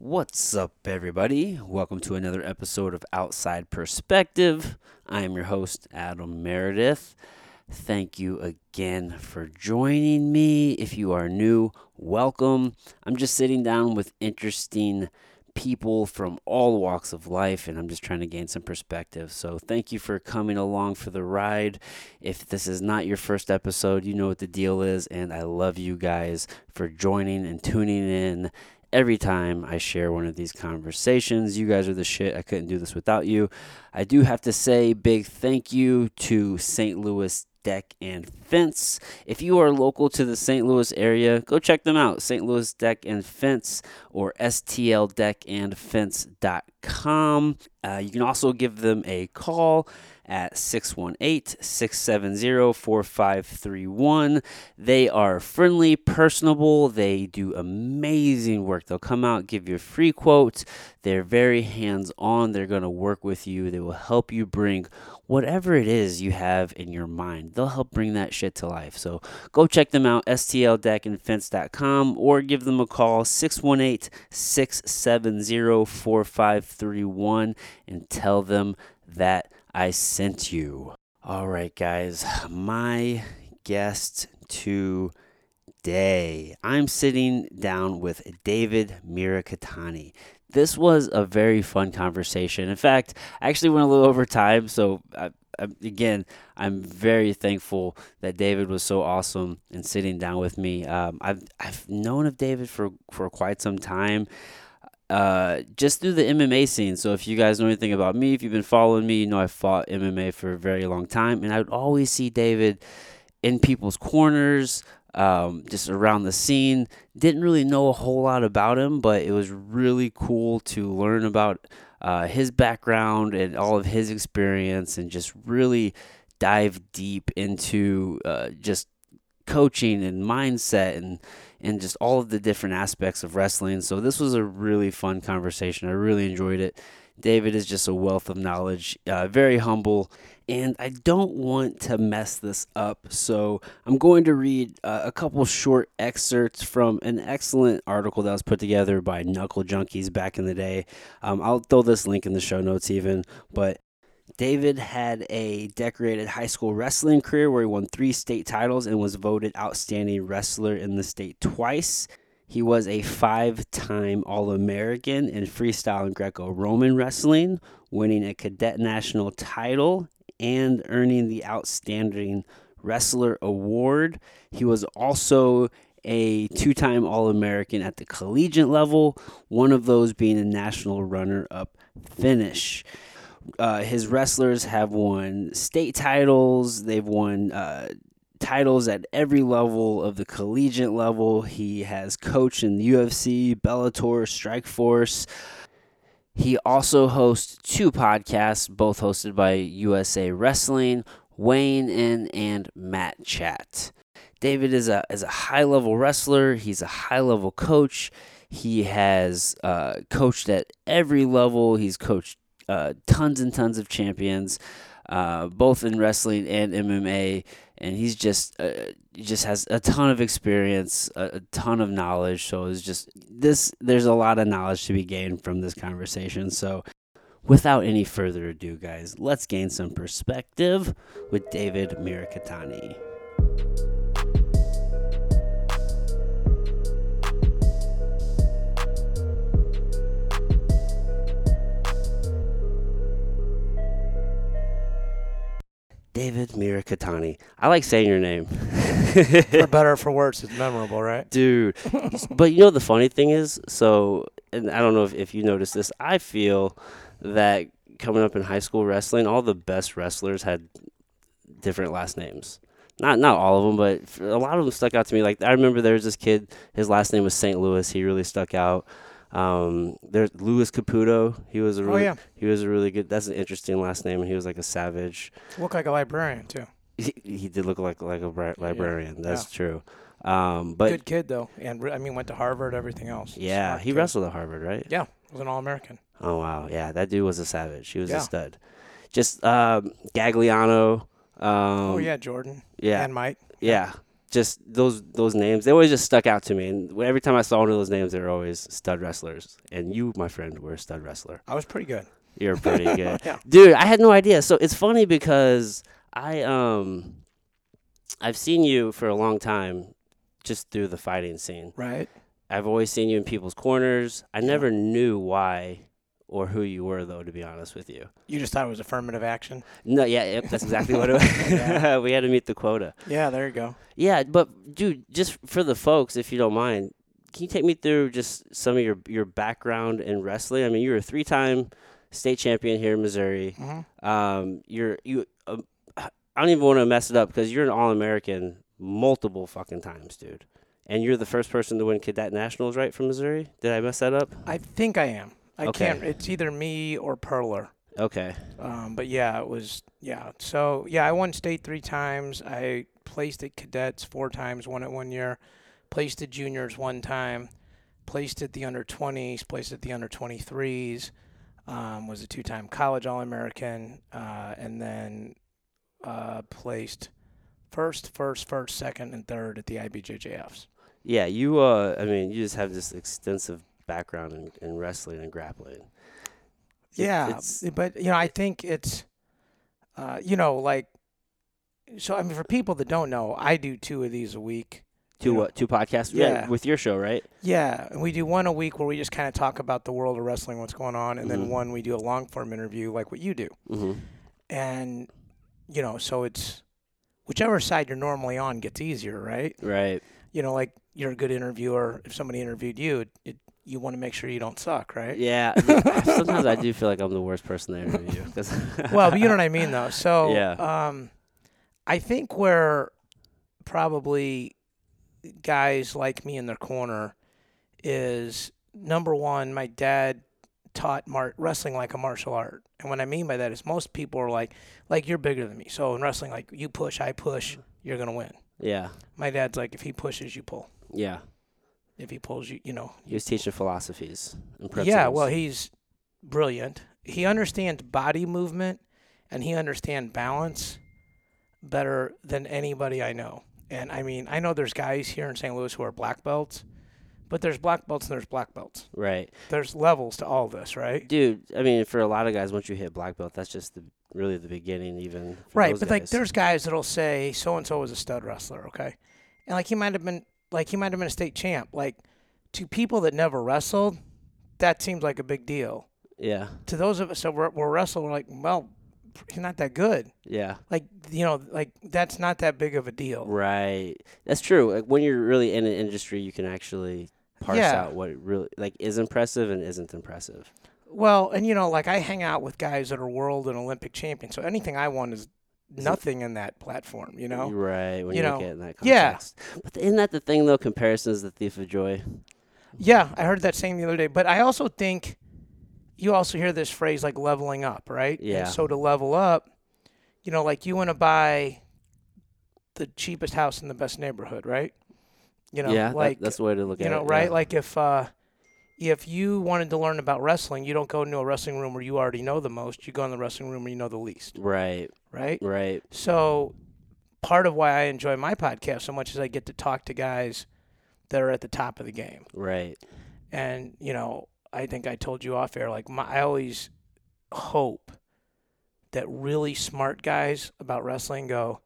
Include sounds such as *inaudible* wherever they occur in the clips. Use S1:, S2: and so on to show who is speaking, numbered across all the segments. S1: What's up, everybody? Welcome to another episode of Outside Perspective. I am your host, Adam Meredith. Thank you again for joining me. If you are new, welcome. I'm just sitting down with interesting people from all walks of life, and I'm just trying to gain some perspective. So, thank you for coming along for the ride. If this is not your first episode, you know what the deal is, and I love you guys for joining and tuning in. Every time I share one of these conversations, you guys are the shit. I couldn't do this without you. I do have to say big thank you to St. Louis Deck and Fence. If you are local to the St. Louis area, go check them out. St. Louis Deck and Fence or stldeckandfence.com. Uh, you can also give them a call at 618 670 4531. They are friendly, personable. They do amazing work. They'll come out, give you a free quote. They're very hands on. They're going to work with you. They will help you bring whatever it is you have in your mind. They'll help bring that shit to life. So go check them out, stldeckandfence.com, or give them a call, 618 670 4531, and tell them that I sent you. All right, guys, my guest today. I'm sitting down with David Mirakatani. This was a very fun conversation. In fact, I actually went a little over time, so I, I, again, I'm very thankful that David was so awesome in sitting down with me. Um, I've I've known of David for for quite some time. Uh, just through the MMA scene. So if you guys know anything about me, if you've been following me, you know I fought MMA for a very long time, and I would always see David in people's corners, um, just around the scene. Didn't really know a whole lot about him, but it was really cool to learn about uh, his background and all of his experience, and just really dive deep into uh, just coaching and mindset and and just all of the different aspects of wrestling. So this was a really fun conversation. I really enjoyed it. David is just a wealth of knowledge, uh, very humble, and I don't want to mess this up. So I'm going to read uh, a couple short excerpts from an excellent article that was put together by Knuckle Junkies back in the day. Um, I'll throw this link in the show notes, even, but David had a decorated high school wrestling career where he won three state titles and was voted Outstanding Wrestler in the state twice. He was a five time All American in freestyle and Greco Roman wrestling, winning a cadet national title and earning the Outstanding Wrestler Award. He was also a two time All American at the collegiate level, one of those being a national runner up finish. Uh, his wrestlers have won state titles. They've won uh, titles at every level of the collegiate level. He has coached in the UFC, Bellator, Strikeforce. He also hosts two podcasts, both hosted by USA Wrestling, Wayne In and Matt Chat. David is a is a high level wrestler. He's a high level coach. He has uh, coached at every level. He's coached uh, tons and tons of champions, uh, both in wrestling and MMA. And he's just uh, he just has a ton of experience, a, a ton of knowledge. So it's just this. There's a lot of knowledge to be gained from this conversation. So, without any further ado, guys, let's gain some perspective with David Mirakatani. David Mirakatani. I like saying your name. *laughs*
S2: for better or for worse, it's memorable, right?
S1: Dude.
S2: *laughs*
S1: but you know the funny thing is, so and I don't know if, if you noticed this, I feel that coming up in high school wrestling, all the best wrestlers had different last names. Not not all of them, but f- a lot of them stuck out to me. Like I remember there was this kid, his last name was St. Louis. He really stuck out. Um, there's Louis Caputo. He was a
S2: Oh,
S1: really,
S2: yeah.
S1: he was a really good. That's an interesting last name. and He was like a savage.
S2: Look like a librarian too.
S1: he, he did look like like a bri- librarian. That's true. Um, but
S2: Good kid though, and re- I mean went to Harvard, everything else.
S1: yeah,
S2: Smart
S1: he
S2: kid.
S1: wrestled at Harvard, right?
S2: Yeah, was an all-American.
S1: Oh wow, yeah, that dude was a savage. He was
S2: Yeah.
S1: a stud. Just um, Gagliano. Um,
S2: oh yeah, Jordan.
S1: yeah,
S2: and Mike.
S1: yeah. just those those names, they always just stuck out to me. And every time I saw one of those names, they were always stud wrestlers. And you, my friend, were a stud wrestler.
S2: I was pretty good.
S1: You're
S2: *laughs*
S1: pretty good.
S2: Yeah.
S1: Dude, I had no idea. So it's funny because I um I've seen you for a long time just through the fighting scene.
S2: Right.
S1: I've always seen you in people's corners. I never knew why or who you were though to be honest with you.
S2: You just thought it was affirmative action.
S1: No, yeah, yep, that's exactly what it was. *laughs*
S2: Yeah.
S1: we had to meet the quota.
S2: Yeah, there you go.
S1: Yeah, but dude, just for the folks if you don't mind, can you take me through just some of your your background in wrestling? I mean, you were a three-time state champion here in Missouri.
S2: hmm
S1: Um, you're you. Uh, I don't even want to mess it up because you're an All American multiple fucking times, dude. And you're the first person to win cadet nationals, right, from Missouri? Did I mess that up?
S2: I think I am. I
S1: Okay.
S2: can't. It's either me or Perler.
S1: Okay.
S2: Um, but yeah, it was yeah. So yeah, I won state three times. I placed at cadets four times. Won it one year. Placed at juniors one time. Placed at the under twenties. Placed at the under twenty threes. Um, was a two time college All American, uh, and then uh, placed first, first, first, second, and third at the IBJJFs.
S1: Yeah, you. Uh, I mean, you just have this extensive background in, in wrestling and grappling.
S2: Yeah, eh,
S1: it's-
S2: but you know, I think it's, uh, you know, like, so I mean, for people that don't know, I do two of these a week.
S1: Two
S2: Yeah.
S1: what? two podcasts. Yeah.
S2: Yeah.
S1: with your show, right?
S2: Yeah, and we do one a week where we just kind of talk about the world of wrestling, what's going on, and
S1: Mhm.
S2: then one we do a long form interview like what you do,
S1: Mm-hmm.
S2: and you know, so it's whichever side you're normally on gets easier, right?
S1: Right.
S2: You know, like you're a good interviewer. If somebody interviewed you, it, it, you want to make sure you don't suck, right?
S1: Yeah. yeah. Sometimes I do feel like I'm the worst person to interview. 'cause- *laughs*
S2: well, but you know what I mean, though. So,
S1: Yeah.
S2: um, I think where probably guys like me in their corner is number one. My dad taught mar- wrestling like a martial art, and what I mean by that is most people are like, like you're bigger than me. So in wrestling, like you push, I push, you're gonna win.
S1: yeah.
S2: My dad's like, if he pushes, you pull.
S1: Yeah.
S2: If he pulls, you you know.
S1: He was teaching philosophies and principles.
S2: Yeah. Well, he's brilliant. He understands body movement and he understands balance better than anybody I know. And I mean, I know there's guys here in St. Louis who are black belts, but there's black belts and there's black belts.
S1: right.
S2: There's levels to all this, right?
S1: dude i mean for a lot of guys once you hit black belt that's just the really the beginning even for
S2: Right.
S1: those
S2: But like,
S1: guys.
S2: there's guys that'll say so and so was a stud wrestler, okay, and like he might have been, like he might have been a state champ. Like to people that never wrestled, that seems like a big deal.
S1: yeah
S2: To those of us that were, were wrestled, we're like, well, he's not that good.
S1: yeah
S2: like you know like that's not that big of a deal
S1: right that's true like when you're really in an industry you can actually parse
S2: Yeah.
S1: out what really like is impressive and isn't impressive
S2: well and you know like i hang out with guys that are world and olympic champions so anything i want is
S1: Is it-
S2: nothing in that platform you know
S1: right when you,
S2: You
S1: look
S2: know,
S1: at it in that
S2: yeah.
S1: context but isn't that the thing though comparison is the thief of joy
S2: yeah i heard that saying the other day but i also think you also hear this phrase like leveling up right And
S1: Yeah.
S2: so to level up you know like you want to buy the cheapest house in the best neighborhood right you know
S1: yeah that-
S2: like
S1: that's the way to look
S2: you
S1: at
S2: know
S1: it
S2: right
S1: yeah.
S2: like if uh if you wanted to learn about wrestling you don't go into a wrestling room where you already know the most you go in the wrestling room where you know the least
S1: right
S2: right
S1: right
S2: so part of why i enjoy my podcast so much is i get to talk to guys that are at the top of the game
S1: right
S2: and you know i think i told you off air like my, i always hope that really smart guys about wrestling go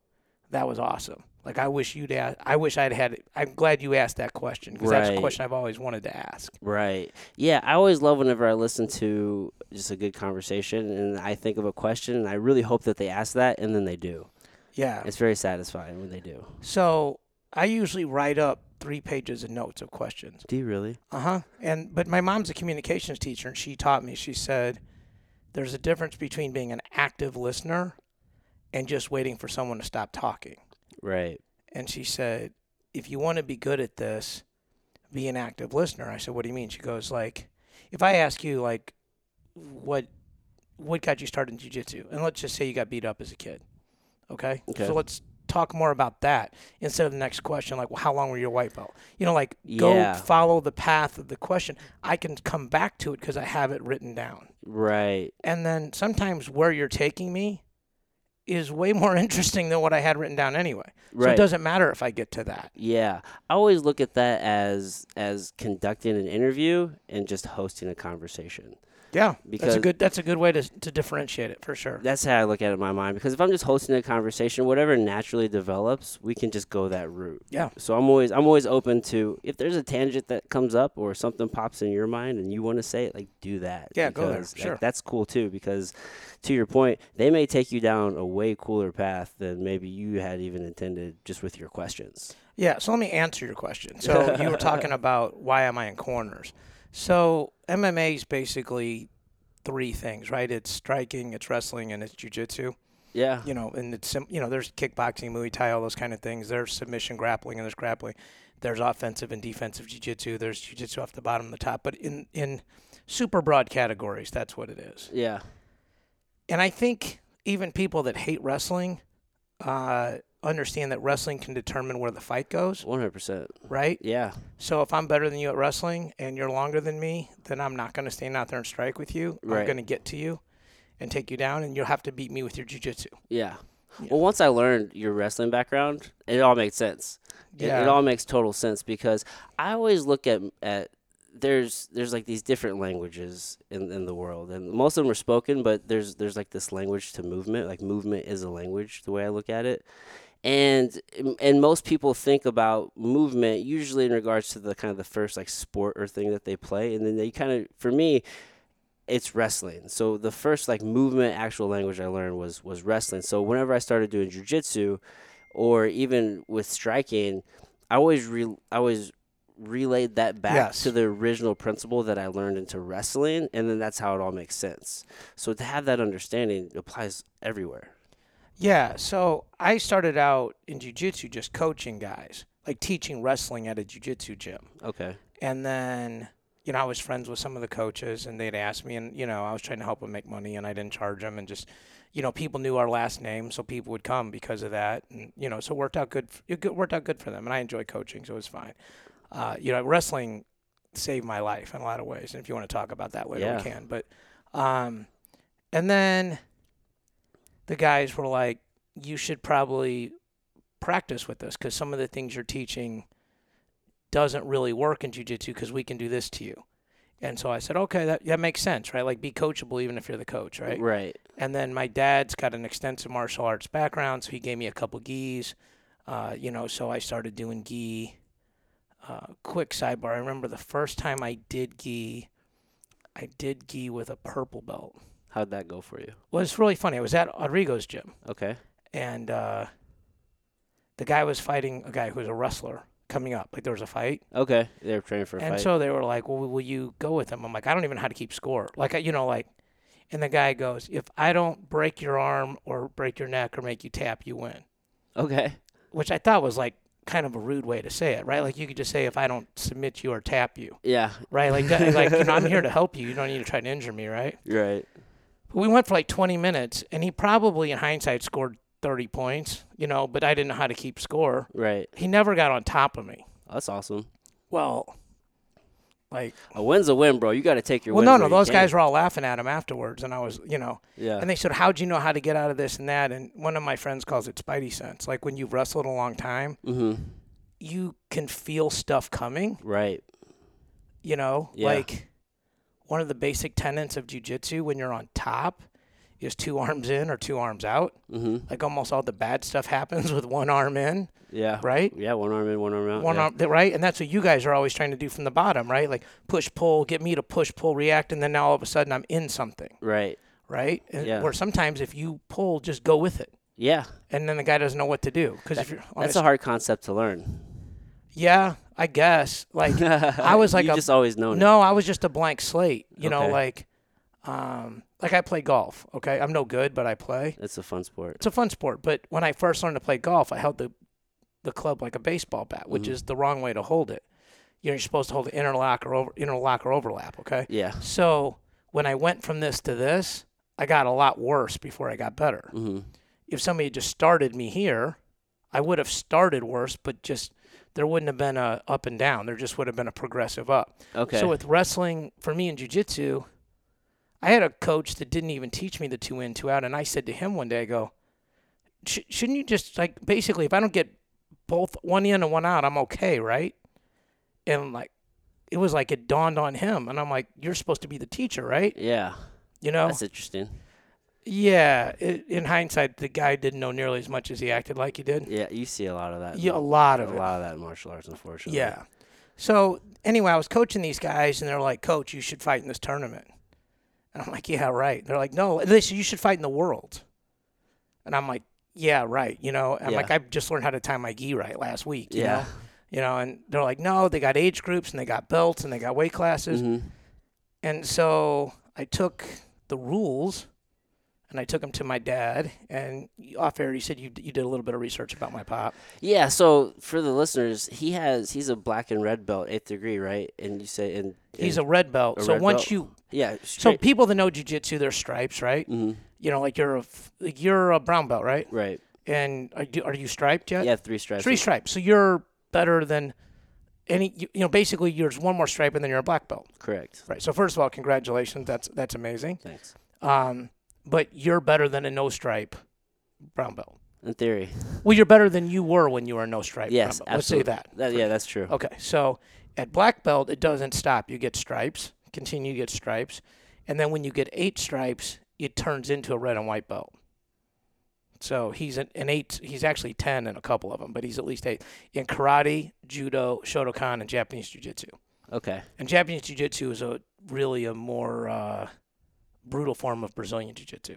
S2: that was awesome like i wish you'd ask i wish i'd had i'm glad you asked that question because that's a
S1: Right.
S2: question i've always wanted to ask
S1: Right. Yeah, I always love whenever I listen to just a good conversation and I think of a question and I really hope that they ask that and then they do.
S2: Yeah.
S1: It's very satisfying when they do.
S2: So I usually write up three pages of notes of questions.
S1: Do you really?
S2: Uh huh. And but my mom's a communications teacher, and she taught me. She said, "There's a difference between being an active listener and just waiting for someone to stop talking."
S1: Right.
S2: And she said, "If you want to be good at this, be an active listener." I said, "What do you mean?" She goes, "Like, if I ask you, like, what what got you started in jujitsu, and let's just say you got beat up as a kid, okay?
S1: Okay.
S2: So let's." Talk more about that instead of the next question, like, well, how long were you a white belt? You know, like,
S1: Yeah.
S2: go follow the path of the question. I can come back to it because I have it written down.
S1: Right.
S2: And then sometimes where you're taking me is way more *laughs* interesting than what I had written down anyway. So
S1: Right.
S2: it doesn't matter if I get to that.
S1: Yeah, I always look at that as as conducting an interview and just hosting a conversation.
S2: Yeah, that's
S1: Because-
S2: a good that's a good way to to differentiate it for sure.
S1: That's how I look at it in my mind because if I'm just hosting a conversation, whatever naturally develops, we can just go that route.
S2: Yeah.
S1: So I'm always I'm always open to if there's a tangent that comes up or something pops in your mind and you want to say it, like do that.
S2: Yeah, go there,
S1: because, like,
S2: sure.
S1: that's cool too because to your point, they may take you down a way cooler path than maybe you had even intended just with your questions.
S2: Yeah, so let me answer your question. *laughs* So you were talking about why am I in corners? So MMA is basically three things, right? It's striking, it's wrestling, and it's jujitsu.
S1: Yeah.
S2: You know, and it's sim- you know there's kickboxing, Muay Thai, all those kind of things. There's submission grappling, and there's grappling. There's offensive and defensive jujitsu. There's jujitsu off the bottom, and the top, but in in super broad categories, that's what it is.
S1: Yeah.
S2: And I think even people that hate wrestling uh, understand that wrestling can determine where the fight goes,
S1: One hundred percent.
S2: right?
S1: Yeah.
S2: So if I'm better than you at wrestling and you're longer than me, then I'm not going to stand out there and strike with you.
S1: Right.
S2: I'm going to get to you and take you down, and you'll have to beat me with your jujitsu.
S1: Yeah. Well, once I learned your wrestling background, it all made sense. It- It,
S2: Yeah.
S1: all makes total sense because I always look at at there's there's like these different languages in, in the world and most of them are spoken but there's there's like this language to movement like movement is a language the way I look at it and and most people think about movement usually in regards to the kind of the first like sport or thing that they play and then they kind of for me it's wrestling so the first like movement actual language i learned was was wrestling so whenever i started doing jujitsu or even with striking i always re- i always relayed that back
S2: Yes.
S1: to the original principle that i learned into wrestling and then that's how it all makes sense so to have that understanding applies everywhere
S2: Yeah. So I started out in jujitsu just coaching guys, like teaching wrestling at a jujitsu gym.
S1: okay
S2: And then, you know, I was friends with some of the coaches and they'd ask me, and, you know, I was trying to help them make money and I didn't charge them. And just, you know, people knew our last name, so people would come because of that. And, you know, so it worked out good. f- It go- worked out good for them. And I enjoy coaching, so it was fine. Uh, you know, wrestling saved my life in a lot of ways. And if you want to talk about that later,
S1: Yeah.
S2: we can. But, um, and then the guys were like, you should probably practice with this because some of the things you're teaching doesn't really work in jujitsu because we can do this to you. And so I said, okay, that, that makes sense, right? Like be coachable even if you're the coach, right?
S1: right
S2: And then my dad's got an extensive martial arts background, so he gave me a couple gis. Uh, you know, so I started doing gi. Uh, quick sidebar: I remember the first time I did gi, I did gi with a purple belt.
S1: how'd that go for you
S2: Well, it's really funny. I was at Rodrigo's gym,
S1: okay
S2: and uh, the guy was fighting a guy who was a wrestler coming up. Like there was a fight,
S1: Okay, they were training for a
S2: and
S1: fight.
S2: so they were like, "Well, will you go with him?" I'm like, "I don't even know how to keep score." Like, I- you know, like, and the guy goes, "If I don't break your arm or break your neck or make you tap, you win."
S1: okay, *laughs*
S2: Which I thought was like kind of a rude way to say it, right? Like you could just say, "If I don't submit you or tap you,"
S1: yeah,
S2: right? Like, that, like you know, I'm here to help you. You don't need to try to injure me, right?
S1: right.
S2: But we went for like 20 minutes, and he probably, in hindsight, scored 30 points, you know. But I didn't know how to keep score.
S1: Right,
S2: He never got on top of me.
S1: that's awesome.
S2: Well, like
S1: A win's a win, bro. You got to take your
S2: Well,
S1: win.
S2: no, no, those guys were all laughing at him afterwards, and I was, you know,
S1: Yeah,
S2: and they said, "How'd you know how to get out of this and that?" And one of my friends calls it Spidey sense, like when you've wrestled a long time,
S1: mm-hmm.
S2: you can feel stuff coming.
S1: right.
S2: You know,
S1: Yeah.
S2: like one of the basic tenets of jujitsu when you're on top is two arms in or two arms out.
S1: Mm-hmm.
S2: Like almost all the bad stuff *laughs* happens with one arm in,
S1: Yeah,
S2: right?
S1: yeah. One arm in, one arm out.
S2: One
S1: Oh, yeah.
S2: arm, th- right? And that's what you guys are always trying to do from the bottom, right? Like push pull, get me to push pull react, and then now all of a sudden I'm in something.
S1: Right.
S2: right? And
S1: Yeah.
S2: Where sometimes if you pull, just go with it,
S1: Yeah,
S2: and then the guy doesn't know what to do because if you're on
S1: that's
S2: his-
S1: a hard concept to learn.
S2: yeah, I guess
S1: *laughs*
S2: like
S1: I
S2: was like
S1: you
S2: a-
S1: just always known.
S2: no, I was just a blank slate, you know,
S1: Okay.
S2: like um, like I play golf. Okay, I'm no good, but I play.
S1: it. It's a fun sport.
S2: It's a fun sport, but when I first learned to play golf, I held the the club like a baseball bat, which
S1: Mhm.
S2: is the wrong way to hold it. You know, you're supposed to hold it interlock or over, interlock or overlap. Okay,
S1: Yeah.
S2: so when I went from this to this, I got a lot worse before I got better.
S1: Mm-hmm.
S2: if somebody had just started me here, I would have started worse, but just there wouldn't have been a up and down. There just would have been a progressive up.
S1: Okay.
S2: So with wrestling, for me in jujitsu, I had a coach that didn't even teach me the two in, two out, and I said to him one day, I go, sh- shouldn't you just like basically if I don't get both one in and one out, I'm okay, right? And like it was like it dawned on him, and I'm like, you're supposed to be the teacher, right?
S1: Yeah.
S2: You know?
S1: That's interesting.
S2: Yeah. It, in hindsight, the guy didn't know nearly as much as he acted like he did.
S1: Yeah, you see a lot of that. in-
S2: Yeah, a lot
S1: Uh, a
S2: of it.
S1: lot of that in martial arts, unfortunately.
S2: Yeah. So anyway, I was coaching these guys, and they're like, "Coach, you should fight in this tournament." And I'm like, "Yeah, right." They're like, "No, this you should fight in the world." And I'm like, "Yeah, right." You know, I'm
S1: Yeah.
S2: like, "I just learned how to tie my gi right last week." You
S1: Yeah.
S2: Know? You know, and they're like, "No, they got age groups, and they got belts, and they got weight classes."
S1: hmm
S2: And so I took the rules. And I took them to my dad, and off air, he said you, you did a little bit of research about my pop.
S1: Yeah. So for the listeners, he has he's a black and red belt, eighth degree, right? And you say and,
S2: He's a red belt,
S1: A
S2: so
S1: red
S2: once
S1: belt.
S2: you
S1: yeah.
S2: So
S1: Straight,
S2: people that know jujitsu, they're stripes, right?
S1: hmm
S2: You know, like you're a f- like you're a brown belt, right?
S1: right.
S2: And are you, are you striped yet?
S1: Yeah, three stripes.
S2: three stripes. So you're better than any. You, you know, basically, there's one more stripe, and then you're a black belt,
S1: Correct.
S2: right? So first of all, congratulations. That's that's amazing.
S1: Thanks.
S2: Um, but you're better than a no stripe brown belt.
S1: In theory.
S2: Well, you're better than you were when you were a no stripe.
S1: Yes.
S2: brown belt.
S1: absolutely.
S2: Let's say that.
S1: yeah, that's true.
S2: Okay, so at black belt, it doesn't stop. You get stripes, continue to get stripes, and then when you get eight stripes, it turns into a red and white belt. So he's an, an eight. He's actually ten in a couple of them, but he's at least eight in karate, judo, shotokan, and Japanese jujitsu.
S1: Okay.
S2: And Japanese jujitsu is a really a more uh, brutal form of Brazilian jujitsu.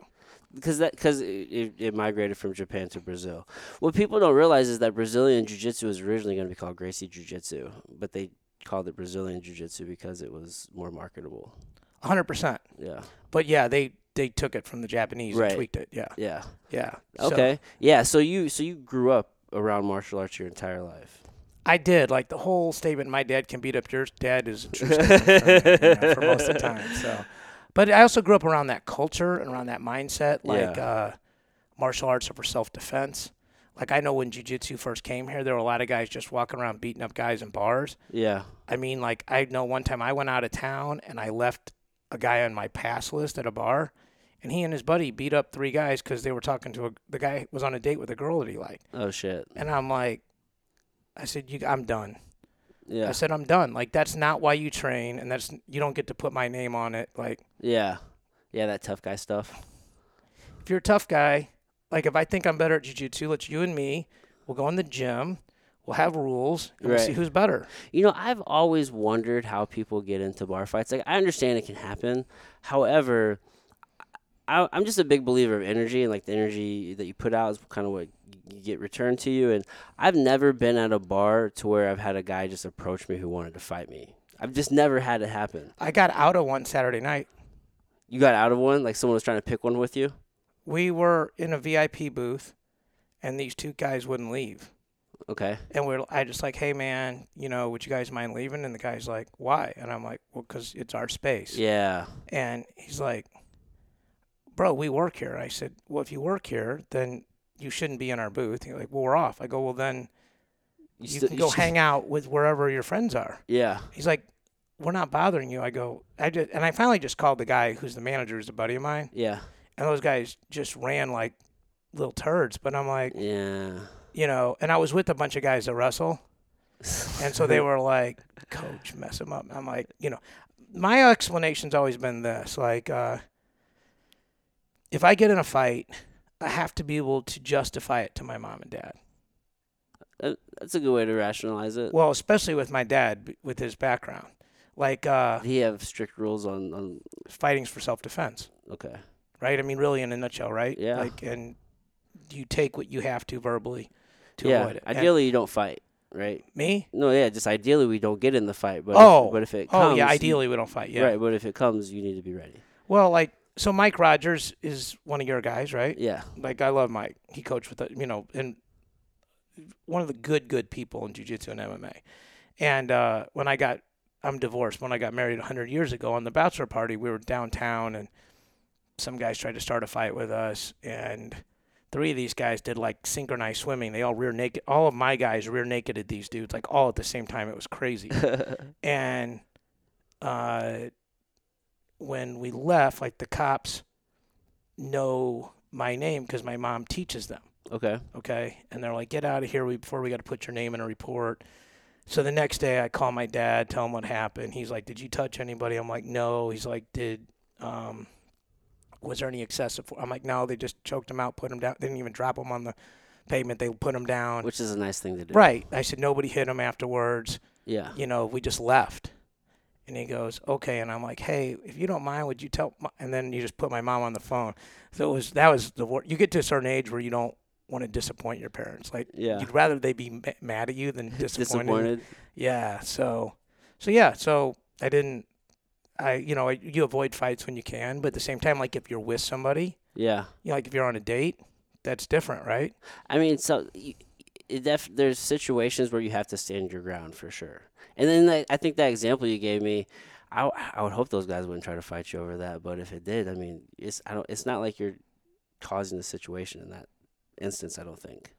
S1: because that because it, it, it migrated from Japan to Brazil. What people don't realize is that Brazilian Jiu Jitsu was originally going to be called Gracie Jiu Jitsu, but they called it Brazilian Jiu Jitsu because it was more marketable.
S2: hundred percent.
S1: Yeah,
S2: But yeah, they they took it from the Japanese
S1: Right.
S2: and tweaked it. Yeah,
S1: yeah,
S2: yeah. So-
S1: okay, yeah. So you so you grew up around martial arts your entire life.
S2: I did. Like the whole statement, my dad can beat up your dad is a true statement for, me, you know, for most of the time. So, but I also grew up around that culture and around that mindset. Like
S1: Yeah.
S2: uh, martial arts are for self defense. Like I know when jujitsu first came here, there were a lot of guys just walking around beating up guys in bars.
S1: Yeah,
S2: I mean, like I know one time I went out of town and I left a guy on my pass list at a bar, and he and his buddy beat up three guys because they were talking to a, the guy was on a date with a girl that he liked.
S1: oh shit,
S2: And I'm like, I said, you, I'm done. I
S1: yeah,
S2: said, I'm done. Like that's not why you train, and that's you don't get to put my name on it. Like
S1: yeah, yeah. That tough guy stuff.
S2: if you're a tough guy, like if I think I'm better at jujitsu, let's you and me, we'll go in the gym, we'll have rules, and we'll see
S1: Right.
S2: who's better.
S1: You know, I've always wondered how people get into bar fights. Like, I understand it can happen. However, I, I'm just a big believer of energy, and like the energy that you put out is kind of what you get returned to you. And I've never been at a bar to where I've had a guy just approach me who wanted to fight me. I've just never had it happen.
S2: I got out of one Saturday night.
S1: You got out of one, like someone was trying to pick one with you.
S2: We were in a VIP booth, and these two guys wouldn't leave.
S1: Okay.
S2: And we're I just like, hey man, you know, would you guys mind leaving? And the guy's like, why? And I'm like, well, because it's our space.
S1: Yeah.
S2: And he's like, Bro, we work here. I said, Well, if you work here, then you shouldn't be in our booth. He's like, Well, we're off. I go, Well, then you,
S1: still-
S2: can go
S1: still-
S2: hang out with wherever your friends are.
S1: Yeah.
S2: He's like, We're not bothering you. I go, I just, and I finally just called the guy who's the manager, who's a buddy of mine.
S1: Yeah.
S2: And those guys just ran like little turds. But I'm like,
S1: Yeah.
S2: You know, and I was with a bunch of guys that wrestle.
S1: *laughs*
S2: And so they were like, Coach, mess him up. I'm like, you know, my explanation's always been this like, uh, if I get in a fight, I have to be able to justify it to my mom and dad.
S1: That's a good way to rationalize it.
S2: Well, especially with my dad, b- with his background. Like, uh,
S1: He have strict rules on on.
S2: fighting's for self defense,
S1: Okay.
S2: right? I mean, really, in a nutshell, right?
S1: Yeah.
S2: Like, and you take what you have to verbally to
S1: yeah.
S2: avoid it. And
S1: Ideally, you don't fight, right?
S2: me?
S1: No, yeah, just ideally we don't get in the fight, but
S2: Oh.
S1: if, but if it comes,
S2: Oh, yeah,
S1: you-
S2: ideally, we don't fight. Yeah.
S1: right, but if it comes, you need to be ready.
S2: Well, like, so Mike Rogers is one of your guys, right?
S1: Yeah, *laughs*
S2: like I love Mike. He coached with the, you know, and one of the good good people in jiu-jitsu and MMA. And uh, when I got I'm divorced, when I got married 100 years ago on the bachelor party, we were downtown and some guys tried to start a fight with us and three of these guys did like synchronized swimming. They all rear naked all of my guys rear nakeded these dudes like all at the same time. It was crazy. and uh when we left, like the cops know my name because my mom teaches them.
S1: Okay.
S2: okay? And they're like, get out of here we- before we got to put your name in a report. So the next day, I call my dad, tell him what happened. He's like, did you touch anybody? I'm like, no. He's like, did um, was there any excessive? for-" I'm like, no. They just choked him out, put him down. They didn't even drop him on the pavement. They put him down.
S1: Which is a nice thing to do.
S2: right. I said nobody hit him afterwards
S1: Yeah.
S2: you know, we just left. And he goes, okay. And I'm like, hey, if you don't mind, would you tell? mo-" And then you just put my mom on the phone. So it was that was the wor You get to a certain age where you don't want to disappoint your parents. Like
S1: Yeah.
S2: you'd rather they be ma- mad
S1: *laughs*
S2: at you than disappointed.
S1: Disappointed.
S2: Yeah. So, so yeah. So I didn't. I you know I, you avoid fights when you can, but at the same time, like if you're with somebody,
S1: Yeah.
S2: you know, like if you're on a date, that's different, right?
S1: I mean, so y- it def- there's situations where you have to stand your ground for sure. And then I I think that example you gave me, I, w- I would hope those guys wouldn't try to fight you over that. But if it did, I mean, it's I don't. It's not like you're causing the situation in that instance. I don't think.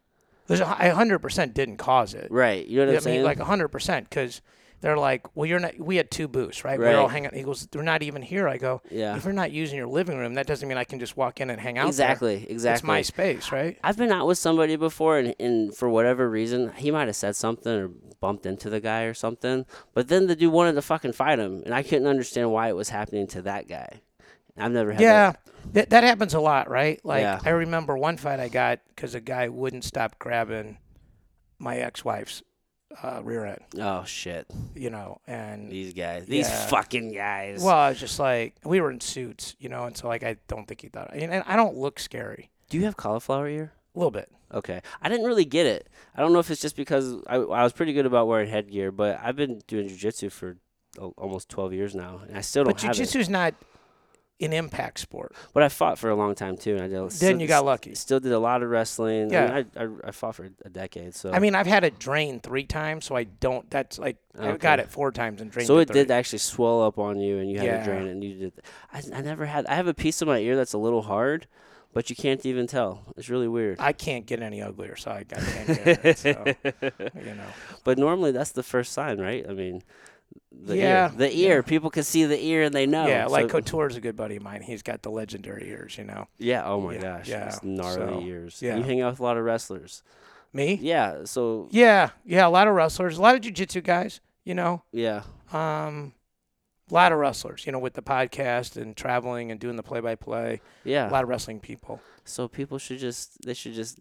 S2: There's a, I 100% didn't cause it.
S1: Right. You know what
S2: Yeah,
S1: I'm saying?
S2: I mean, like hundred percent, because they're like, "Well, you're not." We had two booths, right? We
S1: Right.
S2: were all hanging. He goes, "They're not even here." I go,
S1: yeah.
S2: "If you're not using your living room, that doesn't mean I can just walk in and hang um, out." there.
S1: Exactly. Exactly.
S2: It's my space, right?
S1: I've been out with somebody before, and, and for whatever reason, he might have said something or bumped into the guy or something. But then the dude wanted to fucking fight him, and I couldn't understand why it was happening to that guy. I've never had
S2: Yeah,
S1: that.
S2: that that happens a lot, right? Like
S1: Yeah.
S2: I remember one fight I got because a guy wouldn't stop grabbing my ex-wife's uh, rear end,
S1: Oh shit!
S2: you know, and
S1: These guys, these
S2: Yeah.
S1: fucking guys.
S2: well, I was just like, we were in suits, you know, and so like I don't think he thought, and and I don't look scary,
S1: do you have cauliflower ear?
S2: a little bit.
S1: Okay, I didn't really get it. I don't know if it's just because I, I was pretty good about wearing headgear, but I've been doing jujitsu for al- almost 12 years now, and I still don't
S2: But
S1: have it.
S2: jujitsu's not an impact sport.
S1: But I fought for a long time too, and I did.
S2: Then you got lucky.
S1: Still did a lot of wrestling.
S2: Yeah.
S1: I, mean, I, I, I fought for a decade. So
S2: I mean, I've had it drained three times, so I don't. That's like I got
S1: Okay.
S2: it four times and drained.
S1: so
S2: it
S1: it did actually swell up on you, and you had to drain
S2: Yeah.
S1: it, and you did. I, I never had. I have a piece of my ear that's a little hard, but you can't even tell. It's really weird.
S2: I can't get any uglier, so I, I can't get
S1: *laughs*
S2: it. So, you know,
S1: But normally that's the first sign, right? I mean, the
S2: Yeah,
S1: ear. The
S2: yeah.
S1: ear. People can see the ear and they know.
S2: yeah, like
S1: Oh, so-
S2: Couture's a good buddy of mine. He's got the legendary ears. You know,
S1: yeah. Oh my
S2: yeah,
S1: gosh.
S2: yeah,
S1: it's gnarly
S2: so,
S1: ears.
S2: yeah.
S1: You hang out with a lot of wrestlers.
S2: me.
S1: Yeah. So
S2: Yeah, yeah, a lot of wrestlers, a lot of jujitsu guys. You know,
S1: yeah.
S2: um, a lot of wrestlers. You know, with the podcast and traveling and doing the play-by-play, a
S1: Yeah.
S2: lot of wrestling people.
S1: So people should just they should just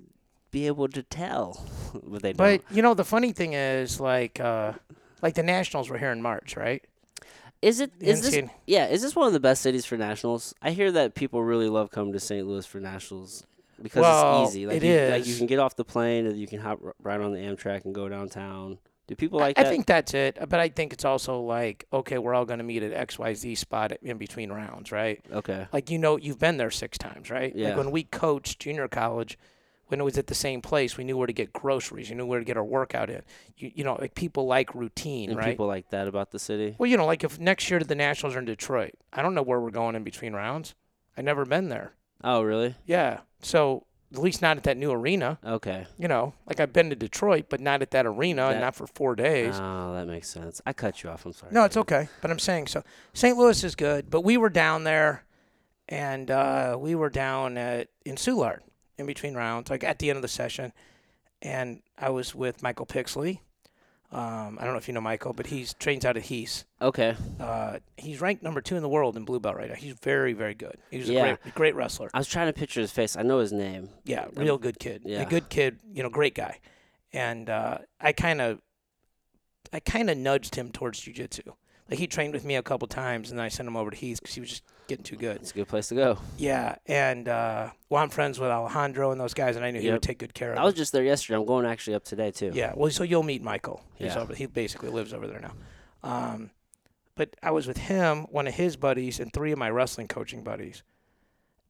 S1: be able to tell, *laughs* but they
S2: But
S1: don't.
S2: you know, the funny thing is, like, uh, like the Nationals were here in March, right?
S1: Is it
S2: You
S1: is
S2: haven't
S1: this
S2: seen-
S1: yeah is this one of the best cities for nationals? I hear that people really love coming to St. Louis for nationals because
S2: Well,
S1: it's easy. Like
S2: it
S1: you, Like you
S2: is.
S1: can get off the plane and you can hop r- right on the Amtrak and go downtown. Do people
S2: I-
S1: like
S2: I
S1: that?
S2: think that's it. But I think it's also like, okay, we're all going to meet at XYZ spot in between rounds, right?
S1: okay.
S2: Like, you know, you've been there six times, right?
S1: Yeah.
S2: Like when we coached junior college, when it was at the same place, we knew where to get groceries. You knew where to get our workout in. You, you know, like people like routine,
S1: And
S2: right?
S1: people like that about the city.
S2: well, you know, like if next year the Nationals are in Detroit, I don't know where we're going in between rounds. I've never been there.
S1: Oh, really?
S2: Yeah. So at least not at that new arena.
S1: Okay.
S2: You know, like I've been to Detroit, but not at that arena and
S1: That-
S2: not for four days.
S1: Oh, that makes sense. I cut you off. I'm sorry.
S2: No, it's
S1: David.
S2: okay. But I'm saying so. St. Louis is good, but we were down there, and uh, we were down at in Soulard in between rounds, like at the end of the session, and I was with Michael Pixley. Um, I don't know if you know Michael, but he's trains out of Hees.
S1: Okay.
S2: Uh, he's ranked number two in the world in blue belt right now. He's very, very good. He's a
S1: Yeah.
S2: great, great wrestler.
S1: I was trying to picture his face. I know his name.
S2: Yeah,
S1: Um,
S2: real good kid.
S1: yeah.
S2: A good kid, you know, great guy. And uh, I kind of I kind of nudged him towards jujitsu. Like he trained with me a couple times, and then I sent him over to Heath because he was just getting too good.
S1: It's a good place to go.
S2: Yeah, and uh, well, I'm friends with Alejandro and those guys, and I knew he
S1: Yep.
S2: would take good care of.
S1: I was just there yesterday. I'm going actually up today too.
S2: him. Yeah, well, so you'll meet Michael. He's
S1: Yeah.
S2: over. He basically lives over there now. Um, but I was with him, one of his buddies, and three of my wrestling coaching buddies,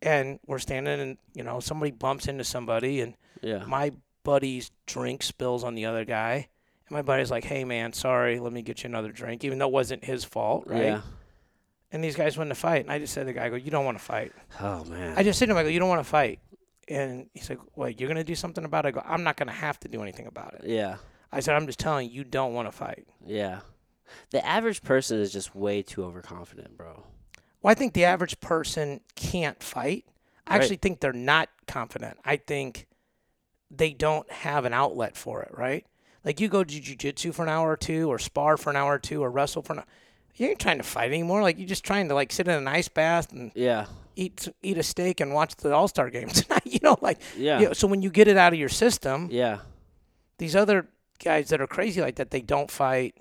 S2: and we're standing, and you know, somebody bumps into somebody, and
S1: Yeah.
S2: my buddy's drink spills on the other guy. And my buddy's like, hey, man, sorry, let me get you another drink, even though it wasn't his fault, right?
S1: Yeah.
S2: And these guys wouldn't fight. And I just said to the guy, I go, you don't want to fight.
S1: Oh man.
S2: I just said to him, I go, you don't want to fight. And he's like, wait, you're going to do something about it? I go, I'm not going to have to do anything about it.
S1: yeah.
S2: I said, I'm just telling you, you don't want to fight.
S1: Yeah. The average person is just way too overconfident, bro.
S2: Well, I think the average person can't fight. I
S1: Right.
S2: actually think they're not confident. I think they don't have an outlet for it, right? Like you go to jujitsu for an hour or two, or spar for an hour or two, or wrestle for an. hour. You ain't trying to fight anymore. Like you're just trying to like sit in an ice bath and
S1: Yeah.
S2: eat eat a steak and watch the All Star game *laughs* tonight. You know, like
S1: Yeah.
S2: you know, so when you get it out of your system,
S1: Yeah.
S2: these other guys that are crazy like that, they don't fight.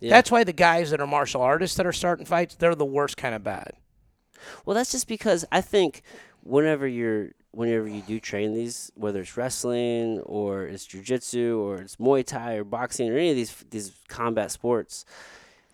S1: Yeah.
S2: That's why the guys that are martial artists that are starting fights, they're the worst kind of bad.
S1: Well, that's just because I think whenever you're whenever you do train these, whether it's wrestling or it's jujitsu or it's Muay Thai or boxing or any of these these combat sports,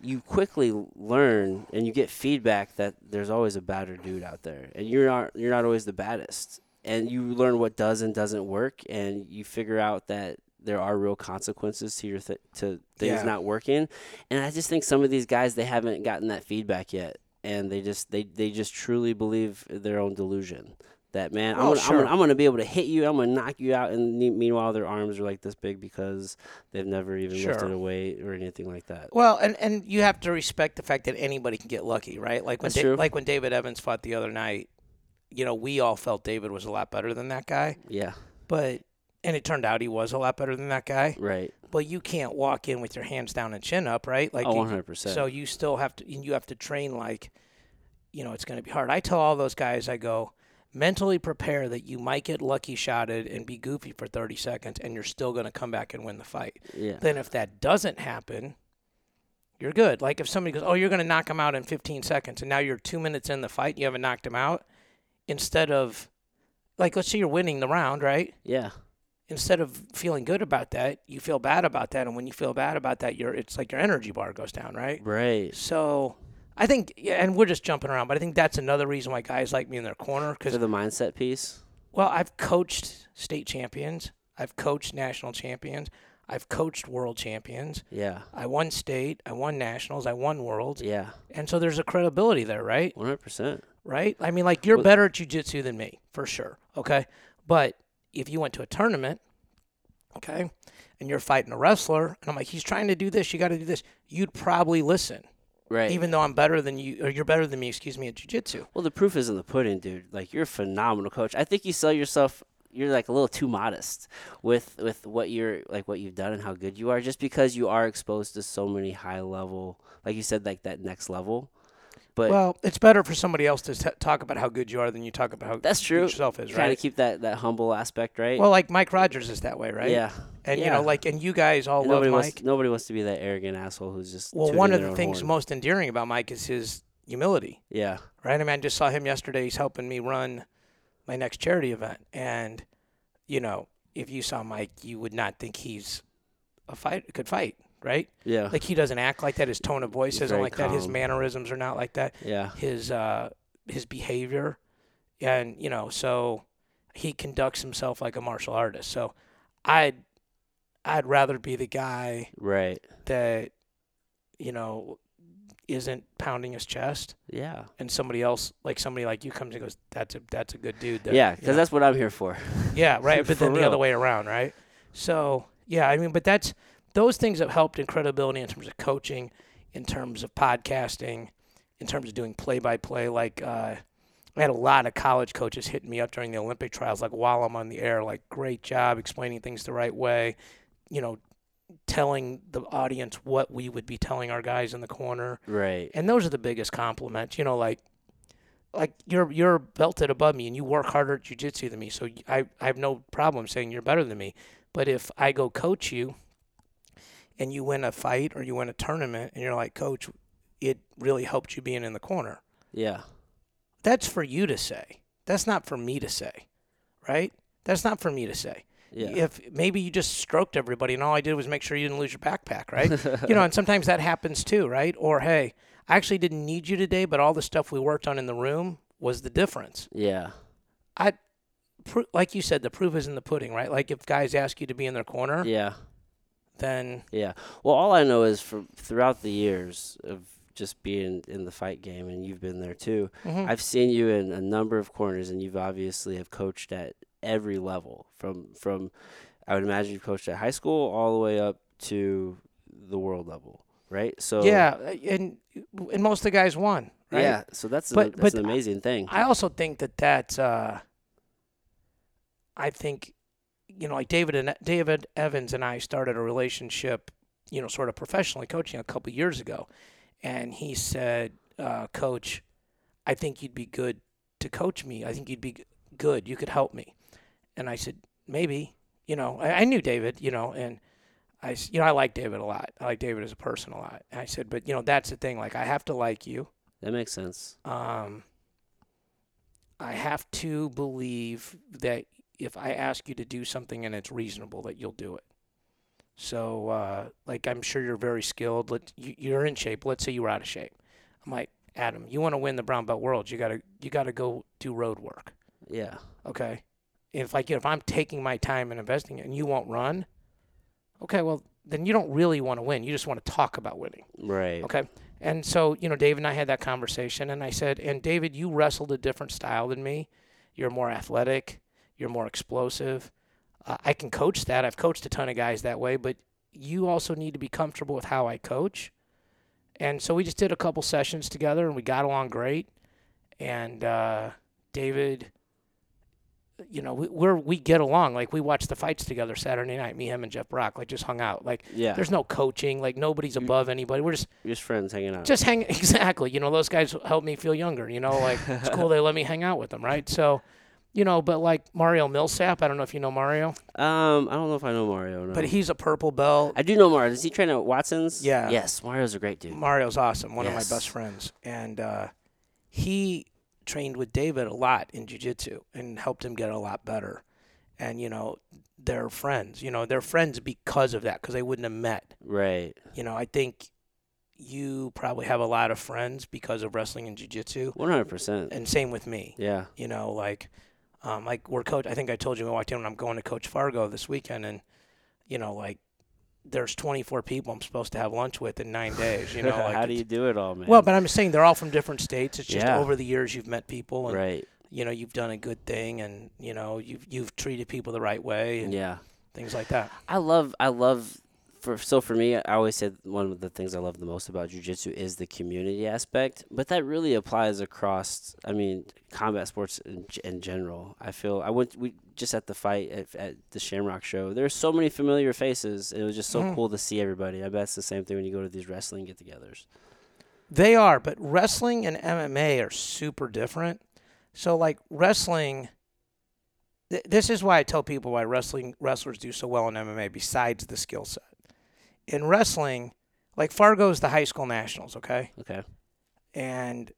S1: you quickly learn and you get feedback that there's always a badder dude out there, and you're not you're not always the baddest, and you learn what does and doesn't work, and you figure out that there are real consequences to your th- to things
S2: Yeah.
S1: not working, and I just think some of these guys they haven't gotten that feedback yet, and they just they they just truly believe their own delusion. That man, I'm,
S2: Oh,
S1: gonna,
S2: sure.
S1: I'm, gonna, I'm gonna be able to hit you. I'm gonna knock you out, and me- meanwhile their arms are like this big because they've never even lifted
S2: Sure.
S1: a weight or anything like that.
S2: Well, and, and you have to respect the fact that anybody can get lucky, right? Like when
S1: That's true.
S2: like when David Evans fought the other night, you know, we all felt David was a lot better than that guy,
S1: Yeah,
S2: but and it turned out he was a lot better than that guy.
S1: right.
S2: But you can't walk in with your hands down and chin up, right? Like
S1: Oh,
S2: you-
S1: 100 percent.
S2: So you still have to and you have to train like you know, it's going to be hard. I tell all those guys I go mentally prepare that you might get lucky shotted and be goofy for 30 seconds and you're still going to come back and win the fight.
S1: yeah,
S2: Then if that doesn't happen, you're good. Like if somebody goes, "Oh, you're going to knock him out in 15 seconds," and now you're two minutes in the fight, and you haven't knocked him out. Instead of, like, let's say you're winning the round, right?
S1: yeah,
S2: Instead of feeling good about that, you feel bad about that, and when you feel bad about that, your it's like your energy bar goes down, right?
S1: right.
S2: So I think, yeah, and we're just jumping around, but I think that's another reason why guys like me in their corner because
S1: For the mindset piece.
S2: well, I've coached state champions, I've coached national champions, I've coached world champions.
S1: Yeah,
S2: I won state, I won nationals, I won worlds.
S1: yeah,
S2: And so there's a credibility there, right?
S1: 100 percent.
S2: Right? I mean, like you're
S1: Well-
S2: better at jujitsu than me, for sure. Okay. But if you went to a tournament, okay, and you're fighting a wrestler, and I'm like, he's trying to do this, you got to do this, you'd probably listen,
S1: Right.
S2: even though I'm better than you, or you're better than me, excuse me, at jujitsu.
S1: Well, the proof is in the pudding, dude. Like you're a phenomenal coach. I think you sell yourself. You're like a little too modest with with what you're like what you've done and how good you are, just because you are exposed to so many high level, like you said, like that next level. But
S2: Well, it's better for somebody else to t- talk about how good you are than you talk about how
S1: That's
S2: good
S1: true.
S2: yourself is,
S1: try to
S2: right?
S1: keep that that humble aspect, right?
S2: Well, like Mike Rogers is that way, right?
S1: Yeah.
S2: And, you
S1: Yeah.
S2: know, like, and you guys all love
S1: nobody
S2: Mike.
S1: wants nobody wants to be that arrogant asshole who's just
S2: Well,
S1: tooting
S2: one of
S1: their
S2: the
S1: own
S2: things
S1: horn.
S2: most endearing about Mike is his humility,
S1: yeah,
S2: right? I mean, I just saw him yesterday. He's helping me run my next charity event. And, you know, if you saw Mike, you would not think he's a fight, could fight, right?
S1: *sighs* yeah,
S2: Like, he doesn't act like that. His tone of voice
S1: He's
S2: isn't
S1: very
S2: like that. His
S1: calm.
S2: mannerisms are not like that.
S1: yeah,
S2: His, uh, his behavior. And, you know, so he conducts himself like a martial artist. So I'd, I'd rather be the guy
S1: right,
S2: that you know isn't pounding his chest
S1: yeah,
S2: and somebody else like somebody like you comes and goes that's a that's a good dude
S1: Yeah,
S2: that,
S1: 'cause yeah,
S2: you
S1: because
S2: know."
S1: that's what I'm here for.
S2: yeah right but
S1: for
S2: then the other
S1: real.
S2: way around right so yeah i mean but that's those things have helped in credibility in terms of coaching in terms of podcasting in terms of doing play by play like uh I had a lot of college coaches hitting me up during the Olympic trials, like while I'm on the air, like, great job explaining things the right way, you know, telling the audience what we would be telling our guys in the corner.
S1: Right,
S2: And those are the biggest compliments, you know, like, like you're you're belted above me and you work harder at jujitsu than me, so I I have no problem saying you're better than me. But if I go coach you, and you win a fight or you win a tournament, and you're like, coach, it really helped you being in the corner
S1: yeah,
S2: that's for you to say. That's not for me to say, right? That's not for me to say.
S1: yeah,
S2: If maybe you just stroked everybody and all I did was make sure you didn't lose your backpack, right? you know, and sometimes that happens too, right? Or hey, I actually didn't need you today, but all the stuff we worked on in the room was the difference.
S1: *laughs* yeah,
S2: I, pr- like you said, the proof is in the pudding, right? Like if guys ask you to be in their corner,
S1: yeah.
S2: then
S1: Yeah. Well, all I know is from throughout the years of just being in the fight game, and you've been there too.
S2: Mhm.
S1: I've seen you in a number of corners, and you've obviously have coached at every level from from. I would imagine you've coached at high school all the way up to the world level, right? So
S2: yeah, and and most of the guys won, right?
S1: yeah. So that's
S2: But-
S1: an, that's
S2: but
S1: an amazing thing.
S2: I also think that that's. Uh, I think you know, like David and David Evans and I started a relationship, you know, sort of professionally coaching a couple years ago, and he said, uh, "Coach, I think you'd be good to coach me. I think you'd be g- good. You could help me." And I said, "Maybe." You know, I, I knew David. You know, and I, s- you know, I like David a lot. I like David as a person a lot. And I said, "But you know, that's the thing. Like, I have to like you.
S1: That makes sense.
S2: Um, I have to believe that if I ask you to do something and it's reasonable, that you'll do it. So, uh, like, I'm sure you're very skilled. Let you, you're in shape. Let's say you were out of shape. I'm like, Adam, you want to win the brown belt world? You gotta, you gotta go do road work.
S1: Yeah.
S2: Okay. If like, if I'm taking my time and investing it, and you won't run, okay, well, then you don't really want to win. You just want to talk about winning.
S1: Right.
S2: Okay. And so, you know, Dave and I had that conversation, and I said, and David, you wrestled a different style than me. You're more athletic, you're more explosive. Uh, I can coach that. I've coached a ton of guys that way, but you also need to be comfortable with how I coach. And so we just did a couple sessions together, and we got along great. And uh, David, you know, we, we're, we get along. Like, we watched the fights together Saturday night, me, him, and Jeff Brock, like, just hung out. Like,
S1: Yeah.
S2: there's no coaching. Like, nobody's above anybody. We're just
S1: Just friends hanging out.
S2: just hang *laughs* exactly you know those guys help me feel younger you know like
S1: *laughs*
S2: it's cool they let me hang out with them right so you know but like mario millsap i don't know if you know mario
S1: um, I don't know if I know Mario. No.
S2: but he's a purple belt
S1: I do know Mario. Does he train at Watson's?
S2: Yeah.
S1: Yes, Mario's a great dude.
S2: mario's awesome one of
S1: Yes.
S2: my best friends and uh, he trained with david a lot in jiu-jitsu and helped him get a lot better and you know they're friends you know they're friends because of that because they wouldn't have met
S1: right.
S2: you know i think you probably have a lot of friends because of wrestling and jiu-jitsu
S1: One hundred percent.
S2: and same with me
S1: Yeah.
S2: you know, like, um, like we're coach. I think I told you we walked in when I'm going to Coach Fargo this weekend, and you know, like, there's 24 people I'm supposed to have lunch with in nine days. You know,
S1: *laughs*
S2: like,
S1: how do you
S2: it's-
S1: do it all, man?
S2: Well, but I'm just saying they're all from different states. It's just
S1: Yeah.
S2: over the years you've met people, and
S1: right.
S2: you know you've done a good thing, and you know you've you've treated people the right way, and
S1: Yeah.
S2: things like that.
S1: I love I love for so for me I always said one of the things I love the most about jujitsu is the community aspect, but that really applies across I mean combat sports in, g- in general. I feel I went we just at the fight at, at the Shamrock show. There's so many familiar faces. It was just so
S2: Mhm.
S1: cool to see everybody. I bet it's the same thing when you go to these wrestling get-togethers.
S2: They are, but wrestling and MMA are super different. So like wrestling th- this is why I tell people why wrestling wrestlers do so well in MMA besides the skill set. In wrestling, like Fargo's the high school nationals, okay?
S1: Okay.
S2: And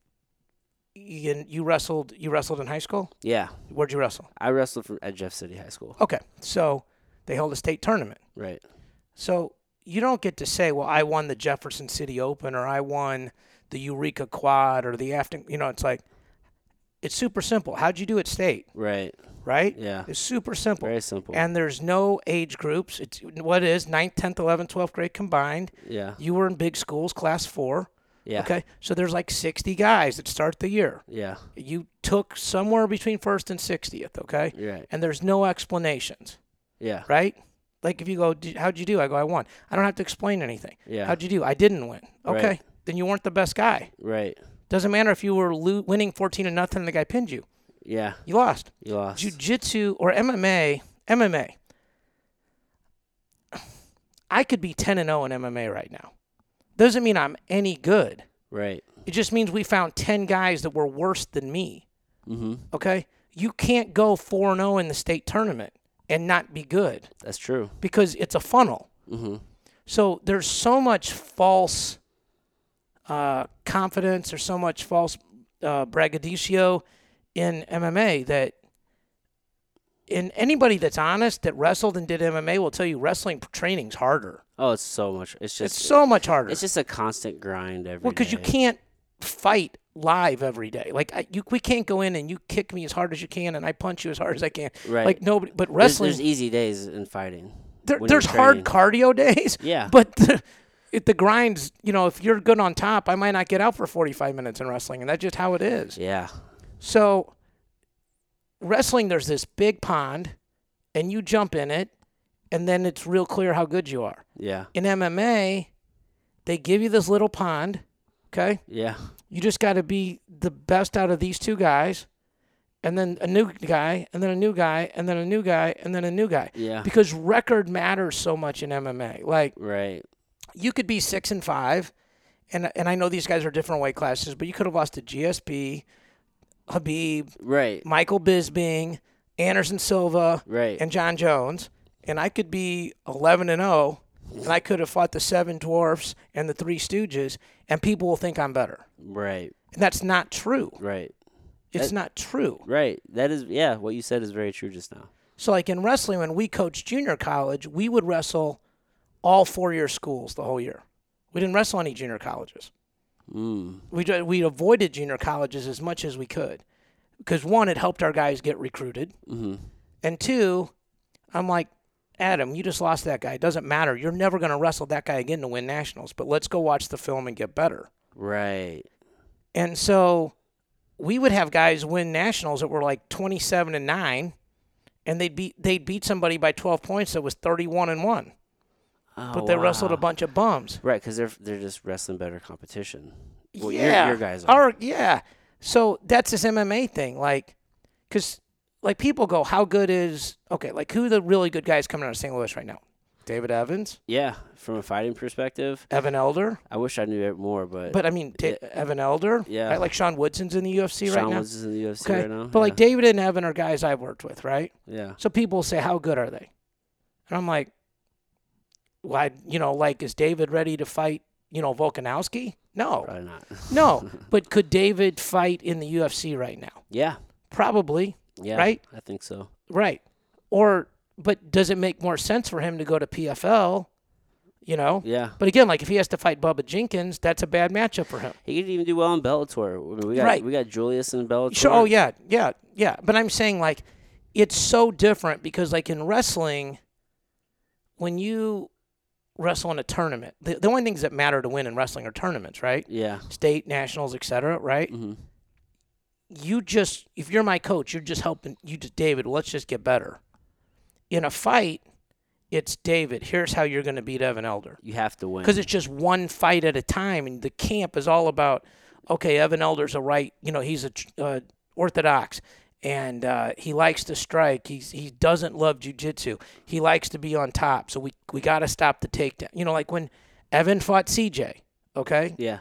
S2: you, you wrestled you wrestled in high school?
S1: Yeah,
S2: Where'd you wrestle?
S1: I wrestled from, at Jeff City High School.
S2: Okay. So they held a state tournament.
S1: Right.
S2: So you don't get to say, well, I won the Jefferson City Open or I won the Eureka Quad or the Afton. You know, it's like, it's super simple. How'd you do at state,
S1: Right.
S2: right?
S1: Yeah.
S2: It's super simple.
S1: Very simple.
S2: And there's no age groups. It's what is 9th, 10th, 11th, 12th grade combined.
S1: yeah.
S2: You were in big schools, class four.
S1: Yeah.
S2: Okay. So there's like 60 guys that start the year.
S1: Yeah.
S2: You took somewhere between first and 60th. Okay.
S1: You're right.
S2: And there's no explanations,
S1: Yeah.
S2: right? Like if you go, "Did- how'd you do? I go, I won. I don't have to explain anything.
S1: Yeah.
S2: How'd you do? I didn't win. Okay.
S1: Right.
S2: Then you weren't the best guy.
S1: right.
S2: Doesn't matter if you were lo- winning 14 to nothing and the guy pinned you.
S1: Yeah.
S2: You lost.
S1: You lost.
S2: Jiu-jitsu or MMA, MMA. I could be 10 and 0 in MMA right now. Doesn't mean I'm any good.
S1: right.
S2: It just means we found 10 guys that were worse than me.
S1: Mm-hmm.
S2: Okay? You can't go 4 and 0 in the state tournament and not be good
S1: That's true.
S2: because it's a funnel.
S1: Mm-hmm.
S2: So there's so much false uh, confidence, there's so much false uh, braggadocio in MMA that in anybody that's honest that wrestled and did MMA will tell you wrestling training's harder.
S1: Oh, it's so much. It's
S2: It's
S1: just it's,
S2: so much harder.
S1: just a constant grind every
S2: well, because you
S1: day.
S2: can't fight live every day. Like I, you, we can't go in and you kick me as hard as you can and I punch you as hard as I can.
S1: Right.
S2: Like nobody. But
S1: There's-
S2: wrestling,
S1: There's, easy days in fighting.
S2: there,
S1: when you're
S2: there's
S1: training.
S2: hard cardio days.
S1: Yeah.
S2: *laughs* But the, if the grinds, you know, if you're good on top, I might not get out for 45 minutes in wrestling, and that's just how it is.
S1: yeah.
S2: So, wrestling, there's this big pond, and you jump in it, and then it's real clear how good you are.
S1: Yeah.
S2: In MMA, they give you this little pond, okay?
S1: Yeah.
S2: You just got to be the best out of these two guys, and then a new guy, and then a new guy, and then a new guy, and then a new guy.
S1: Yeah.
S2: Because record matters so much in MMA. Like
S1: Right.
S2: you could be six and five, and and I know these guys are different weight classes, but you could have lost to GSP, Habib,
S1: Right.
S2: Michael Bisping, Anderson Silva,
S1: Right.
S2: and John Jones, and I could be eleven and zero, and I could have fought the Seven Dwarfs and the Three Stooges, and people will think I'm better,
S1: right.
S2: and that's not true.
S1: Right.
S2: It's not true.
S1: Right. That is yeah, what you said is very true just now.
S2: So, like in wrestling, when we coached junior college, we would wrestle all four year schools the whole year. We didn't wrestle any junior colleges.
S1: Mm.
S2: we ju- we avoided junior colleges as much as we could because one it helped our guys get recruited
S1: Mm-hmm.
S2: and two i'm like adam you just lost that guy it doesn't matter you're never going to wrestle that guy again to win nationals but let's go watch the film and get better
S1: Right.
S2: and so we would have guys win nationals that were like 27 and 9 and they beat they beat somebody by 12 points that was 31 and 1
S1: Oh,
S2: but they wrestled a
S1: wow.
S2: bunch of bums
S1: Right, because they're they're just wrestling better competition. Well, your-
S2: yeah.
S1: your, guys are.
S2: Our- yeah. So that's this MMA thing. Like, because, like, people go, how good is, okay, like, who are the really good guys coming out of St. Louis right now? David Evans,
S1: Yeah, from a fighting perspective,
S2: Evan Elder.
S1: I wish I knew it more, but,
S2: But, I mean, Da- Evan Elder.
S1: Yeah.
S2: Right? Like, Sean Woodson's in the UFC
S1: Sean
S2: right now.
S1: Woods is in the UFC
S2: okay.
S1: right now.
S2: But, like,
S1: yeah.
S2: David and Evan are guys I've worked with, right?
S1: yeah,
S2: So people say, how good are they? And I'm like, why, you know, like, is David ready to fight, you know, Volkanowski? No.
S1: probably not. *laughs*
S2: No. but could David fight in the UFC right now?
S1: Yeah,
S2: Probably.
S1: yeah,
S2: Right?
S1: I think so.
S2: Right. Or but does it make more sense for him to go to PFL? You know?
S1: Yeah,
S2: But again, like if he has to fight Bubba Jenkins, that's a bad matchup for him.
S1: he could even do well in Bellator. I mean, we got
S2: Right.
S1: we got Julius in Bellator.
S2: Sure. Oh yeah, yeah, yeah. But I'm saying like it's so different because like in wrestling, when you wrestle in a tournament, the, the only things that matter to win in wrestling are tournaments, right?
S1: yeah,
S2: State, nationals, et cetera, right?
S1: hmm
S2: you just if you're my coach, you're just helping you just David, let's just get better. In a fight, it's David, here's how you're gonna beat Evan Elder.
S1: You have to win.
S2: Because it's just one fight at a time and the camp is all about okay, Evan Elder's a right, you know, he's a tr- uh, orthodox and uh, he likes to strike. He's he doesn't love jiu-jitsu. He likes to be on top. So we we got to stop the takedown. You know, like when Evan fought CJ, okay?
S1: yeah.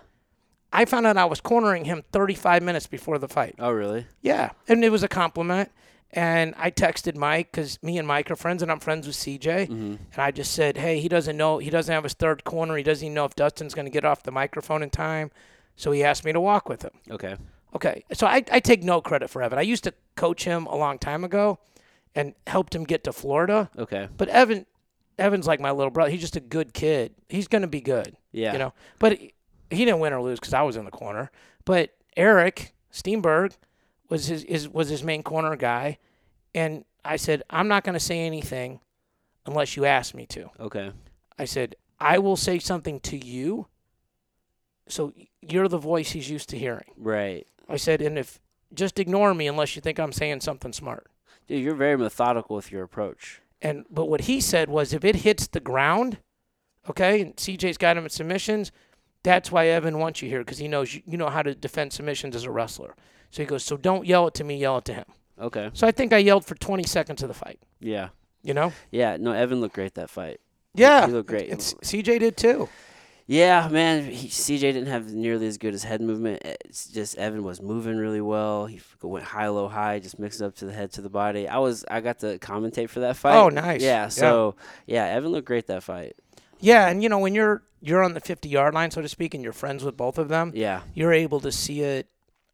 S2: I found out I was cornering him 35 minutes before the fight.
S1: Oh really?
S2: Yeah, and it was a compliment. And I texted Mike because me and Mike are friends, and I'm friends with CJ.
S1: Mm-hmm.
S2: And I just said, "Hey, he doesn't know. He doesn't have his third corner. He doesn't even know if Dustin's going to get off the microphone in time." So he asked me to walk with him.
S1: Okay.
S2: Okay, so I, I take no credit for Evan. I used to coach him a long time ago, and helped him get to Florida.
S1: Okay.
S2: But Evan, Evan's like my little brother. He's just a good kid. He's going to be good.
S1: Yeah.
S2: You know, but he he didn't win or lose because I was in the corner. But Eric Steenberg was his, his was his main corner guy, and I said I'm not going to say anything unless you ask me to.
S1: Okay.
S2: I said I will say something to you, so you're the voice he's used to hearing.
S1: Right.
S2: I said, and if just ignore me unless you think I'm saying something smart.
S1: Dude, you're very methodical with your approach.
S2: And but what he said was if it hits the ground, okay, and CJ's got him at submissions, that's why Evan wants you here because he knows you, you know how to defend submissions as a wrestler. So he goes, so don't yell it to me, yell it to him.
S1: Okay.
S2: So I think I yelled for 20 seconds of the fight.
S1: Yeah.
S2: You know?
S1: Yeah. No, Evan looked great that fight.
S2: Yeah,
S1: he looked great.
S2: And C- CJ did too.
S1: Yeah, man, he, CJ didn't have nearly as good as head movement. It's just Evan was moving really well. He f- went high, low, high, just mixed it up to the head to the body. I was I got to commentate for that fight.
S2: Oh, nice.
S1: Yeah,
S2: Yeah.
S1: so yeah, Evan looked great that fight.
S2: Yeah, and you know when you're you're on the 50 yard line, so to speak, and you're friends with both of them,
S1: Yeah,
S2: you're able to see it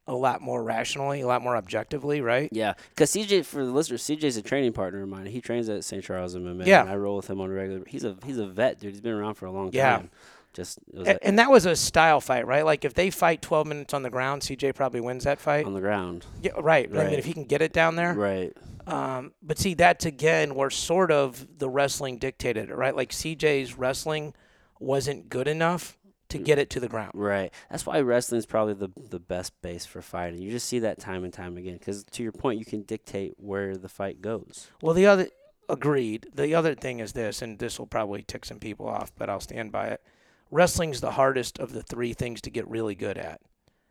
S2: a lot more rationally, a lot more objectively, right?
S1: yeah. Because CJ, for the listeners, CJ's a training partner of mine. He trains at St. Charles MMA.
S2: Yeah.
S1: and I roll with him on a regular. He's a he's a vet, dude. He's been around for a long
S2: Yeah.
S1: time. Just it was
S2: A- And that was a style fight, right? Like if they fight 12 minutes on the ground, CJ probably wins that fight.
S1: on the ground,
S2: Yeah, right. I
S1: Right.
S2: mean, if he can get it down there.
S1: right?
S2: Um, but see, that's again where sort of the wrestling dictated it, right? Like CJ's wrestling wasn't good enough
S1: Mm.
S2: to get it to the ground.
S1: Right. That's why wrestling's probably the the best base for fighting. You just see that time and time again. Because to your point, you can dictate where the fight goes.
S2: Well, the other agreed. The other thing is this, and this will probably tick some people off, but I'll stand by it. Wrestling's the hardest of the three things to get really good at.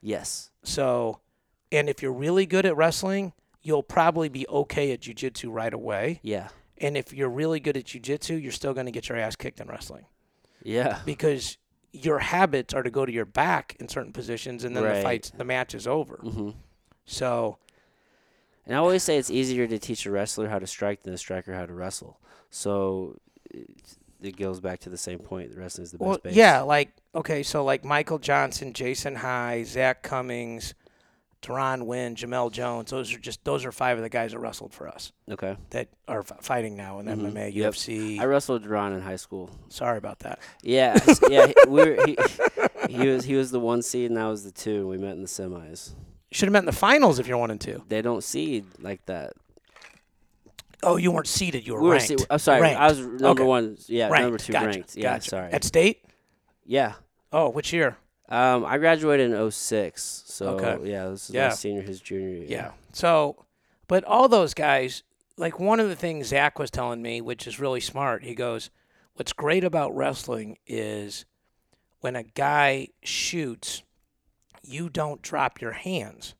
S1: Yes.
S2: So, and if you're really good at wrestling, you'll probably be okay at jujitsu right away.
S1: Yeah.
S2: And if you're really good at jujitsu, you're still going to get your ass kicked in wrestling
S1: Yeah.
S2: because your habits are to go to your back in certain positions, and then the
S1: Right.
S2: fights, the match is over.
S1: hmm
S2: So
S1: And I always say it's easier to teach a wrestler how to strike than a striker how to wrestle. So it, it goes back to the same point. The wrestling is the
S2: Well,
S1: best base.
S2: yeah, like okay, so like Michael Johnson, Jason High, Zach Cummings, Teron Wynn, Jamel Jones. Those are just those are five of the guys that wrestled for us
S1: Okay.
S2: that are f- fighting now in
S1: Mhm.
S2: MMA,
S1: Yep.
S2: UFC.
S1: I wrestled Ron in high school.
S2: Sorry about that.
S1: Yeah. s- yeah. he- We were, he, *laughs* he was he was the one seed and I was the two. and We met in the semis.
S2: Should have met in the finals if you're one and two.
S1: They don't seed like that.
S2: Oh, you weren't seeded. You were
S1: We were
S2: ranked.
S1: seed, I'm sorry. I
S2: Ranked.
S1: was number
S2: Okay.
S1: one. Yeah.
S2: Ranked.
S1: Number two
S2: Gotcha.
S1: ranked. Yeah.
S2: Gotcha.
S1: Sorry.
S2: At state?
S1: yeah.
S2: Oh, which year?
S1: Um, I graduated in 06. So
S2: Okay.
S1: yeah, this is
S2: Yeah.
S1: my senior, his junior year.
S2: Yeah. So, but all those guys, like one of the things Zach was telling me, which is really smart, he goes, What's great about wrestling is when a guy shoots, you don't drop your hands.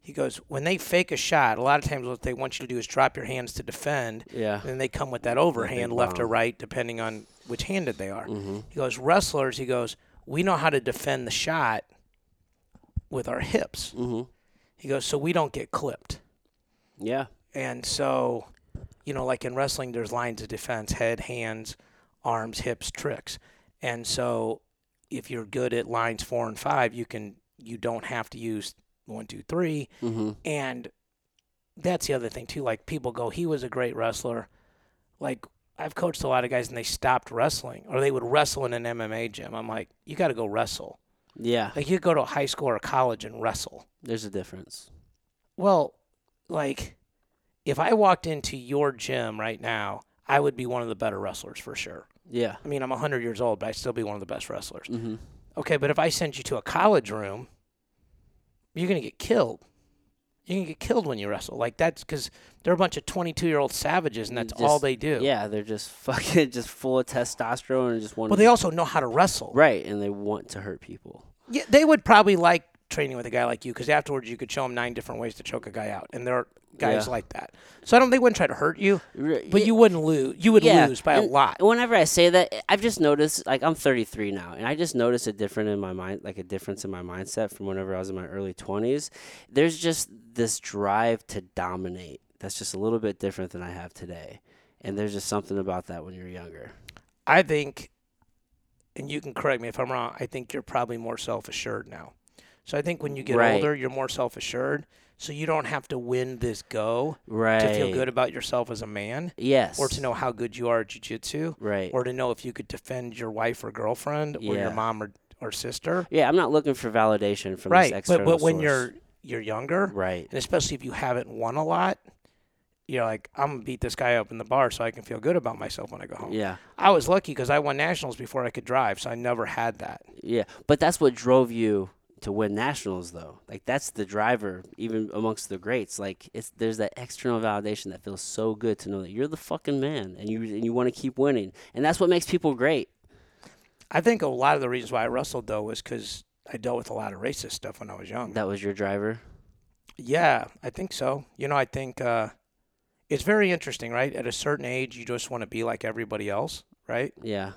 S2: He goes, When they fake a shot, a lot of times what they want you to do is drop your hands to defend.
S1: Yeah.
S2: And then they come with that overhand,
S1: big
S2: left or
S1: bomb.
S2: right, depending on which handed they are.
S1: Mm-hmm.
S2: He goes, Wrestlers, he goes, We know how to defend the shot with our hips.
S1: Mm-hmm.
S2: He goes, so we don't get clipped.
S1: Yeah.
S2: And so, you know, like in wrestling, there's lines of defense head, hands, arms, hips, tricks. And so, if you're good at lines four and five, you can, you don't have to use one, two, three.
S1: Mm-hmm.
S2: And that's the other thing, too. Like, people go, he was a great wrestler. Like, I've coached a lot of guys and they stopped wrestling or they would wrestle in an MMA gym. I'm like, you got to go wrestle.
S1: Yeah.
S2: Like, you could go to a high school or a college and wrestle.
S1: There's a difference.
S2: Well, like, if I walked into your gym right now, I would be one of the better wrestlers for sure.
S1: Yeah.
S2: I mean, I'm 100 years old, but I'd still be one of the best wrestlers.
S1: Mm-hmm.
S2: Okay, but if I sent you to a college room, you're going to get killed. You're going to get killed when you wrestle. Like, that's because they're a bunch of 22 year old savages, and
S1: You
S2: that's all
S1: just-
S2: they do.
S1: Yeah, they're just *laughs* fucking just full of testosterone and just want
S2: But
S1: to
S2: they also know how to wrestle.
S1: right, and they want to hurt people.
S2: Yeah, they would probably like training with a guy like you because afterwards you could show them nine different ways to choke a guy out, and there are guys
S1: Yeah.
S2: like that. So I don't. They wouldn't try to hurt you,
S1: Re-
S2: but
S1: yeah,
S2: you wouldn't lose. You would
S1: yeah,
S2: lose by a
S1: and
S2: lot.
S1: Whenever I say that, I've just noticed like I'm 33 now, and I just noticed a different in my mind, like a difference in my mindset from whenever I was in my early 20s. There's just this drive to dominate that's just a little bit different than I have today, and there's just something about that when you're younger.
S2: I think, and you can correct me if I'm wrong. I think you're probably more self assured now. So I think when you get
S1: Right.
S2: older, you're more self assured. So you don't have to win this go
S1: Right.
S2: to feel good about yourself as a man,
S1: Yes.
S2: or to know how good you are at jujitsu,
S1: Right.
S2: or to know if you could defend your wife or girlfriend, or your
S1: Yeah.
S2: mom or, or sister.
S1: yeah, I'm not looking for validation from this
S2: right but,
S1: external
S2: but when
S1: source.
S2: you're you're younger
S1: right.
S2: and especially if you haven't won a lot you're like i'm gonna beat this guy up in the bar so i can feel good about myself when i go home
S1: Yeah.
S2: i was lucky because i won nationals before i could drive so i never had that
S1: Yeah, but that's what drove you to win nationals, though. Like that's the driver, even amongst the greats. Like it's there's that external validation that feels so good to know that you're the fucking man, and you and you want to keep winning, and that's what makes people great.
S2: i think a lot of the reasons why i wrestled though was because i dealt with a lot of racist stuff when i was young
S1: That was your driver.
S2: yeah i think so you know i think uh, it's very interesting right at a certain age you just want to be like everybody else right
S1: Yeah.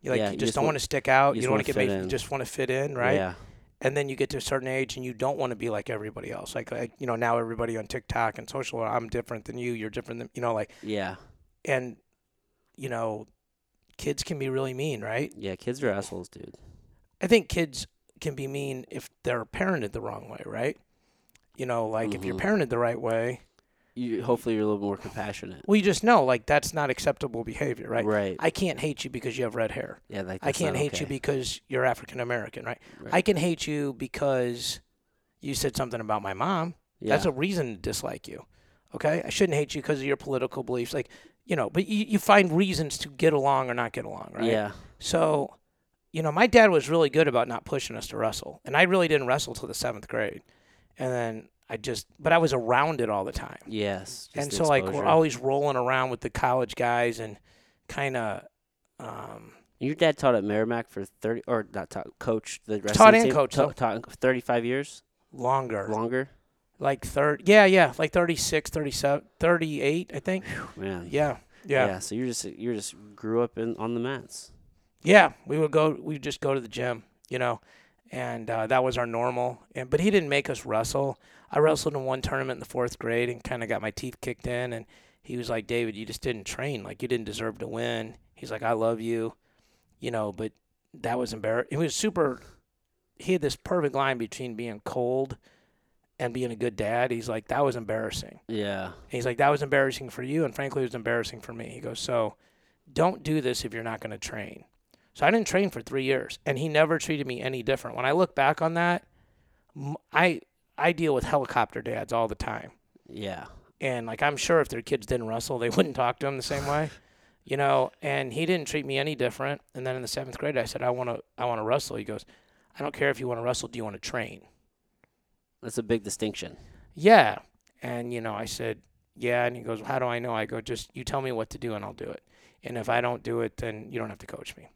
S2: you like
S1: Yeah,
S2: you
S1: you
S2: just
S1: just
S2: don't
S1: wa-
S2: want to stick out
S1: you
S2: you
S1: just
S2: don't want
S1: wanna
S2: to get
S1: fit
S2: made you
S1: in.
S2: just want to fit in right
S1: Yeah.
S2: and then you get to a certain age and you don't want to be like everybody else like, like you know now everybody on tiktok and social i'm different than you you're different than you know like
S1: Yeah.
S2: and you know kids can be really mean right
S1: Yeah. Kids are assholes, dude.
S2: i think kids can be mean if they're parented the wrong way right you know like if you're
S1: Mhm.
S2: parented the right way
S1: You hopefully you're a little more compassionate.
S2: well you just know like that's not acceptable behavior right
S1: Right.
S2: i can't hate you because you have red hair
S1: yeah. Like
S2: I
S1: that's
S2: can't
S1: not
S2: hate you
S1: okay.
S2: because you're African American, right?
S1: Right.
S2: I can hate you because you said something about my mom. That's
S1: Yeah.
S2: a reason to dislike you. Okay? I shouldn't hate you because of your political beliefs. Like, you know, but you, you find reasons to get along or not get along, right?
S1: Yeah.
S2: So, you know, my dad was really good about not pushing us to wrestle. And I really didn't wrestle till the seventh grade. And then I just, but I was around it all the time
S1: Yes. just
S2: and
S1: the
S2: so like we're
S1: exposure.
S2: always rolling around with the college guys and kind of um,
S1: Your dad taught at Merrimack for thirty, or not taught, coached the wrestling
S2: Taught and
S1: team.
S2: coached,
S1: Ta-
S2: though.
S1: taught thirty-five years
S2: longer.
S1: longer.
S2: like third. Yeah, yeah, like 36, 37, 38, I think.
S1: Man.
S2: Yeah, yeah, yeah.
S1: So you just you just grew up in on the mats.
S2: we would go. We would just go to the gym, you know, and uh, that was our normal. And but he didn't make us wrestle. I wrestled in one tournament in the fourth grade and kind of got my teeth kicked in. And he was like, David, you just didn't train. Like you didn't deserve to win. He's like, I love you, you know, but that was embarrassing. He was super. He had this perfect line between being cold and being a good dad. He's like, that was embarrassing.
S1: Yeah.
S2: And he's like, that was embarrassing for you. And frankly, it was embarrassing for me. He goes, so don't do this if you're not going to train. So I didn't train for three years, and he never treated me any different. When I look back on that, m- I I deal with helicopter dads all the time,
S1: Yeah.
S2: and like I'm sure if their kids didn't wrestle, they *laughs* wouldn't talk to him the same way, you know. And he didn't treat me any different. And then in the seventh grade, I said, I want to I want to wrestle. He goes, I don't care if you want to wrestle. Do you want to train?
S1: That's a big distinction.
S2: yeah and you know i said yeah and he goes how do i know i go just you tell me what to do and i'll do it and if i don't do it then you don't have to coach me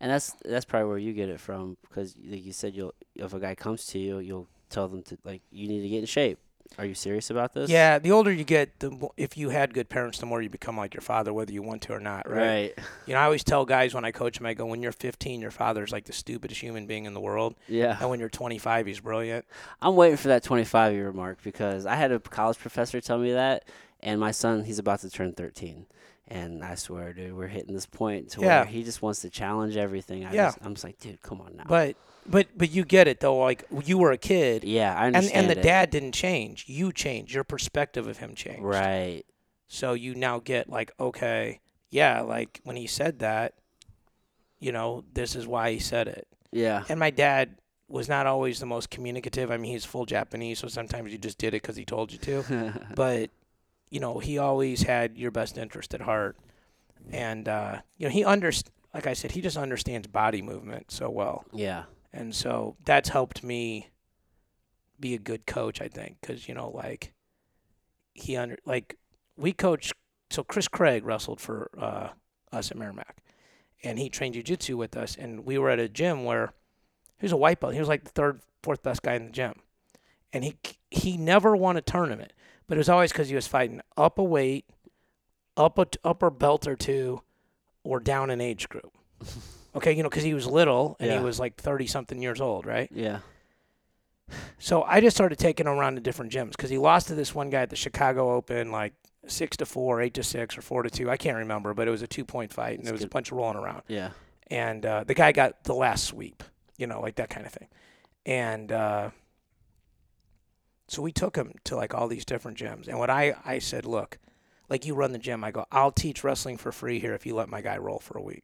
S1: And that's that's probably where you get it from because like you said you'll if a guy comes to you you'll tell them to like you need to get in shape. Are you serious about this?
S2: yeah the older you get the mo- if you had good parents the more you become like your father whether you want to or not right,
S1: Right. *laughs*
S2: you know i always tell guys when i coach them i go when you're 15 your father's like the stupidest human being in the
S1: *sighs*
S2: world
S1: Yeah.
S2: and when you're 25 he's brilliant
S1: I'm waiting for that 25 year mark because I had a college professor tell me that, and my son, he's about to turn 13. And I swear, dude, we're hitting this point to
S2: Yeah.
S1: where he just wants to challenge everything. I
S2: Yeah.
S1: just, I'm just like, dude, come on now.
S2: but but but you get it though like you were a kid
S1: yeah, I
S2: and
S1: understand.
S2: and the
S1: it.
S2: dad didn't change you changed your perspective of him changed
S1: Right.
S2: So you now get like, okay, yeah, like when he said that, you know, this is why he said it.
S1: Yeah.
S2: And my dad was not always the most communicative. I mean, he's full Japanese, so sometimes you just did it because he told you to. But, you know, he always had your best interest at heart. And, uh, you know, he underst like I said, he just understands body movement so well.
S1: *laughs* yeah.
S2: And so that's helped me be a good coach, I think, because you know, like he under like we coach. So Chris Craig wrestled for uh, us at Merrimack, and he trained jujitsu with us. And we were at a gym where he was a white belt. He was like the third, fourth best guy in the gym, and he he never won a tournament, but it was always because he was fighting up a weight, up a t- upper belt or two, or down an age group. Okay, you know, because he was little and
S1: Yeah.
S2: he was like thirty something years old, right?
S1: Yeah.
S2: So I just started taking him around to different gyms because he lost to this one guy at the Chicago Open, like six to four, eight to six, or four to two. I can't remember, but it was a two point fight and
S1: That's
S2: there was a
S1: good.
S2: bunch of rolling around.
S1: Yeah.
S2: And uh, the guy got the last sweep, you know, like that kind of thing. And uh, so we took him to like all these different gyms. And what I, I said, look, like you run the gym, I go, I'll teach wrestling for free here if you let my guy roll for a week.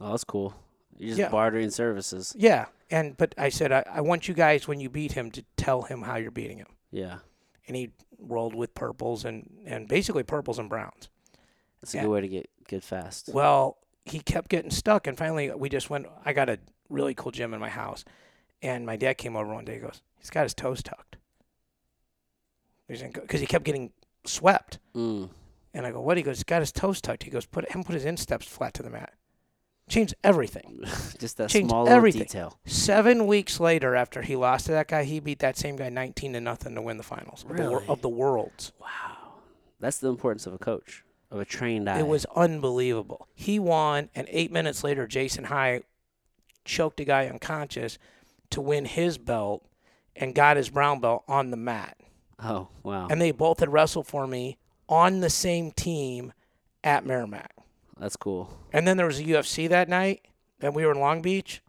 S1: Oh, that's cool. You're just
S2: Yeah.
S1: bartering services.
S2: Yeah. And, but I said, I, I want you guys, when you beat him, to tell him how you're beating him.
S1: Yeah.
S2: and he rolled with purples and, and basically purples and browns.
S1: That's a
S2: Yeah.
S1: good way to get good fast.
S2: Well, he kept getting stuck, and finally we just went. I got a really cool gym in my house, and my dad came over one day. He goes, he's got his toes tucked. Because he kept getting swept,
S1: Mm.
S2: and I go, what? He goes, he's got his toes tucked. He goes, put him put his insteps flat to the mat. Changed everything.
S1: just that
S2: Change
S1: small little
S2: everything.
S1: detail.
S2: Seven weeks later, after he lost to that guy, he beat that same guy nineteen to nothing to win the finals of the wor-
S1: Really?
S2: of the worlds.
S1: Wow. That's the importance of a coach, of a trained eye.
S2: It was unbelievable. He won, and eight minutes later, Jason High choked a guy unconscious to win his belt and got his brown belt on the mat.
S1: Oh, wow.
S2: And they both had wrestled for me on the same team at Merrimack.
S1: That's cool.
S2: And then there was a UFC that night, and we were in Long Beach.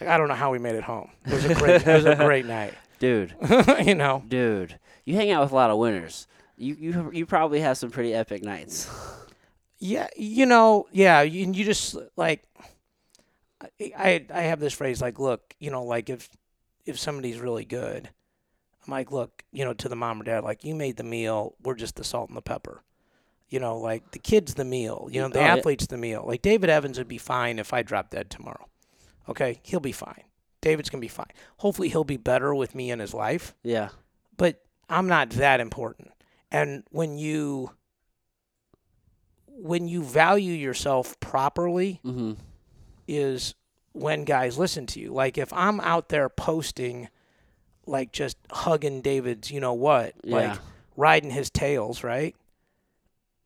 S2: Like, I don't know how we made it home. It was a great, it was a great night. *laughs*
S1: Dude.
S2: you know,
S1: Dude, you hang out with a lot of winners. You you you probably have some pretty epic nights.
S2: Yeah, you know, yeah, you, you just like I, I I have this phrase like, look, you know, like if if somebody's really good, I'm like, look, you know, to the mom or dad, like you made the meal, we're just the salt and the pepper. You know, like the kid's the meal, you know, the
S1: Oh, yeah.
S2: athlete's the meal. Like David Evans would be fine if I dropped dead tomorrow. Okay, he'll be fine. David's gonna be fine. Hopefully, he'll be better with me in his life
S1: Yeah.
S2: but I'm not that important. And when you when you value yourself properly
S1: Mm-hmm.
S2: is when guys listen to you. Like if I'm out there posting like just hugging David's, you know what,
S1: Yeah.
S2: like riding his tails, right?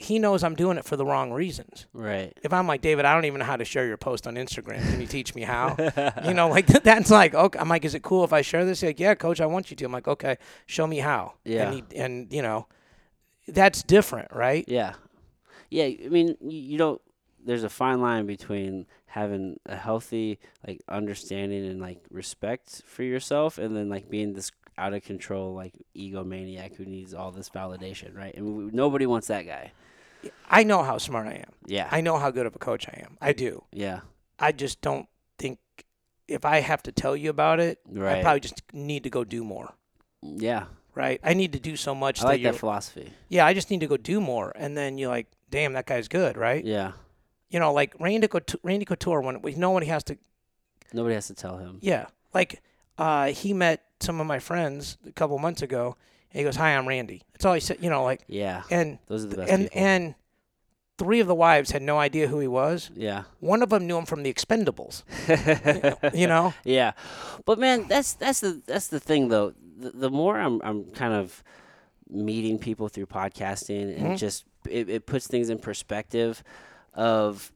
S2: He knows I'm doing it for the wrong reasons.
S1: Right.
S2: If I'm like David, I don't even know how to share your post on Instagram. Can you teach me how? *laughs* you know, like that's like okay. I'm like, is it cool if I share this? He's like, yeah, coach, I want you to. I'm like, okay, show me how.
S1: Yeah.
S2: And, he, and you know, that's different, right?
S1: Yeah. Yeah, I mean, y- you don't there's a fine line between having a healthy like understanding and like respect for yourself and then like being this out of control like egomaniac who needs all this validation, right? And w nobody wants that guy.
S2: I know how smart I am.
S1: Yeah.
S2: I know how good of a coach I am. I do.
S1: yeah.
S2: I just don't think if I have to tell you about it, I
S1: Right.
S2: probably just need to go do more.
S1: Yeah.
S2: Right? I need to do so much
S1: I like
S2: that you're
S1: that philosophy.
S2: yeah. I just need to go do more, and then you're like, damn, that guy's good, right?
S1: Yeah.
S2: You know, like Randy Couture, Randy Couture when we know when he has to
S1: Nobody has to tell him.
S2: Yeah. Like uh, he met some of my friends a couple months ago and he goes, Hi, I'm Randy. That's all he said, you know, like
S1: Yeah.
S2: and
S1: Those are the best
S2: and
S1: people.
S2: and three of the wives had no idea who he was.
S1: yeah.
S2: One of them knew him from the Expendables. *laughs*
S1: *laughs*
S2: you know?
S1: Yeah, but man, that's that's the that's the thing though. The, the more I'm I'm kind of meeting people through podcasting and
S2: Mhm.
S1: just it, it puts things in perspective. Of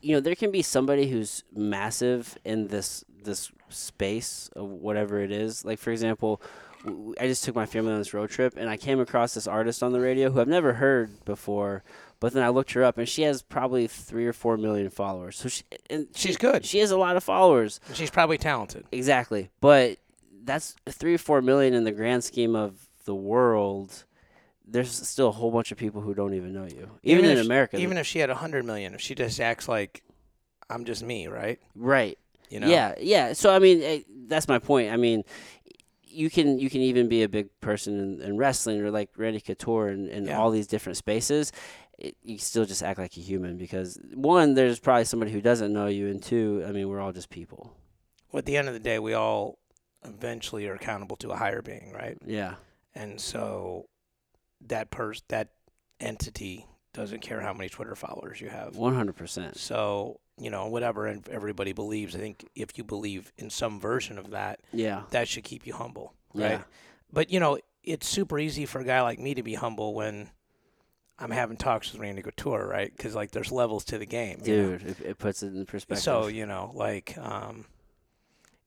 S1: you know, there can be somebody who's massive in this this space of whatever it is. Like for example. w- w- I just took my family on this road trip, and I came across this artist on the radio who I've never heard before. But then I looked her up, and she has probably three or four million followers. So she, and she-
S2: She's good.
S1: She has a lot of followers.
S2: She's probably talented.
S1: Exactly. But that's three or four million in the grand scheme of the world. There's still a whole bunch of people who don't even know you, even, in
S2: if-
S1: America.
S2: Even if she had a hundred million, if she just acts like I'm just me, right?
S1: right.
S2: You know?
S1: Yeah, yeah. So I mean, eh, that's my point. I mean, you can you can even be a big person in, in wrestling or like Randy Couture and, and
S2: Yeah.
S1: all these different spaces. It, you still just act like a human because one, there's probably somebody who doesn't know you, and two, I mean, we're all just people.
S2: Well, at the end of the day, we all eventually are accountable to a higher being, right?
S1: Yeah.
S2: And so that person, that entity doesn't care how many Twitter followers you have.
S1: One hundred percent.
S2: So, you know, whatever and everybody believes, I think if you believe in some version of that,
S1: Yeah.
S2: that should keep you humble,
S1: Yeah.
S2: right? But, you know, it's super easy for a guy like me to be humble when I'm having talks with Randy Couture, right? Because, like, there's levels to the game. you know?
S1: Dude, it, it puts it in perspective.
S2: So, you know, like, um,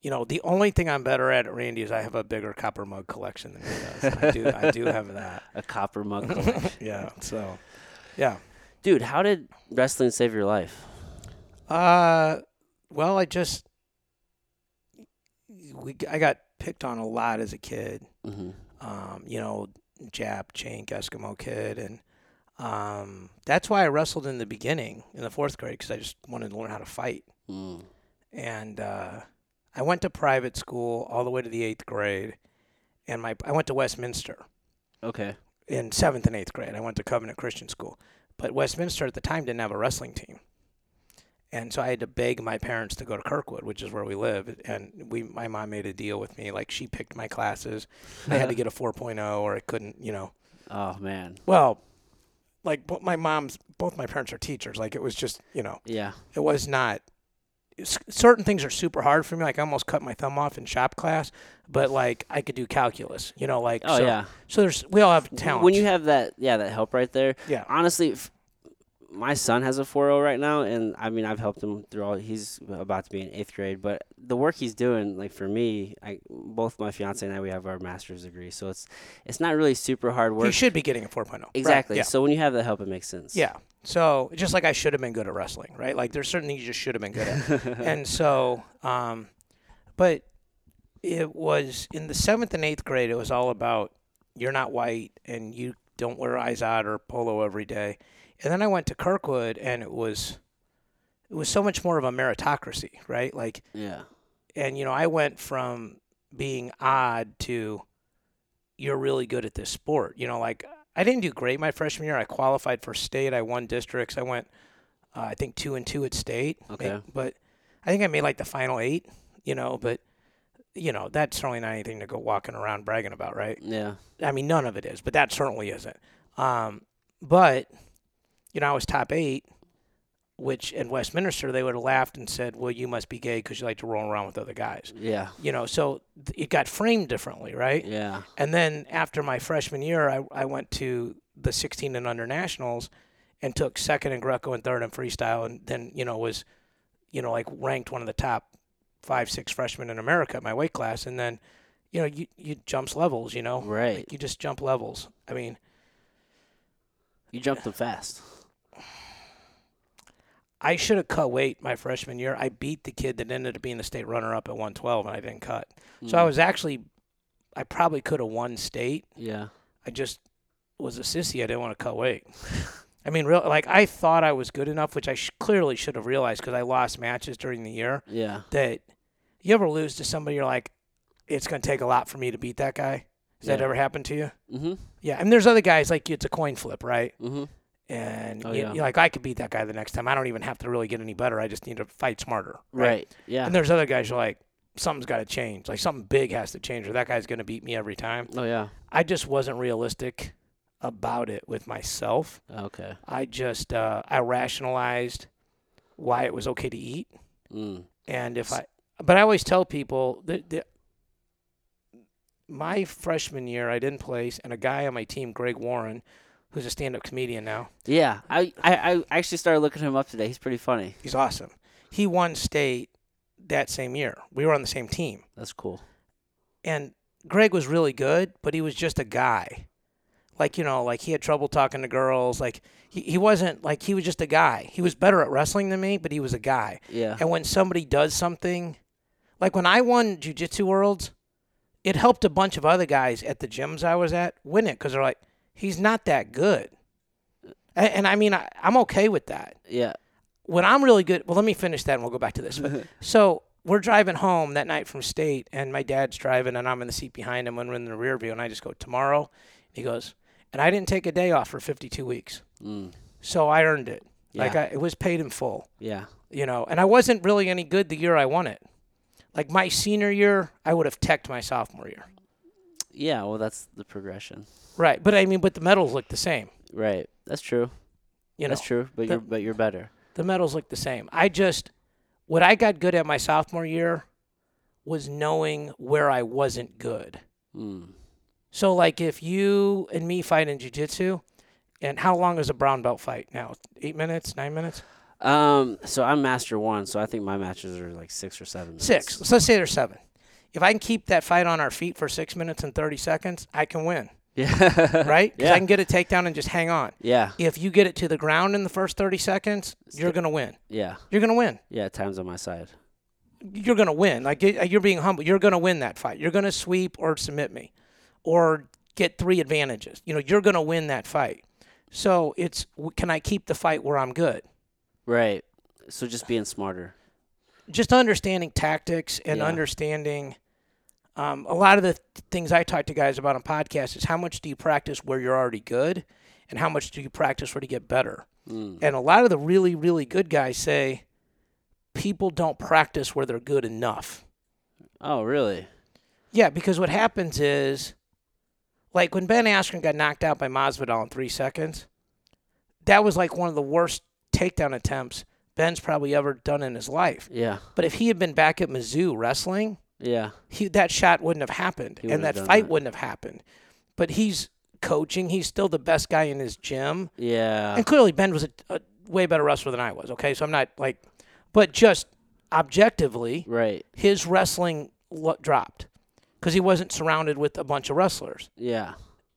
S2: you know, the only thing I'm better at, Randy, is I have a bigger copper mug collection than he does. I do, I do
S1: *laughs*
S2: have that.
S1: a copper mug collection.
S2: yeah. So, yeah.
S1: Dude, how did wrestling save your life?
S2: Uh, well, I just we I got picked on a lot as a kid.
S1: hmm
S2: Um, you know, Jap, Chink, Eskimo kid, and um, that's why I wrestled in the beginning in the fourth grade because I just wanted to learn how to fight.
S1: Mm.
S2: And uh, I went to private school all the way to the eighth grade, and my I went to Westminster
S1: Okay.
S2: in seventh and eighth grade. I went to Covenant Christian School, but Westminster at the time didn't have a wrestling team, and so I had to beg my parents to go to Kirkwood, which is where we live. And we, my mom made a deal with me, like she picked my classes. I had to get a 4.0, or I couldn't, you know.
S1: *laughs* Oh man.
S2: Well, like bo- my mom's, both my parents are teachers. Like it was just, you know,
S1: Yeah.
S2: it was not. s- Certain things are super hard for me. Like I almost cut my thumb off in shop class, but like I could do calculus. You know, like
S1: Oh
S2: so,
S1: yeah.
S2: So there's we all have talent.
S1: When you have that, yeah, that help right there.
S2: yeah.
S1: Honestly, f- my son has a 4.0 right now, and I mean, I've helped him through all. He's about to be in eighth grade, but the work he's doing, like for me, I both my fiance and I, we have our master's degree, so it's it's not really super hard
S2: He
S1: work.
S2: should be getting a 4.0. Right,
S1: exactly.
S2: Yeah.
S1: So when you have that help, it makes sense. *laughs*
S2: yeah. So just like I should have been good at wrestling, right? Like there's certain things you just should have
S1: *laughs*
S2: been good at. and so, um, but it was in the seventh and eighth grade, it was all about you're not white and you don't wear Izod or polo every day. And then I went to Kirkwood and it was, it was so much more of a meritocracy, right? Like
S1: Yeah.
S2: and you know i went from being odd to you're really good at this sport you know like i didn't do great my freshman year i qualified for state i won districts i went uh, i think two and two at state
S1: Okay.
S2: Like, but i think i made like the final eight you know but you know that's certainly not anything to go walking around bragging about right
S1: Yeah.
S2: I mean, none of it is, but that certainly isn't. Um, but you know, I was top eight, which in Westminster they would have laughed and said, "Well, you must be gay because you like to roll around with other guys."
S1: Yeah.
S2: You know, so th- it got framed differently, right?
S1: Yeah.
S2: And then after my freshman year, I, I went to the 16 and under nationals and took second in Greco and third in freestyle, and then you know was, you know, like ranked one of the top five six freshmen in America in my weight class, and then, you know, you you jumps levels, you know,
S1: Right.
S2: you just jump levels. I mean,
S1: You jumped them fast.
S2: I should have cut weight my freshman year. I beat the kid that ended up being the state runner up at 112, and I didn't cut. So I
S1: Mm.
S2: was actually, I probably could have won state.
S1: Yeah.
S2: I just was a sissy. I didn't want to cut weight. I mean, real like I thought I was good enough, which I sh- clearly should have realized because I lost matches during the year.
S1: Yeah.
S2: That you ever lose to somebody, you're like, it's gonna take a lot for me to beat that guy. Has that
S1: Yeah.
S2: ever happened to you?
S1: Mhm.
S2: Yeah, and there's other guys like it's a coin flip, right?
S1: Mhm.
S2: And
S1: Oh,
S2: you,
S1: yeah.
S2: you're like, I could beat that guy the next time. I don't even have to really get any better. I just need to fight smarter.
S1: Right. Yeah.
S2: And there's other guys who are like, something's got to change. Like something big has to change, or that guy's going to beat me every time.
S1: oh yeah.
S2: I just wasn't realistic about it with myself.
S1: Okay.
S2: I just uh, I rationalized why it was okay to eat,
S1: Mm.
S2: and if I. But I always tell people that, that my freshman year I didn't place, and a guy on my team, Greg Warren, who's a stand-up comedian now,
S1: Yeah. I, I I actually started looking him up today. He's pretty funny.
S2: he's awesome. He won state that same year. We were on the same team.
S1: That's cool.
S2: and Greg was really good, but he was just a guy. Like, you know, like he had trouble talking to girls. Like, he, he wasn't, like, he was just a guy. He was better at wrestling than me, but he was a guy.
S1: Yeah.
S2: And when somebody does something, like when I won Jiu Jitsu Worlds, it helped a bunch of other guys at the gyms I was at win it because they're like, he's not that good. And, and I mean, I, I'm okay with that
S1: Yeah.
S2: when I'm really good, well, let me finish that and we'll go back to this. But, so we're driving home that night from state, and my dad's driving, and I'm in the seat behind him, and we're in the rear view, and I just go, Tomorrow? He goes, And I didn't take a day off for 52 weeks.
S1: Mm.
S2: So I earned it. Like, uh,
S1: Yeah.
S2: I, it was paid in full,
S1: Yeah.
S2: you know, and I wasn't really any good the year I won it. Like, my senior year, I would have teched my sophomore year.
S1: Yeah. Well, that's the progression.
S2: Right. But I mean, but the medals look the same.
S1: Right. That's true.
S2: You know,
S1: that's true. But
S2: the-
S1: you're but you're better.
S2: the medals look the same. I just what I got good at my sophomore year was knowing where I wasn't good.
S1: Mm.
S2: So like if you and me fight in jiu-jitsu, and how long is a brown belt fight now? 8 minutes, 9 minutes?
S1: Um. So I'm master one. So I think my matches are like six or seven. Minutes.
S2: 6. So let's say there's 7. If I can keep that fight on our feet for 6 minutes and 30 seconds, I can win,
S1: *laughs* Yeah.
S2: right? Cuz
S1: Yeah.
S2: I can get a takedown and just hang on.
S1: yeah.
S2: If you get it to the ground in the first 30 seconds, you're going to win.
S1: Yeah.
S2: You're going to win.
S1: Yeah. Time's on my side.
S2: you're going to win. Like it- you're being humble. You're going to win that fight. You're going to sweep or submit me or get three advantages. You know, you're going to win that fight. So it's w- can I keep the fight where I'm good?
S1: Right. So just being smarter.
S2: Just understanding tactics and
S1: Yeah.
S2: understanding um, a lot of the th- things I talk to guys about on podcasts is how much do you practice where you're already good and how much do you practice where to get better?
S1: Mm.
S2: And a lot of the really, really good guys say people don't practice where they're good enough.
S1: Oh, really?
S2: Yeah, because what happens is, like when Ben Askren got knocked out by Masvidal in three seconds, that was like one of the worst takedown attempts Ben's probably ever done in his life.
S1: Yeah.
S2: But if he had been back at Mizzou wrestling,
S1: Yeah.
S2: he, that shot wouldn't have happened,
S1: He
S2: and
S1: wouldn't have
S2: that
S1: done
S2: fight
S1: that.
S2: wouldn't have happened. But he's coaching; he's still the best guy in his gym,
S1: Yeah.
S2: and clearly Ben was a, a way better wrestler than I was. Okay, so I'm not like, but just objectively,
S1: Right.
S2: his wrestling lo- dropped because he wasn't surrounded with a bunch of wrestlers.
S1: Yeah.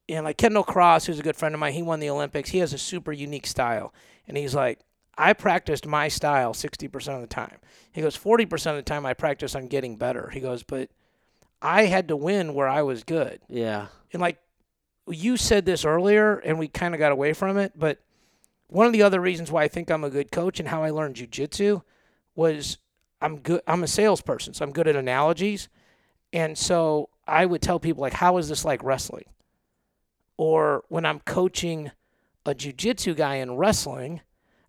S2: And like Kendall Cross, who's a good friend of mine, he won the Olympics. He has a super unique style. And he's like, I practiced my style 60% of the time. He goes, 40% of the time I practice on getting better. He goes, but I had to win where I was good.
S1: Yeah.
S2: And like you said this earlier, and we kind of got away from it, but one of the other reasons why I think I'm a good coach and how I learned jujitsu was I'm good. I'm a salesperson, so I'm good at analogies, and so I would tell people like, "How is this like wrestling?" Or when I'm coaching a jujitsu guy in wrestling,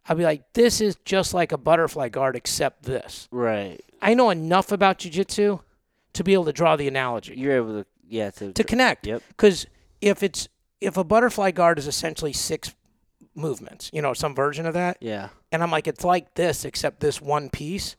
S2: I'd be like, "This is just like a butterfly guard, except this."
S1: Right.
S2: I know enough about jujitsu to be able to draw the analogy
S1: You're able to. Yeah. To.
S2: to connect.
S1: Yep.
S2: Because if it's if a butterfly guard is essentially six movements, you know, some version of that.
S1: Yeah.
S2: And I'm like, it's like this, except this one piece.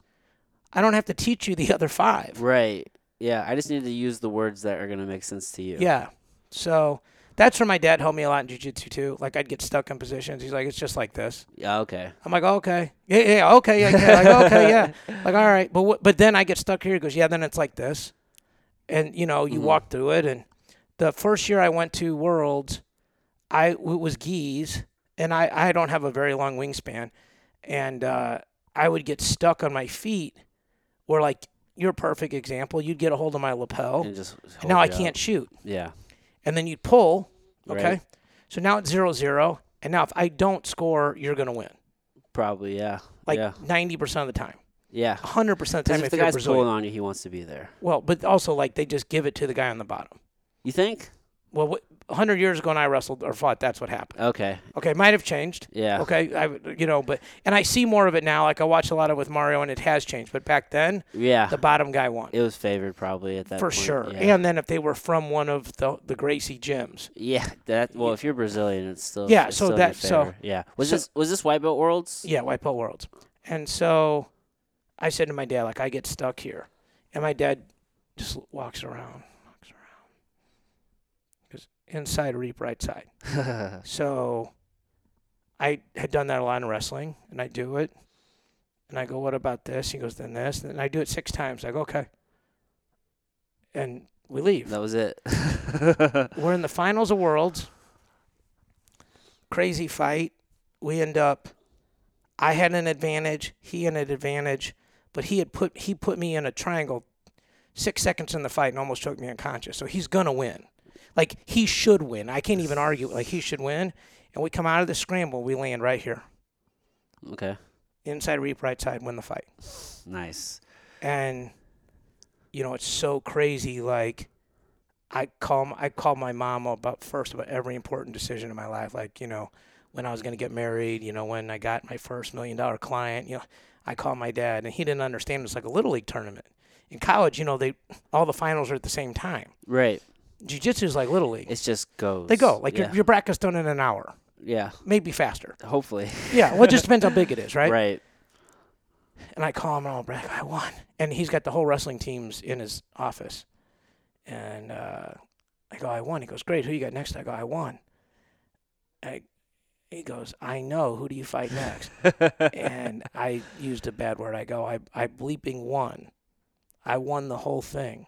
S2: I don't have to teach you the *laughs* other five.
S1: Right. Yeah. I just need to use the words that are gonna make sense to you.
S2: Yeah. So that's where my dad helped me a lot in jujitsu too. Like I'd get stuck in positions. He's like, it's just like this.
S1: Yeah. Okay.
S2: I'm like, "Oh, okay, yeah, yeah, okay, yeah, yeah. like "Oh, okay, yeah, like all right. But what but then I get stuck here. He goes, yeah, then it's like this, and you know, you
S1: Mhm.
S2: walk through it. And the first year I went to Worlds, I it was geese, and I I don't have a very long wingspan, and uh, I would get stuck on my feet, or like your perfect example, you'd get a hold of my lapel.
S1: And just
S2: Oh. and now I
S1: hold it up.
S2: can't shoot
S1: Yeah.
S2: and then you pull.
S1: Right.
S2: Okay. So now it's zero zero. And now if I don't score, you're going to win.
S1: Probably. Yeah.
S2: Like
S1: yeah.
S2: 90% of the time.
S1: Yeah.
S2: 100% of the
S1: Because
S2: time
S1: if
S2: if
S1: the
S2: you're
S1: guy's
S2: Brazilian.
S1: pulling on you, he wants to be there.
S2: Well, but also like they just give it to the guy on the bottom.
S1: You think?
S2: Well, what, 100 years ago when I wrestled or fought, that's what happened.
S1: Okay.
S2: Okay. Might have changed.
S1: Yeah.
S2: Okay. I, would- you know, but, and I see more of it now. Like I watch a lot of it with Mario and it has changed. But back then,
S1: Yeah. *laughs*
S2: the bottom guy won.
S1: it was favored probably at that
S2: For
S1: point.
S2: sure.
S1: Yeah.
S2: And then if they were from one of the, the Gracie gyms,
S1: yeah. That well, if you're Brazilian, it's still
S2: Yeah,
S1: it's
S2: so
S1: still in
S2: that-
S1: your
S2: so-
S1: favor. yeah. Was
S2: so-
S1: this was this white belt worlds?
S2: Yeah, White Belt Worlds. And so I said to my dad, like, I get stuck here. And my dad just walks around, walks around. Because inside, reap, right side.
S1: *laughs* Yeah.
S2: So I had done that a lot in wrestling, and I do it. And I go, what about this? He goes, then this. And I do it six times. I go, okay. And we leave.
S1: that was
S2: *laughs*
S1: it. *laughs*
S2: We're in the finals of Worlds. Crazy fight. We end up. I had an advantage. He had an advantage, but he had put he put me in a triangle, six seconds in the fight, and almost choked me unconscious. So he's gonna win. Like he should win. I can't even argue. Like he should win. And we come out of the scramble. We land right here.
S1: okay.
S2: Inside reap, right side, win the fight.
S1: Nice.
S2: and you know it's so crazy like i call m- i call my mom about first about every important decision in my life like you know when i was going to get married you know when i got my first million dollar client you know i called my dad and he didn't understand it's like a little league tournament in college you know they all the finals are at the same time
S1: Right.
S2: jiu-jitsu is like little league
S1: It's just goes.
S2: they go like
S1: yeah.
S2: your, your bracket's done in an hour
S1: yeah.
S2: maybe faster
S1: Hopefully.
S2: yeah well it just depends how big it is *laughs* right
S1: Right.
S2: And I call him and I'll brag, I won. And he's got the whole wrestling teams in his office. And uh, I go, I won. He goes, Great. Who you got next? I go, I won. I, he goes, I know. Who do you fight next? *laughs* and I used a bad word. I go, I, I bleeping won. I won the whole thing.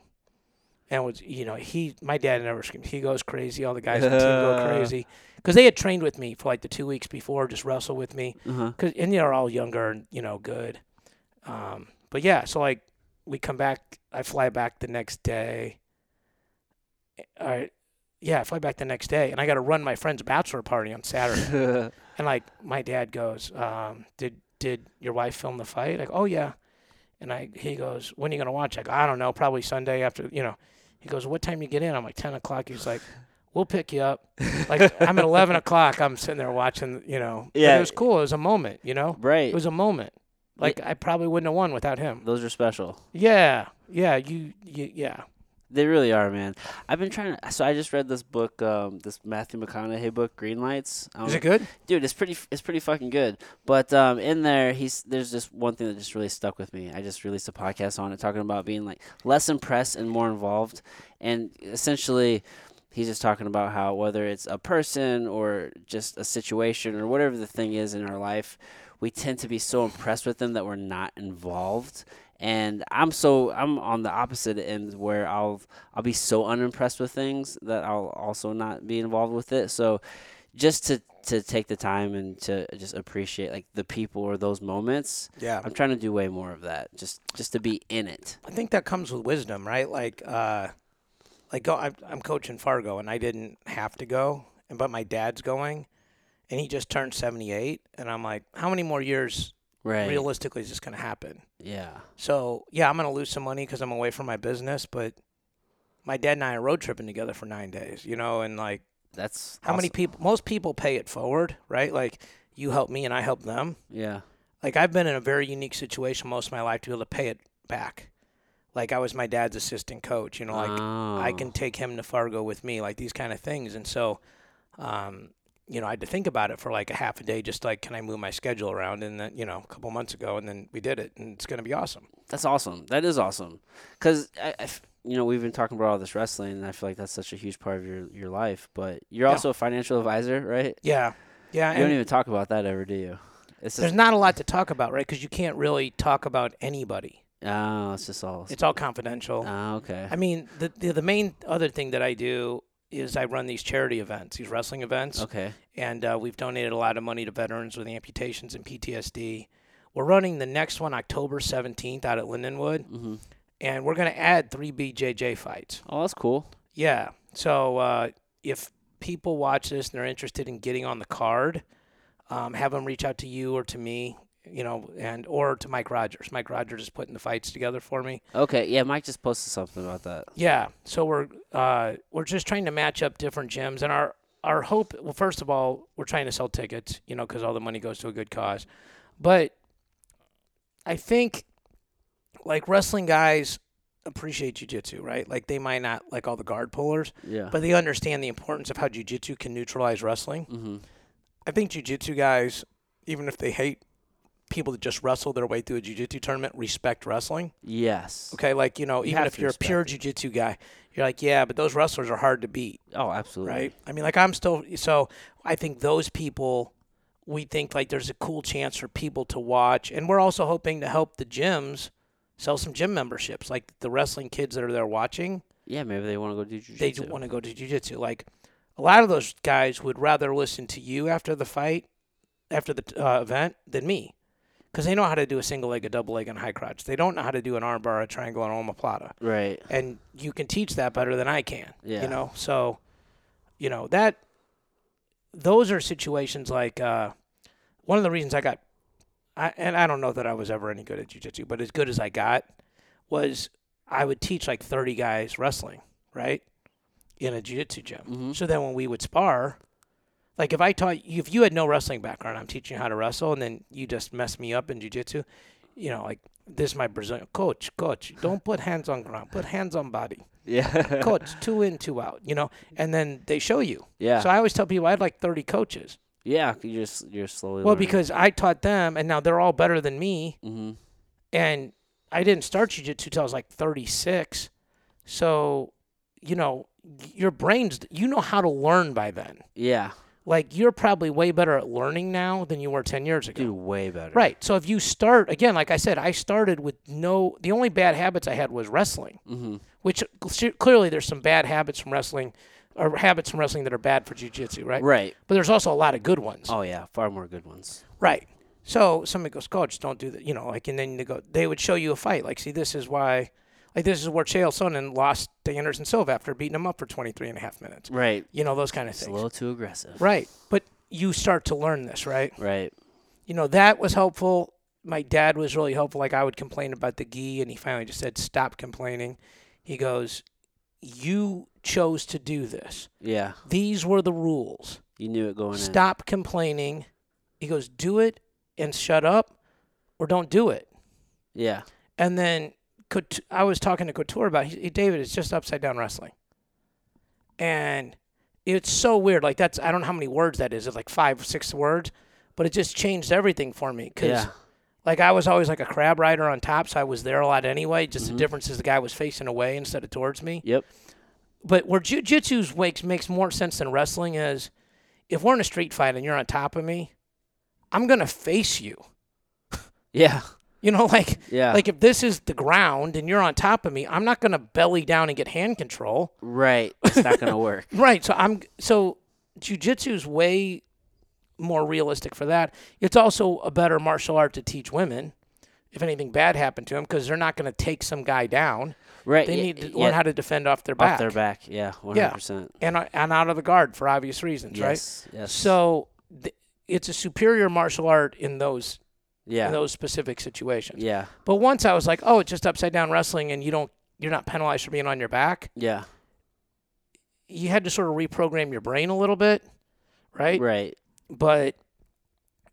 S2: And it was, you know, he, my dad never screamed. He goes crazy. All the guys on the team go crazy. Because they had trained with me for like the two weeks before, just wrestle with me.
S1: Uh-huh.
S2: Cause and they're all younger and you know good, um, but yeah. So like we come back, I fly back the next day. All right, yeah, I fly back the next day, and I got to run my friend's bachelor party
S1: *laughs*
S2: on Saturday.
S1: Uh-huh.
S2: and like my dad goes, um, "Did did your wife film the fight?" Like, "Oh yeah," and I he goes, "When are you gonna watch?" I go, "I don't know, probably Sunday after you know." He goes, "What time you get in?" I'm like ten o'clock. He's like. We'll pick you up. *laughs* Like
S1: *laughs*
S2: I'm at eleven o'clock. I'm sitting there watching. You know, But
S1: Yeah.
S2: It was cool. It was a moment. You know,
S1: right.
S2: it was a moment. Like I probably wouldn't have won without him.
S1: Those are special.
S2: Yeah, yeah, you, you yeah.
S1: They really are, man. I've been trying to. So I just read this book, um, this Matthew McConaughey book, Green Lights. Um,
S2: Is it good?
S1: dude, it's pretty. It's pretty fucking good. But um, in there, he's there's just one thing that just really stuck with me. I just released a podcast on it, talking about being like less impressed and more involved, and essentially. He's just talking about how whether it's a person or just a situation or whatever the thing is in our life, we tend to be so impressed with them that we're not involved. And I'm so I'm on the opposite end where I'll I'll be so unimpressed with things that I'll also not be involved with it. So just to to take the time and to just appreciate like the people or those moments.
S2: Yeah.
S1: I'm trying to do way more of that. Just just to be in it.
S2: I think that comes with wisdom, right? Like, uh, like go, I'm, I'm coaching Fargo, and I didn't have to go, and but my dad's going, and he just turned 78, and I'm like, how many more years
S1: Right.
S2: realistically is this going to happen?
S1: yeah.
S2: So yeah, I'm going to lose some money because I'm away from my business, but my dad and I are road tripping together for nine days, you know, and like.
S1: That's
S2: How many
S1: awesome.
S2: people? Most people pay it forward, right? Like you help me and I help them.
S1: Yeah.
S2: Like I've been in a very unique situation most of my life to be able to pay it back. Like I was my dad's assistant coach, you know, like I
S1: Oh.
S2: can take him to Fargo with me, like these kind of things. And so, um, you know, I had to think about it for like a half a day, just like, can I move my schedule around? And then, you know, a couple months ago, and then we did it, and it's going to be awesome.
S1: That's awesome. That is awesome. Because, I, I f- you know, we've been talking about all this wrestling, and I feel like that's such a huge part of your, your life. But you're
S2: Yeah.
S1: also a financial advisor, right?
S2: Yeah. Yeah.
S1: You
S2: and-
S1: don't even talk about that ever, do you? It's
S2: There's
S1: just,
S2: not a lot to talk about, right? Because you can't really talk about anybody.
S1: oh, it's just all.
S2: It's all confidential.
S1: oh, okay.
S2: I mean, the, the the main other thing that I do is I run these charity events, these wrestling events,
S1: Okay.
S2: and uh, we've donated a lot of money to veterans with amputations and PTSD. We're running the next one October 17th out at Lindenwood,
S1: hmm
S2: and we're going to add three BJJ fights.
S1: Oh, that's cool.
S2: Yeah. So uh, if people watch this and they're interested in getting on the card, um, have them reach out to you or to me, you know, and or to Mike Rogers. Mike Rogers is putting the fights together for me.
S1: Okay. Yeah, Mike just posted something about that.
S2: Yeah. So we're uh, we're just trying to match up different gyms, and our our hope. Well, first of all, we're trying to sell tickets, you know, because all the money goes to a good cause. But I think like wrestling guys appreciate jujitsu, right? Like they might not like all the guard pullers.
S1: Yeah.
S2: But they understand the importance of how jujitsu can neutralize wrestling.
S1: mm-hmm.
S2: I think jujitsu guys, even if they hate people that just wrestle their way through a jujitsu tournament, respect wrestling.
S1: Yes.
S2: Okay, like you know,
S1: You
S2: even
S1: have
S2: if
S1: to
S2: you're a pure jujitsu guy, you're like, yeah, but those wrestlers are hard to beat,
S1: Oh, absolutely.
S2: right? I mean, like I'm still so I think those people. We think like there's a cool chance for people to watch, and we're also hoping to help the gyms sell some gym memberships. Like the wrestling kids that are there watching,
S1: Yeah, maybe they want to go do jujitsu.
S2: they want to go to jujitsu. Like a lot of those guys would rather listen to you after the fight, after the uh, event, than me, because they know how to do a single leg, a double leg, and a high crotch. They don't know how to do an armbar, a triangle, and an omoplata.
S1: Right.
S2: And you can teach that better than I can.
S1: Yeah.
S2: You know, so you know that those are situations like uh, one of the reasons I got, I and I don't know that I was ever any good at jujitsu, but as good as I got was I would teach like thirty guys wrestling, right, in a jiu-jitsu gym. *laughs*
S1: Mhm.
S2: So then when we would spar, like if I taught if you had no wrestling background, I'm teaching you how to wrestle, and then you just mess me up in jujitsu, you know, like this is my Brazilian coach, coach, don't put hands on ground, put hands on body,
S1: Yeah.
S2: coach, two in, two out, you know, and then they show you.
S1: *laughs* yeah.
S2: So I always tell people I had like 30 coaches.
S1: yeah. You're s- you're slowly.
S2: Well, because I taught them, and now they're all better than me.
S1: hmm
S2: And I didn't start jujitsu till I was like 36. So, you know, your brains, you know how to learn by then.
S1: Yeah.
S2: Like you're probably way better at learning now than you were 10 years ago.
S1: Do way better.
S2: Right. So if you start again, like I said, I started with no. The only bad habits I had was wrestling,
S1: Mm-hmm.
S2: which cl- clearly there's some bad habits from wrestling, or habits from wrestling that are bad for jujitsu, right?
S1: Right.
S2: But there's also a lot of good ones.
S1: Oh yeah. Far more good ones.
S2: Right. So somebody goes, coach, don't do that. You know, like, and then they go, they would show you a fight. Like, see, this is why, like, this is where Chael Sonnen lost to Anderson Silva after beating him up for 23 and a half minutes.
S1: Right.
S2: You know, those kind of
S1: It's a
S2: things.
S1: little too aggressive.
S2: Right. But you start to learn this, right?
S1: Right.
S2: you know that was helpful my dad was really helpful like i would complain about the gi and he finally just said stop complaining he goes you chose to do this
S1: Yeah.
S2: these were the rules
S1: You knew it going in.
S2: stop complaining he goes do it and shut up or don't do it
S1: Yeah.
S2: and then Cout- I was talking to Couture about he, David. It's just upside down wrestling, and it's so weird. Like that's I don't know how many words that is. It's like five or six words, but it just changed everything for me. Cause
S1: Yeah.
S2: like I was always like a crab rider on top, so I was there a lot anyway. Just
S1: Mhm.
S2: the difference is the guy was facing away instead of towards me.
S1: Yep.
S2: But where jujitsu's wakes makes more sense than wrestling is, if we're in a street fight and you're on top of me, I'm gonna face you.
S1: Yeah.
S2: You know, *laughs* like
S1: Yeah.
S2: like if this is the ground and you're on top of me, I'm not gonna belly down and get hand control. *laughs*
S1: right. It's not gonna work.
S2: Right. So I'm so jujitsu's way more realistic for that. It's also a better martial art to teach women if anything bad happened to them because they're not going to take some guy down.
S1: Right.
S2: They
S1: yeah,
S2: need to
S1: yeah,
S2: learn how to defend off their back,
S1: off their back. Yeah. One hundred percent.
S2: and and out of the guard for obvious reasons,
S1: Yes.
S2: right?
S1: Yes.
S2: So th- it's a superior martial art in those
S1: Yeah.
S2: in those specific situations.
S1: yeah.
S2: But once I was like, oh, it's just upside down wrestling, and you don't you're not penalized for being on your back.
S1: Yeah.
S2: You had to sort of reprogram your brain a little bit, right?
S1: Right.
S2: but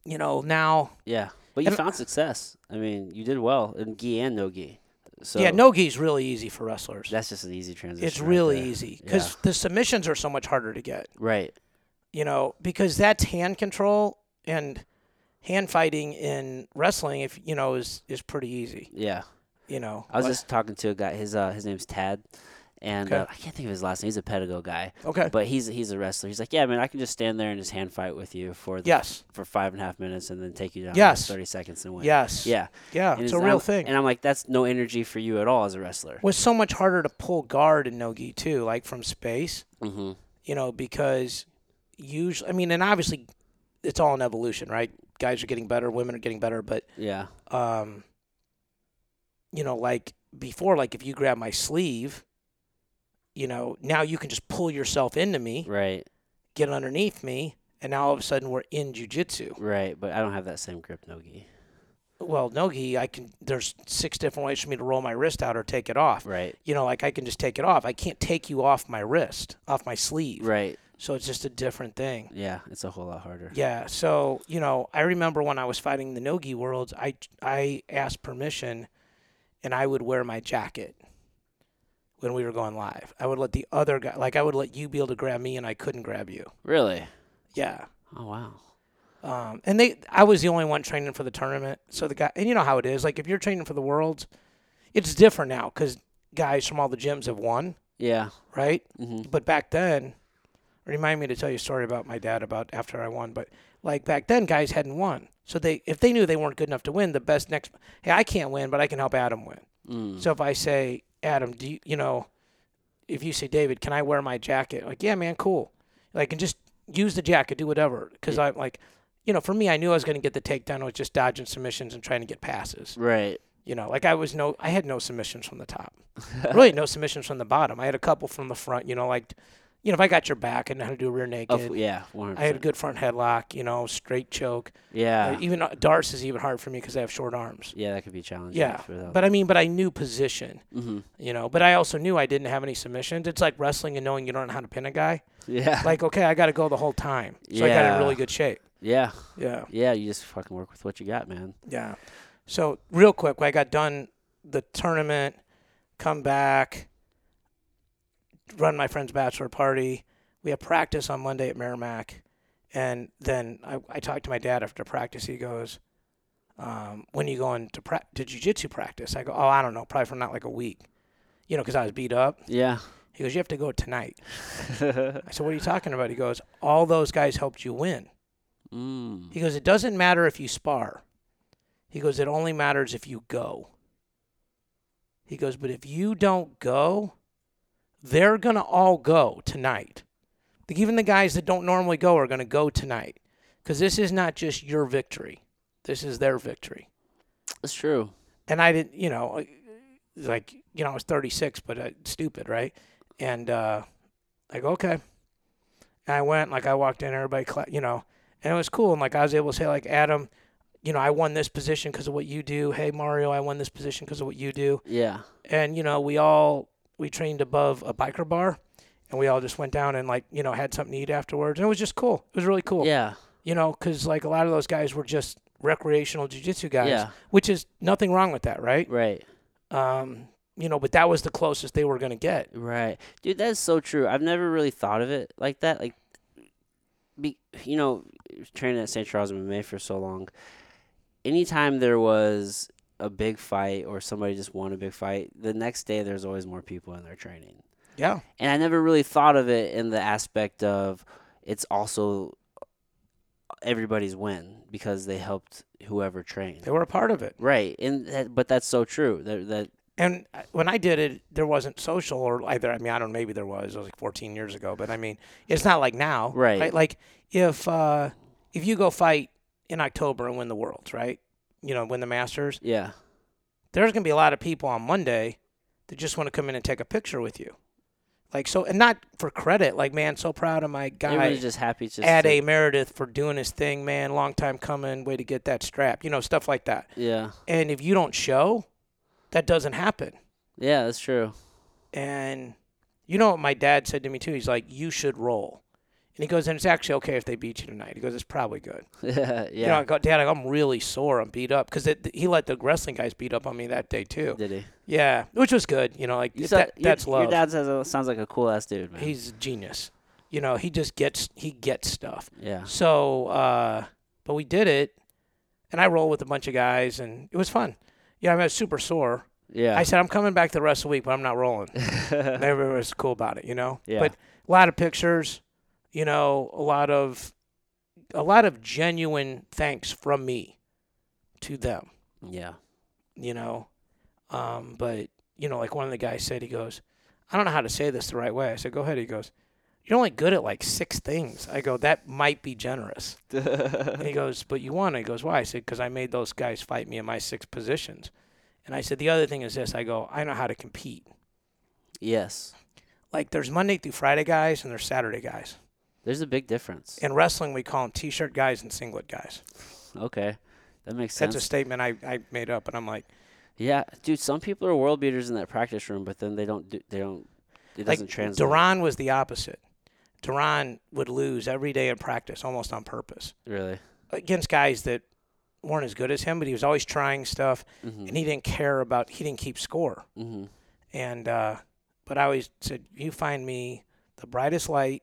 S2: you know now
S1: Yeah. But you
S2: And-
S1: found success. I mean, you did well in gi and no gi. So
S2: yeah no gi's really easy for wrestlers
S1: That's just an easy transition.
S2: it's
S1: right
S2: really
S1: there.
S2: easy because the submissions are so much harder to get
S1: Right.
S2: you know, because that's hand control and hand fighting in wrestling. If you know, is is pretty easy.
S1: Yeah.
S2: You know,
S1: I was
S2: But-
S1: just talking to a guy. His uh, his name's Tad, and
S2: Okay.
S1: uh, I can't think of his last name. He's a pedago guy,
S2: okay.
S1: but he's he's a wrestler. He's like, yeah, man, I can just stand there and just hand fight with you for the,
S2: yes,
S1: for five and a half minutes, and then take you down
S2: Yes.
S1: in thirty seconds and win.
S2: yes,
S1: yeah,
S2: yeah.
S1: And
S2: It's a
S1: he's-
S2: real
S1: I'm-
S2: thing.
S1: And I'm like, that's no energy for you at all as a wrestler.
S2: was so much harder to pull guard in nogi too, like from space.
S1: Mm-hmm.
S2: You know, because usually, I mean, and obviously, it's all an evolution, right? Guys are getting better, women are getting better, but
S1: Yeah,
S2: um, you know, like before, like if you grab my sleeve, you know, now you can just pull yourself into me,
S1: right,
S2: get underneath me, and now all of a sudden we're in jujitsu.
S1: right. But I don't have that same grip, Nogi.
S2: Well, nogi, I can. There's six different ways for me to roll my wrist out or take it off.
S1: Right,
S2: You know, like I can just take it off. I can't take you off my wrist, off my sleeve.
S1: right.
S2: So it's just a different thing.
S1: Yeah, it's a whole lot harder.
S2: Yeah. So you know, I remember when I was fighting the Nogi worlds, I I asked permission, and I would wear my jacket when we were going live. I would let the other guy, like I would let you be able to grab me, and I couldn't grab you.
S1: Really?
S2: Yeah.
S1: Oh wow.
S2: Um, and they, I was the only one training for the tournament. So the guy, and you know how it is. Like if you're training for the worlds, it's different now because guys from all the gyms have won,
S1: Yeah.
S2: right?
S1: Mm-hmm.
S2: but back then remind me to tell you a story about my dad about after i won but like back then guys hadn't won so they if they knew they weren't good enough to win the best next hey i can't win but i can help adam win
S1: Mm.
S2: so if i say adam do you, you know if you say david can i wear my jacket like yeah man cool like and just use the jacket do whatever because i'm like you know for me i knew i was going to get the takedown i was just dodging submissions and trying to get passes
S1: Right.
S2: *laughs*
S1: *laughs*
S2: you know, like I was no, I had no submissions from the top.
S1: *laughs*
S2: really, no submissions from the bottom. I had a couple from the front. You know, like, you know, if I got your back, I know how to do a rear
S1: Of-
S2: naked.
S1: yeah. One
S2: I had a
S1: hundred.
S2: good front headlock. You know, straight choke.
S1: Yeah.
S2: Uh, even uh, darts is even hard for me because I have short arms.
S1: Yeah, that could be challenging.
S2: Yeah,
S1: For them.
S2: but I mean, but I knew position.
S1: mm-hmm.
S2: You know, but I also knew I didn't have any submissions. It's like wrestling and knowing you don't know how to pin a guy.
S1: Yeah.
S2: Like, okay, I got to go the whole time, so I got
S1: Yeah.
S2: in really good shape.
S1: *laughs* yeah.
S2: Yeah.
S1: Yeah. You just fucking work with what you got, man.
S2: Yeah. So real quick, when I got done the tournament, come back, run my friend's bachelor party. We had practice on Monday at Merrimack, and then I, I talked to my dad after practice. He goes, um, "When you going to pra- to jujitsu practice?" I go, "Oh, I don't know, probably for not like a week, you know, because I was beat up." *laughs*
S1: Yeah. *laughs*
S2: He goes, "You have to go tonight." I said, "What are you talking about?" He goes, "All those guys helped you win."
S1: mm.
S2: He goes, It doesn't matter if you spar. He goes, It only matters if you go. He goes, But if you don't go, they're going to all go tonight. Like, even the guys that don't normally go are going to go tonight because this is not just your victory, this is their victory.
S1: That's true.
S2: And I didn't, you know, I- like, you know, I was 36, but uh, stupid, right? And uh, I go, okay. And I went, like, I walked in, everybody, cla- you know, and it was cool. And like, I was able to say, like, Adam, you know, I won this position because of what you do. Hey, Mario, I won this position because of what you do.
S1: Yeah.
S2: And, you know, we all, we trained above a biker bar and we all just went down and, like, you know, had something to eat afterwards. And it was just cool. It was really cool,
S1: Yeah.
S2: you know, because, like, a lot of those guys were just recreational jujitsu guys,
S1: Yeah.
S2: which is nothing wrong with that, right?
S1: Right.
S2: Um, you know, but that was the closest they were going to get.
S1: Right. Dude, that's so true. I've never really thought of it like that. Like, be, you know, training at St. Charles MMA for so long, anytime there was a big fight or somebody just won a big fight, the next day there's always more people in their training.
S2: Yeah.
S1: and I never really thought of it in the aspect of it's also everybody's win because they helped whoever trained.
S2: They were a part of it.
S1: Right, and that, but that's so true. That, that
S2: And uh, when I did it, there wasn't social or either. I mean, I don't know, maybe there was. It was like 14 years ago, but I mean, it's not like now.
S1: Right.
S2: Like if, uh, if you go fight in October and win the Worlds, right? You know, win the Masters,
S1: yeah,
S2: there's going to be a lot of people on Monday that just want to come in and take a picture with you. Like, so, and not for credit, like, man, so proud of my guy.
S1: everybody's just happy just
S2: At
S1: to,
S2: a Meredith for doing his thing, man. Long time coming. Way to get that strap. You know, stuff like that.
S1: yeah,
S2: And if you don't show, that doesn't happen.
S1: yeah, that's true. *laughs*
S2: And you know what my dad said to me too? He's like, you should roll. And he goes, and it's actually okay if they beat you tonight. He goes, it's probably good.
S1: yeah,
S2: You know, I go, Dad, I'm really sore. I'm beat up because he let the wrestling guys beat up on me that day too.
S1: did he?
S2: Yeah, which was good. You know, like
S1: You
S2: if
S1: sound-
S2: that,
S1: your- uh,
S2: that's
S1: your,
S2: love.
S1: dad says, sounds like a cool ass dude, man.
S2: He's a genius. you know, he just gets he gets stuff.
S1: Yeah.
S2: So, uh, but we did it, and I rolled with a bunch of guys, and it was fun. Yeah, I, mean, I was super sore.
S1: Yeah. *laughs*
S2: I said I'm coming back the rest of the week, but I'm not rolling. And Everybody was cool about it, you know.
S1: Yeah.
S2: But a lot of pictures, you know, a lot of a lot of genuine thanks from me to them *laughs*
S1: yeah.
S2: you know. Um, but you know, like one of the guys said, he goes, "I don't know how to say this the right way." I said, "Go ahead." He goes, "You're only good at like six things." I go, "That might be generous." and he goes, "But you won." I goes, "Why?" I said, "Because I made those guys fight me in my six positions." And I said, "The other thing is this." I go, "I know how to compete."
S1: Yes.
S2: Like there's Monday through Friday guys and there's Saturday guys.
S1: There's a big difference.
S2: In wrestling, we call them t-shirt guys and singlet guys.
S1: Okay. That makes
S2: That's
S1: sense.
S2: a statement I, I made up, and I'm like,
S1: yeah, dude. Some people are world beaters in that practice room, but then they don't. Do, they don't. It doesn't translate.
S2: Duran was the opposite. Duran would lose every day in practice, almost on purpose,
S1: really.
S2: against guys that weren't as good as him. But he was always trying stuff, and
S1: Mm.
S2: he didn't care about. He didn't keep score.
S1: Mm-hmm.
S2: And uh, but I always said, "You find me the brightest light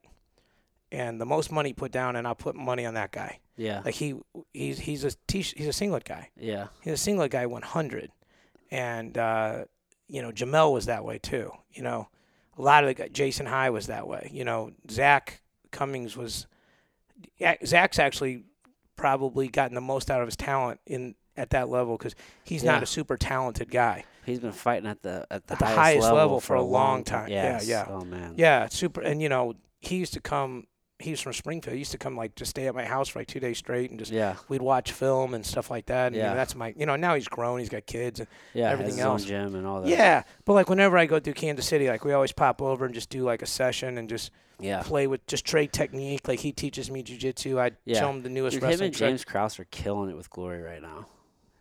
S2: and the most money put down, and I'll put money on that guy."
S1: Yeah.
S2: Like he he's he's a t- he's a singlet guy.
S1: yeah.
S2: He's a singlet guy 100, and uh, you know Jamel was that way too. You know, a lot of the guy, Jason High was that way. You know, Zach Cummings was. yeah, Zach's actually probably gotten the most out of his talent in at that level because he's not
S1: Yeah.
S2: a super talented guy.
S1: He's been fighting at the at the,
S2: At the highest level
S1: for a long time.
S2: Yeah,
S1: Yes.
S2: yeah.
S1: Oh man.
S2: Yeah, super. And you know, he used to come. He was from Springfield. He used to come like just stay at my house for like two days straight and just.
S1: Yeah.
S2: We'd watch film and stuff like that. And you know,
S1: Yeah.
S2: that's my, you know, now he's grown, he's got kids. And,
S1: Yeah.
S2: Everything
S1: has his own
S2: else.
S1: gym and all that.
S2: yeah. But like whenever I go through Kansas City, like we always pop over and just do like a session and just
S1: Yeah.
S2: play with just trade technique. Like he teaches me jujitsu. I
S1: Yeah.
S2: show him the newest
S1: Dude, him
S2: wrestling
S1: and
S2: trick.
S1: James Krause are killing it with glory right now.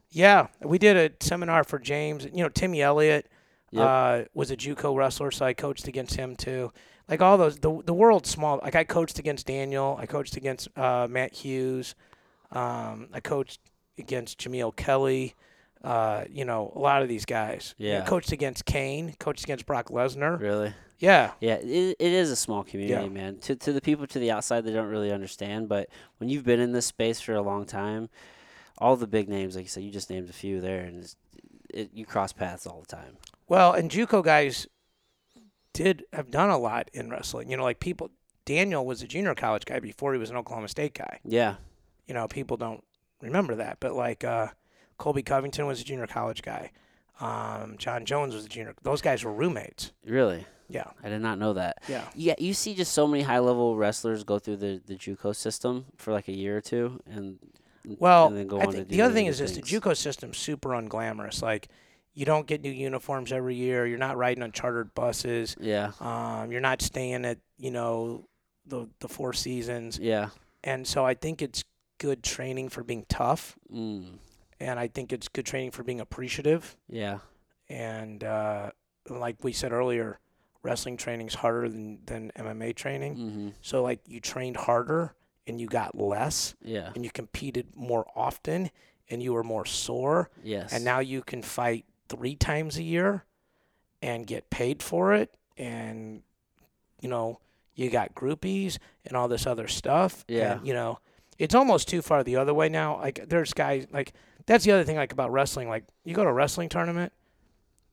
S2: Yeah, we did a seminar for James. You know, Timmy Elliott
S1: Yep.
S2: uh, was a JUCO wrestler, so I coached against him too. Like all those, the the world's small. Like I coached against Daniel. I coached against uh, Matt Hughes. Um, I coached against Jameel Kelly. Uh, you know, a lot of these guys. You know,
S1: Yeah.
S2: coached against Kane. Coached against Brock Lesnar.
S1: Really?
S2: Yeah.
S1: Yeah, it, it is a small community,
S2: Yeah.
S1: man. To, to the people to the outside, they don't really understand. But when you've been in this space for a long time, all the big names, like you said, you just named a few there, and it's, it, you cross paths all the time.
S2: Well, and JUCO guys did have done a lot in wrestling. You know, like people. Daniel was a junior college guy before he was an Oklahoma State guy.
S1: Yeah,
S2: you know, people don't remember that. But like uh, Colby Covington was a junior college guy. Um, John Jones was a junior. Those guys were roommates.
S1: really.
S2: Yeah,
S1: I did not know that.
S2: yeah,
S1: Yeah, you see just so many high level wrestlers go through the, the JUCO system for like a year or two, and
S2: Well,
S1: and then go
S2: I
S1: on
S2: think
S1: to
S2: the
S1: do
S2: other thing
S1: other
S2: is this: the
S1: things.
S2: JUCO system's super unglamorous. Like, you don't get new uniforms every year. You're not riding on chartered buses.
S1: Yeah,
S2: Um, you're not staying at you know the the Four Seasons.
S1: yeah,
S2: And so I think it's good training for being tough,
S1: mm,
S2: and I think it's good training for being appreciative.
S1: yeah,
S2: and uh, like we said earlier, wrestling training's harder than, than MMA training.
S1: mm-hmm,
S2: So like you trained harder and you got less
S1: yeah,
S2: and you competed more often and you were more sore
S1: yes,
S2: and now you can fight three times a year and get paid for it and you know you got groupies and all this other stuff
S1: Yeah.
S2: and, you know it's almost too far the other way now like there's guys like that's the other thing like about wrestling like you go to a wrestling tournament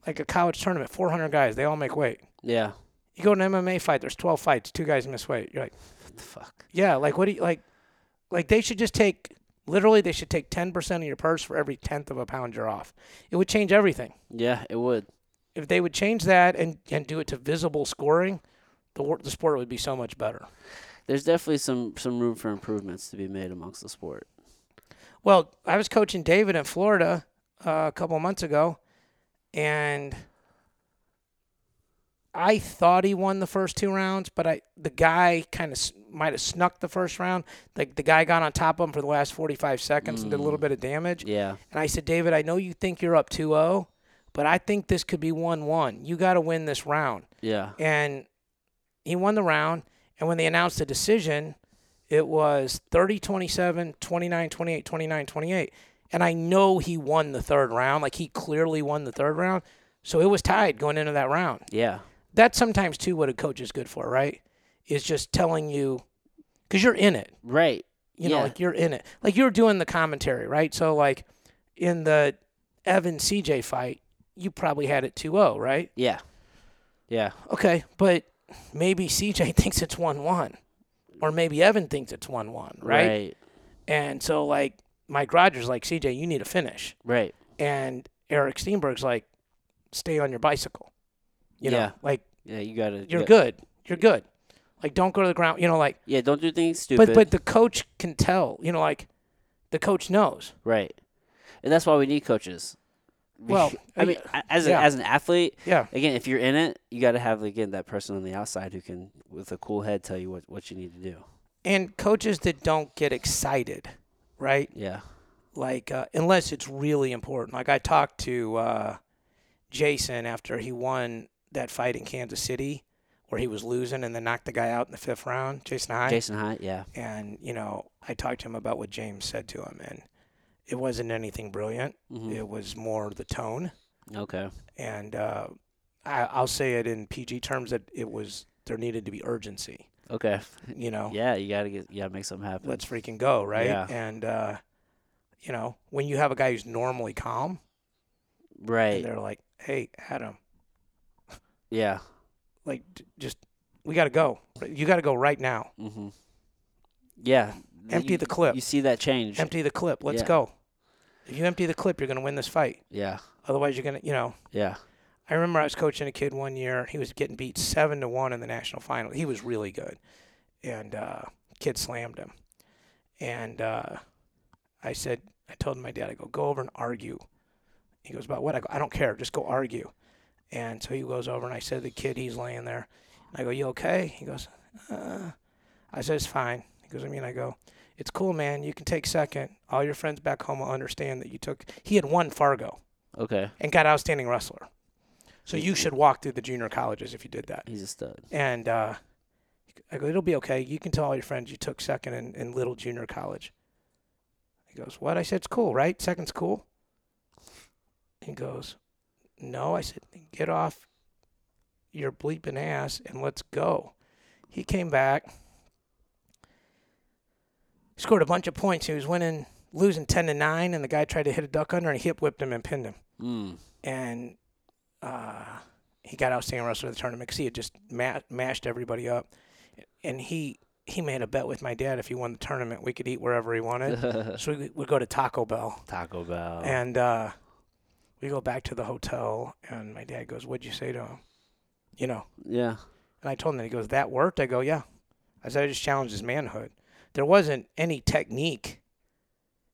S2: like a college tournament 400 guys they all make weight
S1: yeah.
S2: you go to an mma fight there's 12 fights two guys miss weight you're like
S1: What the fuck?
S2: yeah like what do you like like they should just take literally they should take 10% of your purse for every tenth of a pound you're off it would change everything
S1: Yeah, it would.
S2: if they would change that and, and do it to visible scoring, the wor- the sport would be so much better.
S1: There's definitely some some room for improvements to be made amongst the sport.
S2: Well, I was coaching David in Florida uh, a couple months ago, and I thought he won the first two rounds, but I the guy kind of s- might have snuck the first round. Like the guy got on top of him for the last 45 seconds and did a little bit of damage.
S1: Yeah.
S2: And I said, David, I know you think you're up 2 0, but I think this could be 1 1. You got to win this round.
S1: Yeah.
S2: and he won the round and when they announced the decision it was 30 27 29 28 29 28 and i know he won the third round like he clearly won the third round so it was tied going into that round
S1: Yeah.
S2: that's sometimes too what a coach is good for right is just telling you because you're in it.
S1: Right.
S2: You know,
S1: Yeah.
S2: like you're in it. Like you're doing the commentary, right? So like in the Evan CJ fight, you probably had it 2-0, right?
S1: Yeah. Yeah.
S2: Okay, but maybe CJ *laughs* thinks it's 1-1 or maybe Evan thinks it's 1-1, right?
S1: Right.
S2: And so like Mike Rogers like CJ, you need a finish.
S1: Right.
S2: And Eric Steenberg's like stay on your bicycle. You
S1: Yeah.
S2: know, like
S1: Yeah. You gotta.
S2: you're
S1: yeah.
S2: good. You're good. Like don't go to the ground, you know, like
S1: Yeah. Don't do things stupid.
S2: but but the coach can tell, you know, like the coach knows.
S1: right. And that's why we need coaches.
S2: Well, uh,
S1: I mean, a- as a,
S2: yeah.
S1: as an athlete,
S2: Yeah.
S1: again, if you're in it, you got to have again that person on the outside who can, with a cool head, tell you what what you need to do.
S2: And coaches that don't get excited, right?
S1: Yeah.
S2: Like, uh, unless it's really important. Like, I talked to uh, Jason after he won that fight in Kansas City where he was losing and then knocked the guy out in the fifth round, Jason High.
S1: Jason Hyatt. Yeah.
S2: And, you know, I talked to him about what James said to him, and it wasn't anything brilliant.
S1: hmm
S2: It was more the tone.
S1: Okay.
S2: And uh, I, I'll say it in PG terms that it was there needed to be
S1: *laughs*
S2: urgency,
S1: Okay.
S2: you know?
S1: Yeah. You gotta get. You gotta make something happen.
S2: let's freaking go, right?
S1: Yeah.
S2: And uh, you know, when you have a guy who's normally calm, and
S1: Right.
S2: they're like, "Hey, Adam,
S1: Yeah.
S2: like, d- just we got to go. You got to go right now.
S1: Mm-hmm. Yeah. th-
S2: Empty
S1: you-
S2: the clip.
S1: You see that change.
S2: Empty the clip. Let's
S1: Yeah.
S2: go. If you empty the clip, you're gonna win this fight.
S1: yeah.
S2: Otherwise, you're gonna, you know."
S1: Yeah.
S2: I remember I was coaching a kid one year. He was getting beat seven to one in the national final. He was really good, and uh, kid slammed him. And uh, I said, I told my dad, I go go over and argue. He goes, about what? I go, I don't care. Just go argue. And so he goes over, and I said, to the kid, he's laying there. And I go, you okay? He goes, uh. I said, it's fine. He goes, I mean, I go, it's cool, man. You can take second. All your friends back home will understand that you took. He had won Fargo
S1: Okay.
S2: and got outstanding wrestler. So you should walk through the junior colleges if you did that.
S1: He's a stud.
S2: And uh, I go, it'll be okay. You can tell all your friends you took second in, in little junior college. He goes, what? I said, it's cool, right? Second's cool. He goes, no. I said, get off your bleeping ass and let's go. He came back, scored a bunch of points. He was winning, losing 10 to 9, and the guy tried to hit a duck under and he hip whipped him and pinned him
S1: Mm.
S2: and uh, he got outstanding wrestler of the tournament because he had just ma- mashed everybody up. And he he made a bet with my dad if he won the tournament, we could eat wherever
S1: *laughs*
S2: he wanted. so we would go to Taco Bell,
S1: Taco Bell.
S2: and uh, we go back to the hotel, and my dad goes, "What'd you say to him?" You know,
S1: yeah.
S2: and I told him that he goes, "That worked." I go, "Yeah." I said, "I just challenged his manhood." There wasn't any technique.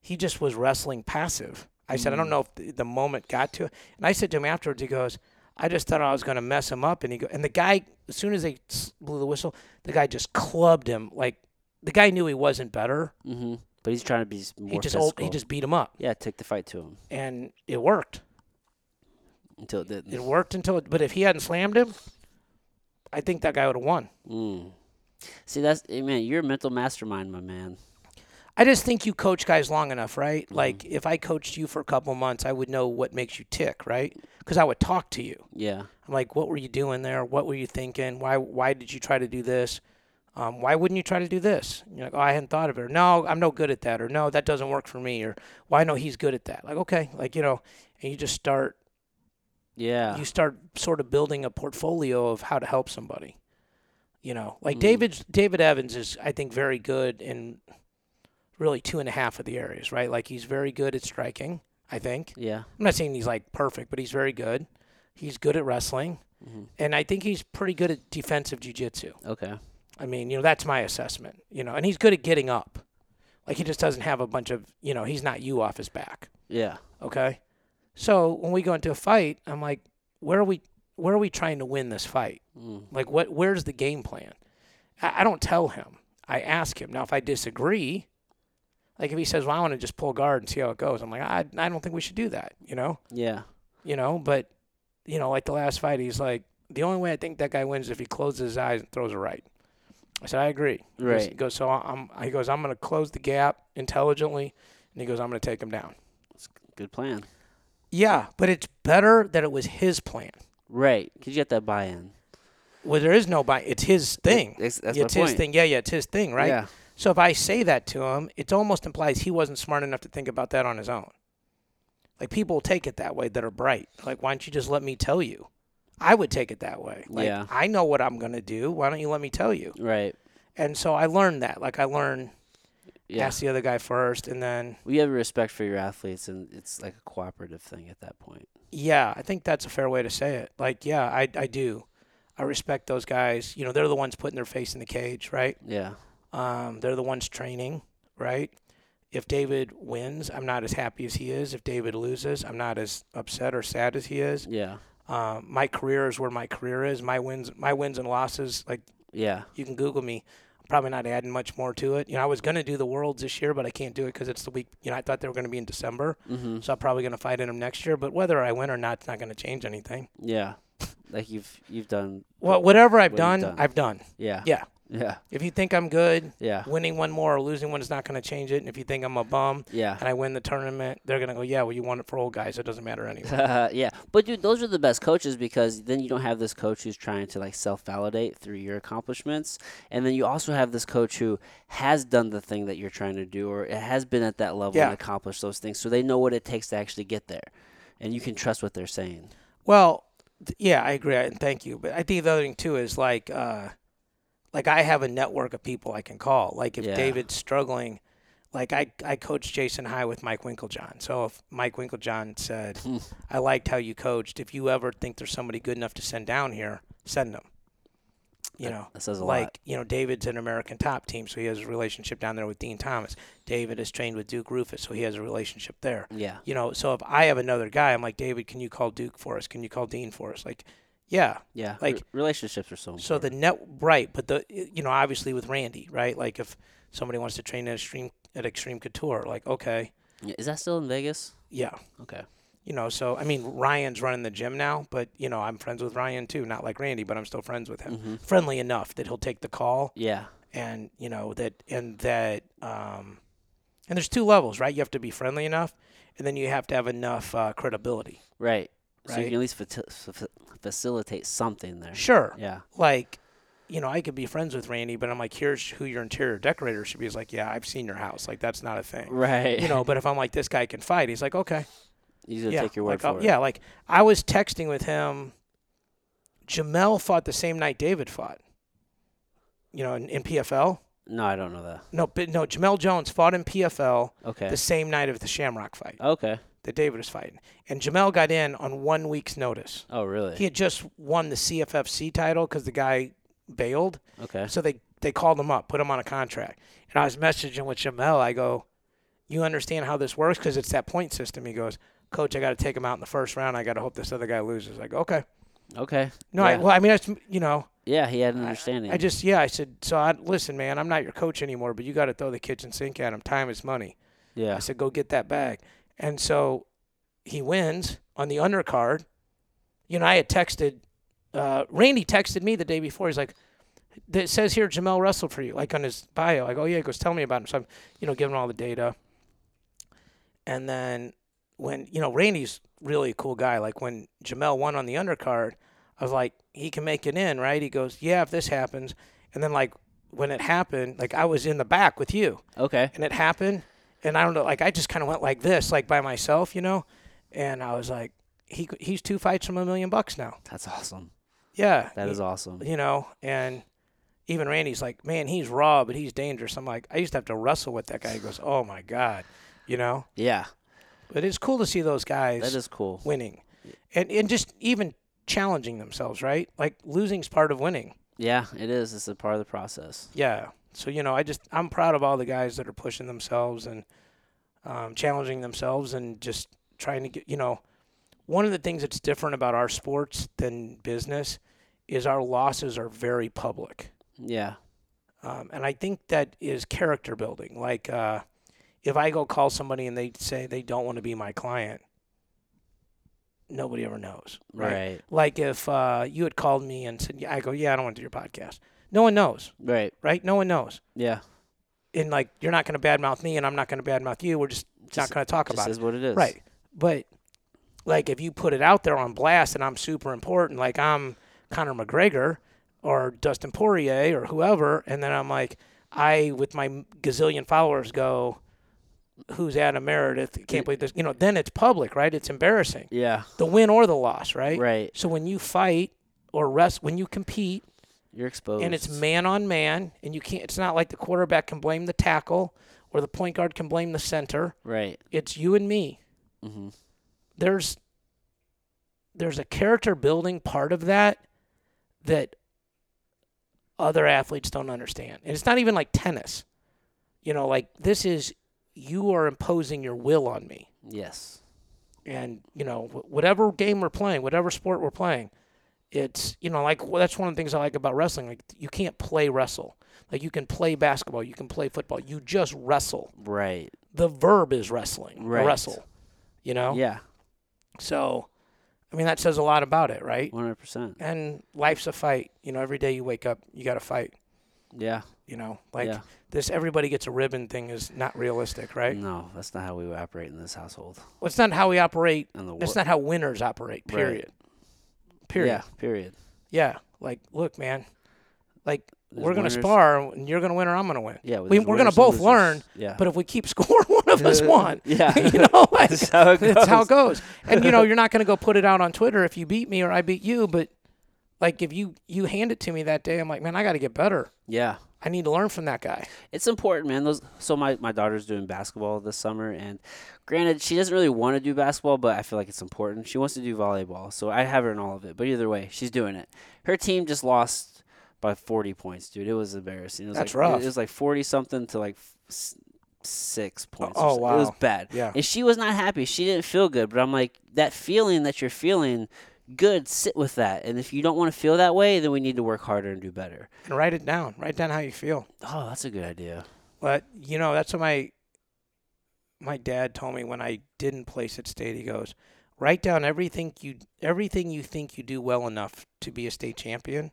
S2: He just was wrestling passive. I said, "I don't
S1: Mm.
S2: know if the, the moment got to it." And I said to him afterwards, he goes, "I just thought I was going to mess him up." And he go, and the guy, as soon as they s- blew the whistle, the guy just clubbed him. Like the guy knew he wasn't better.
S1: Mm-hmm. But he's trying to be s- more
S2: he just
S1: physical.
S2: ol- he just beat him up,
S1: yeah, take the fight to him
S2: and it worked.
S1: until it didn't.
S2: It worked until. It, but if he hadn't slammed him, I think that guy would have won.
S1: Mm. See, that's eh, man. You're a mental mastermind, my man.
S2: I just think you coach guys long enough, right? Like if I coached you for a couple months, I would know what makes you tick, right? Because I would talk to you.
S1: Yeah.
S2: I'm like, what were you doing there? What were you thinking? Why why did you try to do this? Um, why wouldn't you try to do this? And You're like, oh, I hadn't thought of it. Or, no, I'm no good at that. Or no, that doesn't work for me. Or well, I know he's good at that. Like okay, like you know, and you just start
S1: Yeah.
S2: you start sort of building a portfolio of how to help somebody. You know, like
S1: Mm.
S2: David's David Evans is I think very good in really two and a half of the areas, right? Like he's very good at striking, I think.
S1: yeah.
S2: I'm not saying he's like perfect, but he's very good. He's good at wrestling.
S1: Mhm.
S2: And I think he's pretty good at defensive jujitsu.
S1: Okay.
S2: I mean, you know, that's my assessment. You know, and he's good at getting up. Like he just doesn't have a bunch of you know, he's not you off his back.
S1: Yeah.
S2: Okay. So when we go into a fight, I'm like, where are we where are we trying to win this fight?
S1: Mm.
S2: Like what where's the game plan? I, I don't tell him. I ask him. Now if I disagree, like if he says, Well, I want to just pull guard and see how it goes, I'm like, I I don't think we should do that, you know?
S1: Yeah.
S2: You know, but you know, like the last fight, he's like, The only way I think that guy wins is if he closes his eyes and throws a right. I said, I agree. He goes-
S1: Right.
S2: He goes, so I'm he goes, I'm gonna close the gap intelligently and he goes, I'm gonna take him down.
S1: Good plan.
S2: Yeah, but it's better that it was his plan.
S1: Right. Cause you got that buy-in.
S2: Well, there is no buy. It's his thing.
S1: It's- that's
S2: Yeah,
S1: my
S2: it's his
S1: point.
S2: thing. Yeah, yeah, it's his thing, right?
S1: Yeah.
S2: So if I say that to him, it almost implies he wasn't smart enough to think about that on his own. Like people will take it that way that are bright. Like, why don't you just let me tell you? I would take it that way. Like,
S1: Yeah.
S2: I know what I'm gonna do. Why don't you let me tell you?
S1: Right.
S2: And so I learned that. Like I learned
S1: Yeah.
S2: ask the other guy first, and then
S1: We have respect for your athletes, and it's like a cooperative thing at that point.
S2: Yeah, I think that's a fair way to say it. Like, yeah, I I do. I respect those guys. You know, they're the ones putting their face in the cage, right?
S1: Yeah.
S2: Um, they're the ones training, right? If David wins, I'm not as happy as he is. If David loses, I'm not as upset or sad as he is.
S1: Yeah.
S2: Um, my career is where my career is. My wins, my wins and losses. Like
S1: Yeah.
S2: you can Google me. I'm probably not adding much more to it. You know, I was gonna do the worlds this year, but I can't do it because it's the week. You know, I thought they were gonna be in December,
S1: hmm
S2: so I'm probably gonna fight in them next year. But whether I win or not, it's not gonna change anything.
S1: Yeah. Like you've you've done.
S2: Well, whatever I've
S1: What
S2: done,
S1: you've done.
S2: I've done.
S1: Yeah.
S2: Yeah.
S1: Yeah.
S2: If you think I'm good,
S1: Yeah.
S2: winning one more or losing one is not going to change it. And if you think I'm a bum
S1: Yeah. *laughs*
S2: and I win the tournament, they're going to go, yeah, well, you won it for old guys. It doesn't matter anyway.
S1: yeah. But dude, those are the best coaches because then you don't have this coach who's trying to like self validate through your accomplishments. And then you also have this coach who has done the thing that you're trying to do or has been at that level
S2: Yeah.
S1: and accomplished those things. So they know what it takes to actually get there. And you can trust what they're saying.
S2: well, th- yeah, I agree. And thank you. But I think the other thing, too, is like, uh, like I have a network of people I can call. Like if
S1: Yeah.
S2: David's struggling, like I, I coached Jason High with Mike Winklejohn. So if Mike Winklejohn *laughs* said, I liked how you coached, if you ever think there's somebody good enough to send down here, send them. You
S1: That-
S2: know,
S1: that says a
S2: like
S1: lot.
S2: you know, David's an American top team, so he has a relationship down there with Dean Thomas. David is trained with Duke Rufus, so he has a relationship there.
S1: Yeah.
S2: You know, so if I have another guy, I'm like, David, can you call Duke for us? Can you call Dean for us? Like, yeah.
S1: Yeah.
S2: Like-
S1: Re- relationships are so important.
S2: So the net right, but the you know, obviously with Randy, right? Like if somebody wants to train at extreme at extreme couture, like okay,
S1: Yeah, Is that still in Vegas?
S2: yeah.
S1: Okay.
S2: You know, so I mean, Ryan's running the gym now, but you know, I'm friends with Ryan too. Not like Randy, but I'm still friends with him.
S1: Mm-hmm.
S2: Friendly enough that he'll take the call
S1: Yeah.
S2: and you know that and that um and there's two levels right you have to be friendly enough and then you have to have enough uh, credibility
S1: Right. So you
S2: Right.
S1: can at least fati- fa- facilitate something there.
S2: sure
S1: Yeah.
S2: like you know i could be friends with randy but i'm like here's who your interior decorator should be he's like yeah i've seen your house like that's not a thing
S1: Right.
S2: you
S1: *laughs*
S2: know but if i'm like this guy can fight he's like okay
S1: He's gonna
S2: yeah
S1: take your
S2: like,
S1: word
S2: I'll-
S1: for it.
S2: yeah like i was texting with him jamel fought the same night david fought you know in, in pfl
S1: No, I don't know that.
S2: no but no jamel jones fought in pfl
S1: Okay.
S2: the same night of the shamrock fight
S1: okay.
S2: that David was fighting. And Jamel got in on one week's notice.
S1: Oh, really?
S2: He had just won the CFFC title because the guy bailed.
S1: okay.
S2: So they, they called him up, put him on a contract. And I was messaging with Jamel. I go, You understand how this works? Because it's that point system. He goes, Coach, I got to take him out in the first round. I got to hope this other guy loses. I go, Okay.
S1: Okay.
S2: No, I,
S1: Yeah.
S2: well, I mean, that's, you know,
S1: yeah, he had an understanding.
S2: I just, yeah, I said, So I, listen, man, I'm not your coach anymore, but you got to throw the kitchen sink at him. Time is money.
S1: yeah.
S2: I said, go get that bag. And so he wins on the undercard. You know, I had texted, uh, Randy texted me the day before. He's like, it says here Jamel wrestled for you, like on his bio. I go, yeah, he goes, tell me about him. So I'm, you know, giving all the data. And then when, you know, Randy's really a cool guy. Like when Jamel won on the undercard, I was like, he can make it in, right? He goes, yeah, if this happens. And then, like, when it happened, like, I was in the back with you
S1: okay.
S2: and it happened and i don't know like i just kind of went like this like by myself you know and i was like he he's two fights from a million bucks now
S1: That's awesome.
S2: yeah
S1: That is awesome.
S2: you know and even randy's like man he's raw but he's dangerous i'm like i used to have to wrestle with that guy he goes oh my god you know
S1: Yeah.
S2: but it's cool to see those guys
S1: That is cool.
S2: winning and and just even challenging themselves right like losing's part of winning
S1: Yeah, it is. It's a part of the process.
S2: yeah so you know i just i'm proud of all the guys that are pushing themselves and um, challenging themselves and just trying to get you know one of the things that's different about our sports than business is our losses are very public
S1: Yeah.
S2: um, and i think that is character building like uh, if i go call somebody and they say they don't want to be my client nobody ever knows
S1: Right.
S2: right,
S1: Right.
S2: like if uh, you had called me and said yeah, i go yeah i don't want to do your podcast no one knows right no one knows
S1: Yeah.
S2: and like you're not going to badmouth me and I'm not going to badmouth you. We're just,
S1: Just-
S2: not going to talk
S1: This
S2: about it.
S1: is what it is.
S2: Right. But like if you put it out there on blast and I'm super important, like I'm Conor McGregor, or Dustin Poirier or whoever, and then I'm like, I with my gazillion followers go, who's Adam Meredith? Can't believe this. You know, then it's public, right? It's embarrassing,
S1: Yeah.
S2: the win or the loss, right?
S1: Right.
S2: So when you fight or rest, when you compete,
S1: You're exposed.
S2: and it's man on man, and you can't. It's not like the quarterback can blame the tackle or the point guard can blame the center.
S1: right.
S2: It's you and me.
S1: Mm-hmm.
S2: There's there's a character building part of that that other athletes don't understand. And it's not even like tennis. You know, like this is you are imposing your will on me.
S1: Yes.
S2: and you know wh- whatever game we're playing, whatever sport we're playing, it's you know like well, that's one of the things I like about wrestling. Like you can't play wrestle. Like you can play basketball, you can play football. You just wrestle.
S1: Right.
S2: The verb is wrestling. or
S1: Right.
S2: Wrestle. You know.
S1: Yeah.
S2: So, I mean that says a lot about it, right?
S1: One hundred percent.
S2: And life's a fight. You know, every day you wake up, you got to fight.
S1: Yeah.
S2: You know, like
S1: yeah.
S2: this everybody gets a ribbon thing is not realistic, right?
S1: No, that's not how we operate in this household.
S2: Well, it's not how we operate.
S1: In the
S2: That's
S1: world.
S2: not how winners operate.
S1: Right.
S2: Period. Period.
S1: Yeah. Period.
S2: Yeah, like look, man, like
S1: There's
S2: we're gonna
S1: winners-
S2: spar, and you're gonna win, or I'm gonna win.
S1: Yeah.
S2: We-
S1: there's
S2: we're gonna
S1: winners and
S2: both
S1: losers.
S2: learn,
S1: Yeah.
S2: But if we keep *laughs* score, one
S1: *laughs*
S2: of us won.
S1: Yeah.
S2: *laughs* you know,
S1: *laughs*
S2: like
S1: That's how it
S2: that's how
S1: goes.
S2: it goes. And you know, you're not gonna go put it out on Twitter if you beat me or I beat you. But like, if you you hand it to me that day, I'm like, man, I got to get better.
S1: Yeah.
S2: I need to learn from that guy.
S1: It's important, man. Those so my, my daughter's doing basketball this summer and granted she doesn't really want to do basketball, but I feel like it's important. She wants to do volleyball, so I have her in all of it. But either way, she's doing it. Her team just lost by 40 points, dude. It was embarrassing. It was
S2: That's
S1: like, it-
S2: rough.
S1: It was like 40 something to like s- 6 points. or
S2: Oh,
S1: something. It was
S2: wow.
S1: bad.
S2: Yeah.
S1: And she was not happy. She didn't feel good. But I'm like, that feeling that you're feeling, good, sit with that. And if you don't want to feel that way, then we need to work harder and do better.
S2: And write it down. Write down how you feel.
S1: Oh, that's a good idea.
S2: But you know, that's what my my dad told me when I didn't place at state. He goes, write down everything you everything you think you do well enough to be a state champion,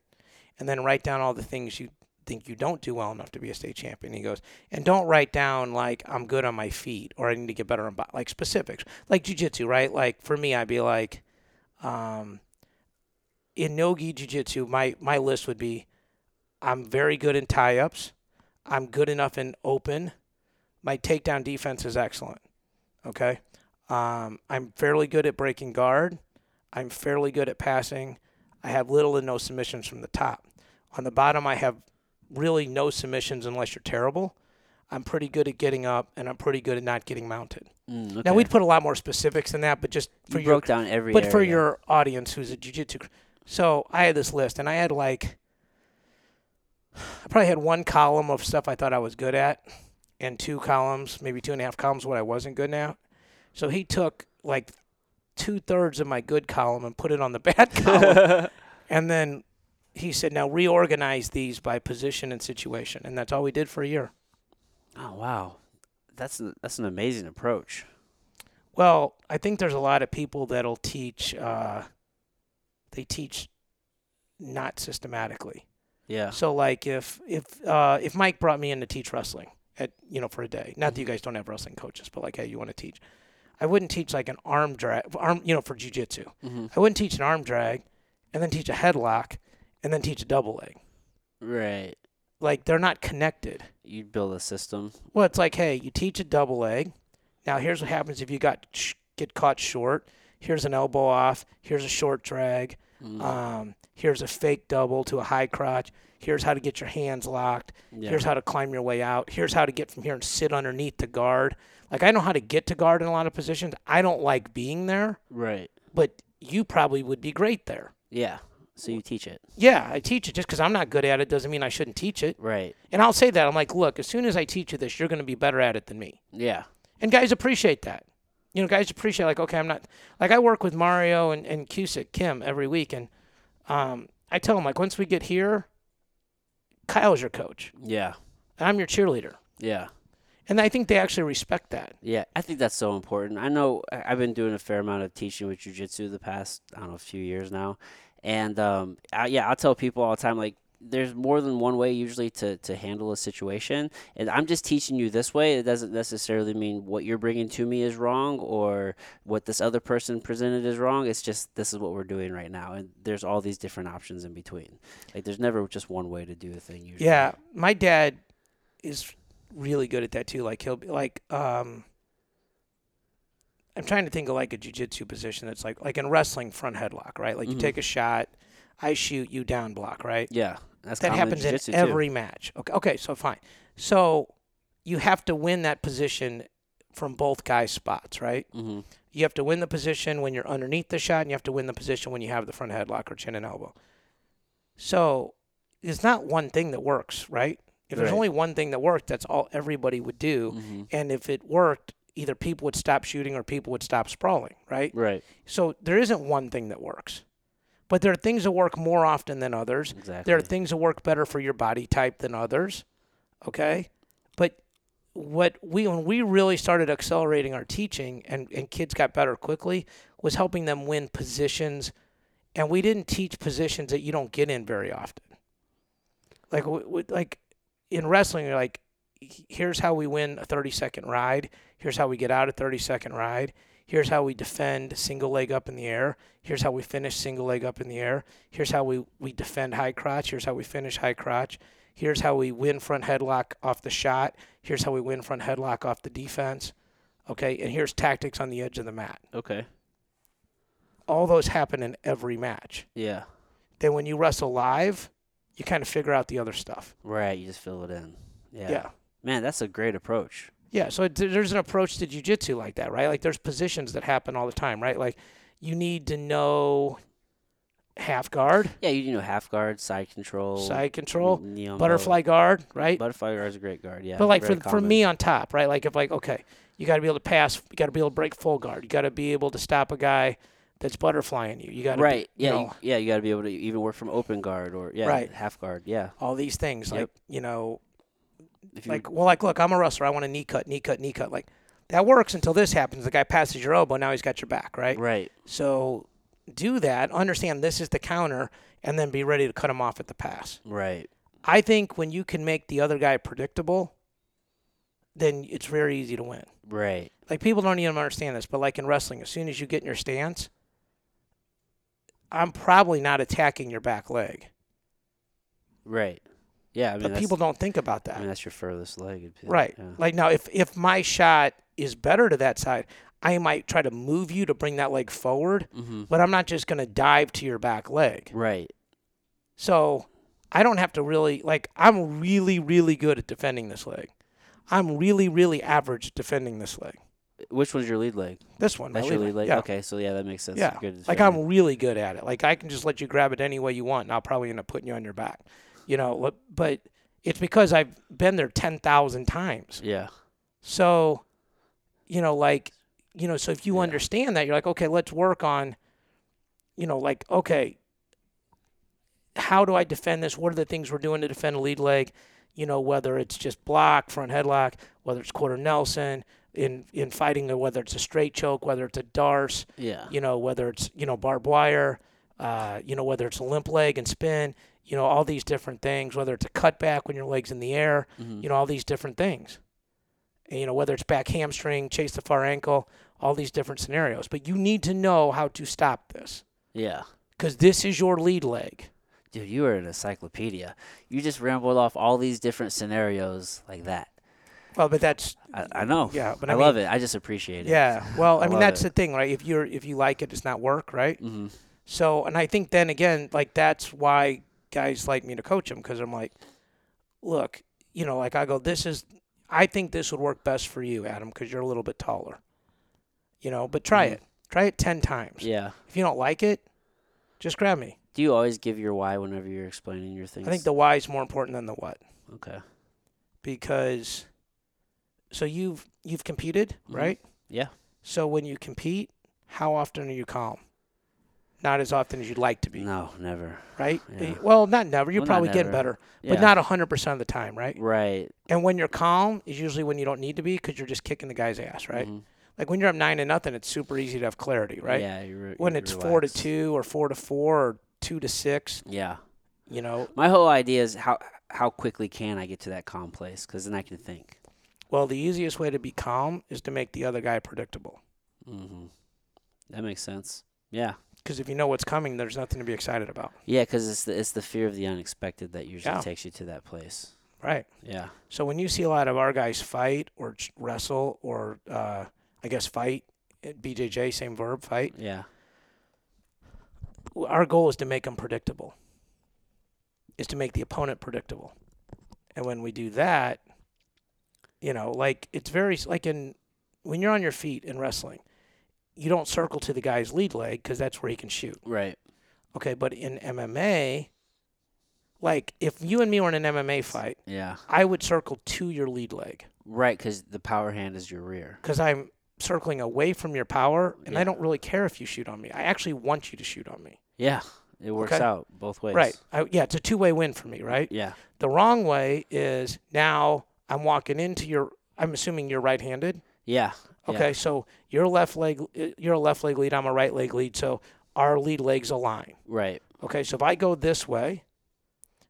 S2: and then write down all the things you think you don't do well enough to be a state champion. He goes, and don't write down like I'm good on my feet or I need to get better on bo-, like specifics, like jujitsu, right? Like for me, I'd be like, um, in nogi jujitsu, my my list would be, I'm very good in tie ups. I'm good enough in open. My takedown defense is excellent. Okay. Um, I'm fairly good at breaking guard. I'm fairly good at passing. I have little and no submissions from the top. On the bottom, I have really no submissions unless you're terrible. I'm pretty good at getting up, and I'm pretty good at not getting mounted.
S1: Mm,
S2: Now
S1: okay.
S2: we'd put a lot more specifics than that, but just for
S1: you
S2: your
S1: broke down every
S2: but for
S1: area. *laughs*
S2: your audience who's a jiu-jitsu cr- so i had this list and i had like i probably had one column of stuff i thought i was good at and two columns maybe two and a half columns what i wasn't good at so he took like two-thirds of my good column and put it on the *laughs* bad
S1: *laughs*
S2: column and then he said now reorganize these by position and situation and that's all we did for a year
S1: oh wow that's an, that's an amazing approach
S2: Well, I think there's a lot of people that'll teach. Uh, they teach not systematically.
S1: yeah
S2: So, like if if uh, if Mike brought me in to teach wrestling at you know for a day, not that you guys don't have wrestling coaches, but like hey, you want to teach, I wouldn't teach like an arm drag, arm you know for jujitsu.
S1: Mhm.
S2: I wouldn't teach an arm drag, and then teach a headlock, and then teach a double leg.
S1: right
S2: Like they're not connected.
S1: you'd build a system
S2: Well, it's like, hey, you teach a double leg. Now, here's what happens if you got sh- get caught short. Here's an elbow off. Here's a short drag.
S1: Mm,
S2: Um, here's a fake double to a high crotch. Here's how to get your hands locked.
S1: yeah.
S2: Here's how to climb your way out. Here's how to get from here and sit underneath the guard. Like I know how to get to guard in a lot of positions. I don't like being there,
S1: right
S2: but you probably would be great there.
S1: yeah so you teach it
S2: Yeah, I teach it just because I'm not good at it doesn't mean I shouldn't teach it.
S1: right
S2: And I'll say that I'm like, look, as soon as I teach you this, you're going to be better at it than me.
S1: yeah
S2: And guys appreciate that. You know, guys appreciate like, okay, I'm not like I work with Mario and, and Cusick Kim every week and um, I tell them like once we get here, Kyle's your coach.
S1: yeah
S2: And I'm your cheerleader.
S1: yeah
S2: And I think they actually respect that.
S1: yeah i think that's so important i know I- i've been doing a fair amount of teaching with jujitsu the past i don't know a few years now and um I, yeah i'll tell people all the time like there's more than one way usually to, to handle a situation. And I'm just teaching you this way. It doesn't necessarily mean what you're bringing to me is wrong or what this other person presented is wrong. It's just this is what we're doing right now. And there's all these different options in between. Like there's never just one way to do a thing. Usually.
S2: Yeah, my dad is really good at that too. Like he'll be like, um, I'm trying to think of like a jujitsu position that's like like in wrestling front headlock, right? Like you
S1: Mhm.
S2: take a shot, I shoot, you down block, right?
S1: Yeah. That's
S2: that
S1: common
S2: happens in
S1: jiu-jitsu, too.
S2: every match. Okay, okay, so fine. So you have to win that position from both guys' spots, right?
S1: Mhm.
S2: You have to win the position when you're underneath the shot, and you have to win the position when you have the front headlock or chin and elbow. So it's not one thing that works, right? If there's
S1: Right.
S2: only one thing that worked, that's all everybody would do.
S1: Mhm.
S2: And if it worked, either people would stop shooting or people would stop sprawling, right?
S1: Right.
S2: So there isn't one thing that works. But there are things that work more often than others.
S1: Exactly.
S2: There are things that work better for your body type than others. Okay? But what we when we really started accelerating our teaching and, and kids got better quickly was helping them win positions and we didn't teach positions that you don't get in very often. Like w- w- like in wrestling you're like "H- here's how we win a 30 second ride, here's how we get out a 30 second ride, here's how we defend single leg up in the air, here's how we finish single leg up in the air, here's how we, we defend high crotch, here's how we finish high crotch, here's how we win front headlock off the shot, here's how we win front headlock off the defense, okay, and here's tactics on the edge of the mat.
S1: okay.
S2: All those happen in every match.
S1: Yeah.
S2: Then when you wrestle live, you kind of figure out the other stuff.
S1: Right. You just fill it in. Yeah.
S2: yeah.
S1: Man, that's a great approach.
S2: Yeah, so it, there's an approach to jujitsu like that, right? Like there's positions that happen all the time, right? Like you need to know half guard,
S1: Yeah. You, you know, half guard, side control,
S2: side control,
S1: n- knee on
S2: butterfly guard,
S1: both.
S2: right?
S1: Butterfly guard is a great guard. Yeah.
S2: but like for
S1: very
S2: for
S1: common.
S2: me on top, right? Like if like okay, you got to be able to pass, you got to be able to break full guard, you got to be able to stop a guy that's butterflying you. You got to
S1: Right.
S2: you
S1: Yeah. You
S2: know.
S1: yeah. You got to be able to even work from open guard or yeah,
S2: Right.
S1: half guard. Yeah.
S2: all these things
S1: Yep.
S2: like, you know,
S1: If you
S2: like well like look, I'm a wrestler, I want a knee cut, knee cut, knee cut like that works until this happens. The guy passes your elbow, now he's got your back, right?
S1: right.
S2: So do that, understand this is the counter, and then be ready to cut him off at the pass.
S1: Right.
S2: I think when you can make the other guy predictable, then it's very easy to win.
S1: Right.
S2: Like people don't even understand this, but like in wrestling, as soon as you get in your stance, I'm probably not attacking your back leg.
S1: Right. Yeah. I mean,
S2: but
S1: that's,
S2: people don't think about that.
S1: I mean, that's your furthest leg. it'd be-
S2: right.
S1: Yeah.
S2: Like now if if my shot is better to that side, I might try to move you to bring that leg forward,
S1: mm-hmm.
S2: but I'm not just going to dive to your back leg.
S1: Right.
S2: So I don't have to really like I'm really really good at defending this leg. I'm really really average at defending this leg.
S1: Which one's your lead leg?
S2: This one, my
S1: That's your
S2: lead
S1: lead leg.
S2: Yeah.
S1: Okay. So yeah, that makes sense.
S2: Yeah.
S1: Good
S2: Like
S1: defender.
S2: I'm really good at it. Like I can just let you grab it any way you want and I'll probably end up putting you on your back. You know, what- but it's because I've been there 10,000 times.
S1: Yeah.
S2: So, you know, like, you know, so if you
S1: Yeah.
S2: understand that, you're like, okay, let's work on, you know, like, okay, how do I defend this? What are the things we're doing to defend a lead leg? You know, whether it's just block, front headlock, whether it's quarter Nelson in in fighting, or whether it's a straight choke, whether it's a darce,
S1: Yeah.
S2: you know, whether it's you know barbed wire, uh, you know, whether it's a limp leg and spin, you know, all these different things, whether it's a cutback when your leg's in the air,
S1: Mhm.
S2: you know all these different things And, you know whether it's back hamstring chase the far ankle all these different scenarios but you need to know how to stop this
S1: Yeah.
S2: because this is your lead leg
S1: Dude, you are an encyclopedia. You just rambled off all these different scenarios like that.
S2: well but that's
S1: I, I know.
S2: yeah but
S1: Oh, I,
S2: i,
S1: love it. I just appreciate it.
S2: yeah well i,
S1: I
S2: mean
S1: love
S2: that's
S1: it.
S2: the thing right if you're if you like it it's not work right
S1: hmm
S2: so and i think then again like that's why guys like me to coach them because i'm like look you know like i go this is i think this would work best for you adam because you're a little bit taller you know but try
S1: Mhm.
S2: it try it 10 times
S1: Yeah.
S2: If you don't like it, just grab me.
S1: Do you always give your why whenever you're explaining your things?
S2: I think the why is more important than the what
S1: Okay.
S2: because so you've you've competed,
S1: Mhm.
S2: right?
S1: Yeah.
S2: So when you compete, how often are you calm? Not as often as you'd like to be,
S1: No, never.
S2: right?
S1: yeah.
S2: Eh, Well, not never. You're
S1: Well, not
S2: probably
S1: never.
S2: getting better,
S1: Yeah.
S2: but not 100% of the time, right?
S1: right.
S2: And when you're calm is usually when you don't need to be because you're just kicking the guy's ass, right?
S1: Mhm.
S2: Like when you're up 9 to nothing, it's super easy to have clarity, right?
S1: Yeah. You're,
S2: When
S1: you're
S2: it's 4 to
S1: relaxed.
S2: 2 or 4 to 4 or 2 to 6,
S1: Yeah.
S2: You know,
S1: My whole idea is how how quickly can I get to that calm place? Because then I can think.
S2: well, the easiest way to be calm is to make the other guy predictable.
S1: hmm That makes sense. Yeah,
S2: Because if you know what's coming, there's nothing to be excited about.
S1: yeah. Because it's the it's the fear of the unexpected that usually
S2: Yeah.
S1: takes you to that place.
S2: Right.
S1: Yeah.
S2: So when you see a lot of our guys fight or ch- wrestle or uh, I guess fight, eh, BJJ, same verb, fight.
S1: Yeah.
S2: Our goal is to make them predictable. Is to make the opponent predictable, and when we do that, you know, like it's very s- like in when you're on your feet in wrestling, you don't circle to the guy's lead leg because that's where he can shoot.
S1: Right.
S2: Okay, but in MMA, like if you and me were in an MMA fight,
S1: Yeah.
S2: I would circle to your lead leg.
S1: Right. Because the power hand is your rear.
S2: because I'm circling away from your power, and
S1: Yeah.
S2: I don't really care if you shoot on me. I actually want you to shoot on me.
S1: Yeah. It works
S2: Okay.
S1: out both ways.
S2: Right. I, yeah, it's a two way win for me, right?
S1: Yeah.
S2: The wrong way is now I'm walking into your, I'm assuming you're right handed.
S1: Yeah. Yeah.
S2: Okay, so your left leg, you're a left leg lead, I'm a right leg lead, so our lead legs align.
S1: Right.
S2: Okay, so if I go this way,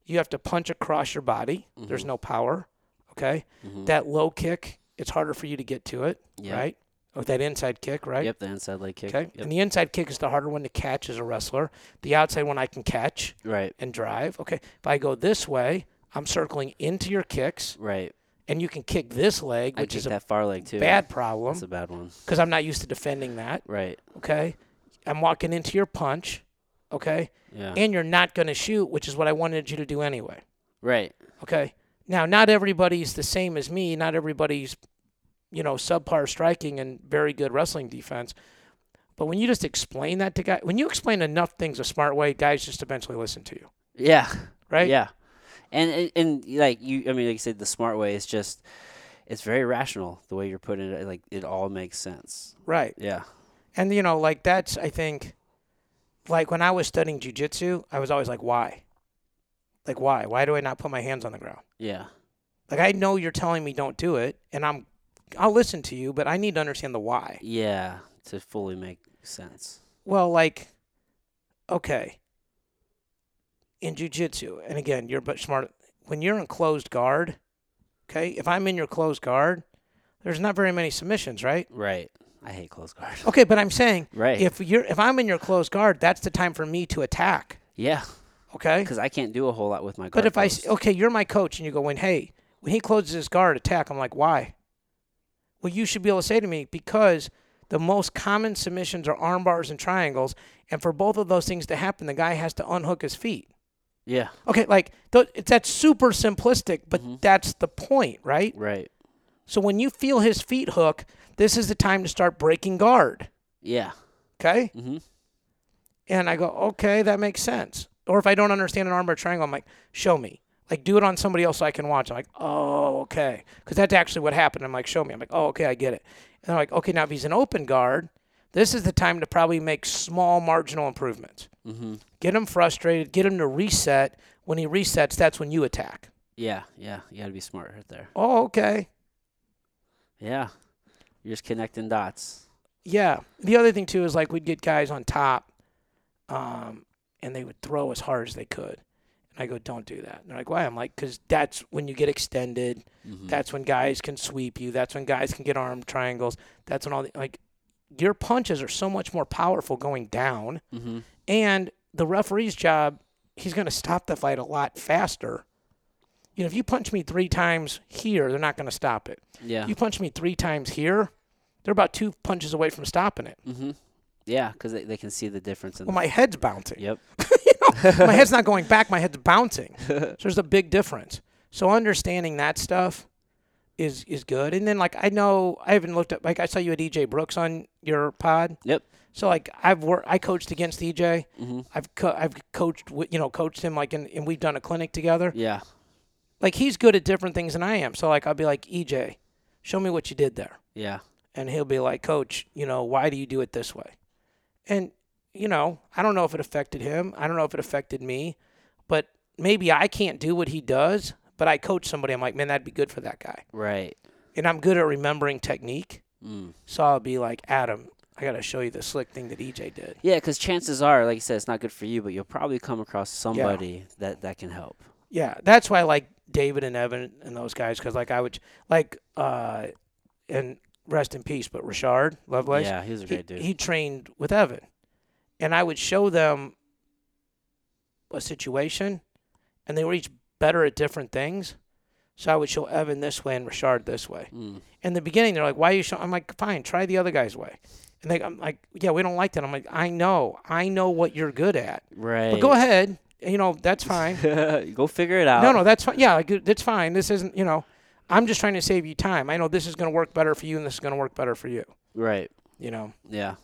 S2: you have to punch across your body.
S1: Mm-hmm.
S2: There's no power. Okay,
S1: Mhm.
S2: that low kick, it's harder for you to get to it,
S1: Yeah.
S2: right? Or that inside kick, right?
S1: Yep. The inside leg kick.
S2: Okay.
S1: Yep.
S2: And the inside kick is the harder one to catch as a wrestler. The outside one I can catch
S1: Right.
S2: and drive. Okay. If I go this way, I'm circling into your kicks,
S1: Right.
S2: and you can kick this leg,
S1: I
S2: which
S1: kick
S2: is a
S1: that far leg too.
S2: bad problem
S1: That's a bad one.
S2: because I'm not used to defending that.
S1: Right.
S2: Okay. I'm walking into your punch. Okay.
S1: Yeah.
S2: And you're not going to shoot, which is what I wanted you to do anyway.
S1: right.
S2: Okay. Now, not everybody's the same as me. Not everybody's, you know, subpar striking and very good wrestling defense. But when you just explain that to guys, when you explain enough things a smart way, guys just eventually listen to you,
S1: Yeah.
S2: right?
S1: Yeah. And, and and like you, I mean, like you said, the smart way is just it's very rational the way you're putting it. Like it all makes sense.
S2: Right.
S1: Yeah.
S2: And you know, like that's I think, like when I was studying jujitsu, I was always like, why? Like why? Why do I not put my hands on the ground?
S1: Yeah.
S2: Like I know you're telling me don't do it, and I'm, I'll listen to you, but I need to understand the why.
S1: Yeah. To fully make sense.
S2: Well, like, okay. In jujitsu, and again, you're but smart. When you're in closed guard, okay. If I'm in your closed guard, there's not very many submissions, right?
S1: Right. I hate close guard.
S2: Okay, but I'm saying
S1: Right.
S2: Oh, if you're if I'm in your closed guard, that's the time for me to attack.
S1: yeah.
S2: Okay.
S1: Because I can't do a whole lot with my guard.
S2: But if I
S1: post.
S2: s- okay, you're my coach, and you go, when hey, when he closes his guard, attack. I'm like, why? Well, you should be able to say to me because the most common submissions are arm bars and triangles, and for both of those things to happen, the guy has to unhook his feet.
S1: yeah.
S2: Okay, like th- it's that's super simplistic, but
S1: Mhm.
S2: that's the point, right?
S1: Right.
S2: So when you feel his feet hook, this is the time to start breaking guard.
S1: Yeah.
S2: Okay,
S1: Mm-hmm.
S2: and I go, okay, that makes sense. Or if I don't understand an armbar triangle, I'm like, show me. Like, do it on somebody else so I can watch. I'm like, oh, okay. Because that's actually what happened. I'm like, show me. I'm like, oh, okay, I get it. And I'm like, okay, now if he's an open guard, this is the time to probably make small marginal improvements.
S1: Mm-hmm.
S2: Get him frustrated, get him to reset. When he resets, that's when you attack.
S1: Yeah. Yeah. You got to be smart right there.
S2: Oh, okay.
S1: Yeah. You're just connecting dots.
S2: Yeah. The other thing too is like we'd get guys on top, um, and they would throw as hard as they could, and I go, "Don't do that." And they're like, "Why?" I'm like, "Cause that's when you get extended.
S1: Mhm.
S2: That's when guys can sweep you. That's when guys can get arm triangles. That's when all the like, your punches are so much more powerful going down,
S1: Mhm.
S2: and the referee's job, he's gonna stop the fight a lot faster." You know, if you punch me three times here, they're not going to stop it.
S1: Yeah.
S2: You punch me three times here, they're about two punches away from stopping it.
S1: Mm-hmm. Yeah, because they, they can see the difference in.
S2: Well,
S1: the,
S2: my head's bouncing.
S1: yep.
S2: *laughs* my head's not going back. My head's bouncing.
S1: *laughs*
S2: So there's a big difference. So understanding that stuff is is good. And then like I know I haven't looked at like I saw you at EJ Brooks on your pod.
S1: Yep.
S2: So like I've worked. I coached against EJ. *laughs*
S1: Mm-hmm.
S2: I've co- I've coached wi- you know coached him like in, and we've done a clinic together.
S1: Yeah.
S2: Like he's good at different things than I am. So like I'll be like EJ, show me what you did there.
S1: Yeah.
S2: and he'll be like, "Coach, you know, why do you do it this way?" And you know, I don't know if it affected him. I don't know if it affected me, but maybe I can't do what he does. But I coach somebody. I'm like, man, that'd be good for that guy.
S1: Right.
S2: And I'm good at remembering technique,
S1: Mm.
S2: so I'll be like, Adam, I got to show you the slick thing that EJ did.
S1: Yeah, because chances are, like you said, it's not good for you, but you'll probably come across somebody that, that can help.
S2: Yeah, that's why I like David and Evan and those guys because like I would like uh and rest in peace, but Richard Lovelace.
S1: Yeah, he was a
S2: he,
S1: great dude.
S2: he trained with Evan, and I would show them a situation, and they were each better at different things. So I would show Evan this way and Richard this way.
S1: Mm.
S2: In the beginning, they're like, "Why are you showing?" I'm like, "Fine, try the other guy's way." And they, I'm like, "Yeah, we don't like that." I'm like, "I know, I know what you're good at,
S1: Right.
S2: but go ahead, you know
S1: *laughs*
S2: that's fine."
S1: ahead. go figure it out.
S2: No, no, that's fine. Yeah, like, that's fine. This isn't, you know, I'm just trying to save you time. I know this is going to work better for you, and this is going to work better for you.
S1: Right.
S2: You know,
S1: Yeah.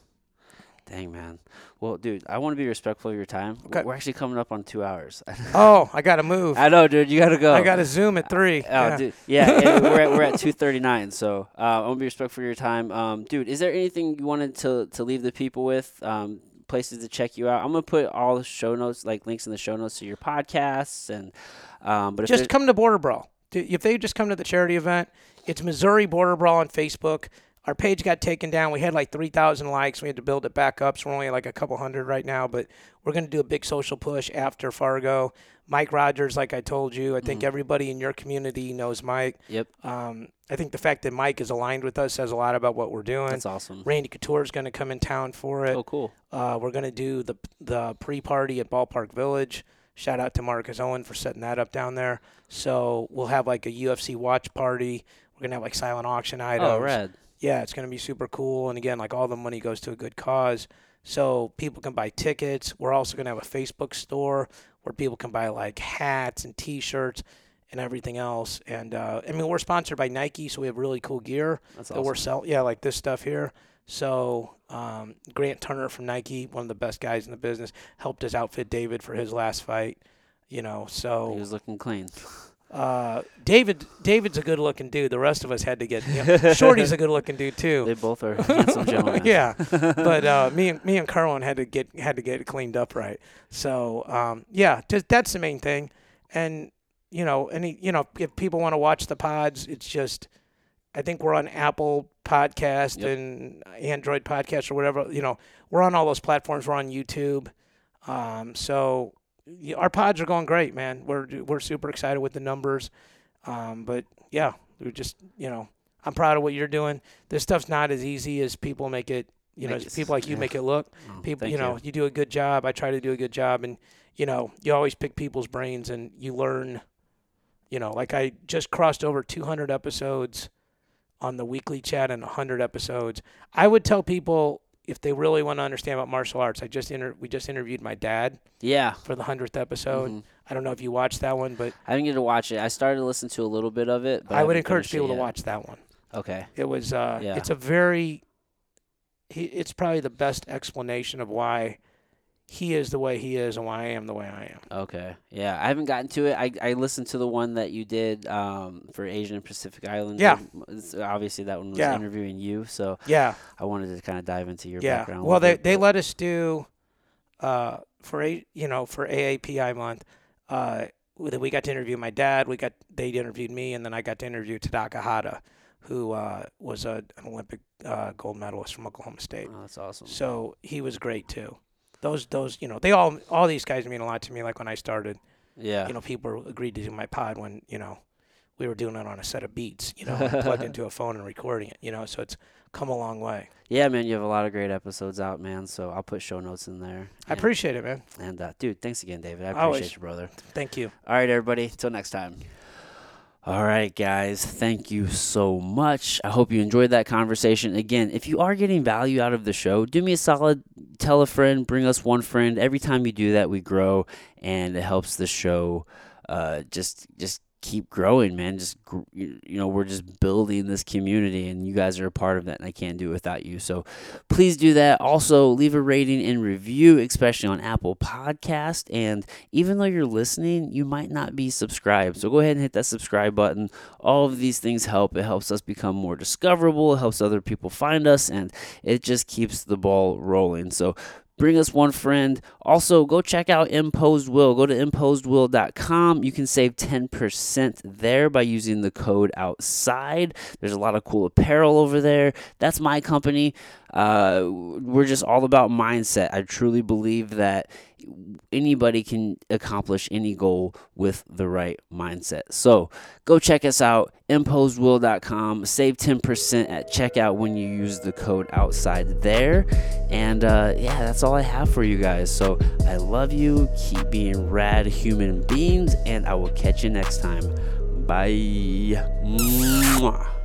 S1: Dang, man. Well, dude, I want to be respectful of your time. W-
S2: Okay.
S1: We're actually coming up on two hours. *laughs*
S2: oh, I got to move. I,
S1: I know, dude. You got to go.
S2: got to zoom at three.
S1: *laughs* Oh,
S2: yeah.
S1: dude. Yeah, and we're at, we're
S2: *laughs*
S1: at 239. So uh, I want to be respectful of your time. Um, dude, is there anything you wanted to, to leave the people with? Um, places to check you out? I'm going to put all the show notes, like links in the show notes to your podcasts. and um, but if
S2: just
S1: there-
S2: come to Border Brawl. D- If they just come to the charity event, it's Missouri Border Brawl on Facebook. Our page got taken down. We had like 3,000 likes. We had to build it back up. So we're only like a couple hundred right now, but we're going to do a big social push after Fargo. Mike Rogers, like I told you, I think
S1: Mm-hmm.
S2: everybody in your community knows Mike.
S1: Yep,
S2: Um, I think the fact that Mike is aligned with us says a lot about what we're doing.
S1: that's awesome.
S2: Randy Couture is going to come in town for it.
S1: Oh, cool.
S2: Uh, we're going to do the the pre party at Ballpark Village. Shout out to Marcus Owen for setting that up down there. So we'll have like a UFC watch party. We're gonna have like silent auction items.
S1: Oh, red.
S2: Yeah, it's gonna be super cool. And again, like all the money goes to a good cause, so people can buy tickets. We're also gonna have a Facebook store where people can buy like hats and T-shirts and everything else. And uh, I mean, we're sponsored by Nike, so we have really cool gear
S1: That's
S2: that we're
S1: awesome.
S2: selling. Yeah, like this stuff here. So um, Grant Turner from Nike, one of the best guys in the business, helped us outfit David for his last fight. You know,
S1: He
S2: so
S1: was looking
S2: *laughs*
S1: clean.
S2: uh, David David's a good looking dude. The rest of us had to get you
S1: *laughs*
S2: know, Shorty's a good looking dude
S1: They
S2: too.
S1: both
S2: *laughs*
S1: are handsome *laughs* gentlemen.
S2: yeah, but uh, me and me and Carlin had to get had to get it cleaned up right. So um, yeah, just, that's the main thing. And you know, any you know, if people want to watch the pods, it's just I think we're on Apple Podcast
S1: Yep.
S2: and Android Podcast or whatever. You know, we're on all those platforms. We're on YouTube. Um, so y- our pods are going great, man. We're we're super excited with the numbers. Um, but yeah, we're just you know, I'm proud of what you're doing. This stuff's not as easy as people make it. You know,
S1: Make
S2: as
S1: it-
S2: people like you
S1: yeah.
S2: make it look.
S1: Oh,
S2: People,
S1: thank
S2: you know, you. do a good job. I try to do a good job, and you know, you always pick people's brains, and you learn. You know, like I just crossed over 200 episodes on the weekly chat and 100 episodes. I would tell people if they really want to understand about martial arts. I just inter- we just interviewed my dad
S1: Yeah.
S2: for the hundredth episode.
S1: Mhm.
S2: I don't know if you watched that one, but
S1: I didn't get to watch it. I started to listen to a little bit of it. But
S2: I would
S1: haven't
S2: encourage
S1: finished it
S2: people to
S1: yet.
S2: watch that one.
S1: Okay.
S2: It was uh,
S1: Yeah.
S2: it's a very he, it's probably the best explanation of why he is the way he is and why I am the way I am.
S1: Okay. Yeah, I haven't gotten to it. I, I listened to the one that you did um, for Asian and Pacific Islands.
S2: Yeah.
S1: It's- Obviously, that one was
S2: Yeah.
S1: interviewing you, so
S2: Yeah,
S1: I wanted to kind of dive into your
S2: yeah.
S1: background. a
S2: Well, they
S1: little bit,
S2: they
S1: but-
S2: let us do uh, for a you know for AAPI month. Uh, we we got to interview my dad. We got they interviewed me, and then I got to interview Tadaka Hata, who uh, was a, an Olympic uh, gold medalist from Oklahoma State.
S1: Oh, that's awesome.
S2: So he was great too. Those those you know they all all these guys mean a lot to me. Like when I started,
S1: Yeah.
S2: you know, people agreed to do my pod when you know we were doing it on a set of beats, you know,
S1: *laughs*
S2: and plugged into a phone and recording it. You know, so it's come a long way.
S1: yeah, man, you have a lot of great episodes out, man. So I'll put show notes in there.
S2: I appreciate it, man.
S1: And uh, dude, thanks again, David. I appreciate
S2: Always.
S1: you, brother.
S2: Thank you.
S1: All right, everybody. Till next time. All right, guys. Thank you so much. I hope you enjoyed that conversation. Again, if you are getting value out of the show, do me a solid. Tell a friend. Bring us one friend. Every time you do that, we grow, and it helps the show. Uh, just just keep growing, man. Just gr- you you know, we're just building this community, and you guys are a part of that, and I can't do it without you. So please do that. Also, leave a rating and review, especially on Apple Podcast. And even though you're listening, you might not be subscribed. So go ahead and hit that subscribe button. All of these things help. It helps us become more discoverable, it helps other people find us, and it just keeps the ball rolling. So Bring us one friend. Also, go check out Imposed Will. Go to imposedwill.com. You can save 10% there by using the code outside. There's a lot of cool apparel over there. That's my company. Uh, we're just all about mindset. I truly believe that anybody can accomplish any goal with the right mindset. So go check us out, imposedwill.com. Save 10% at checkout when you use the code outside there. And uh, yeah, that's all I have for you guys. So I love you. Keep being rad human beings, and I will catch you next time. Bye. Mwah.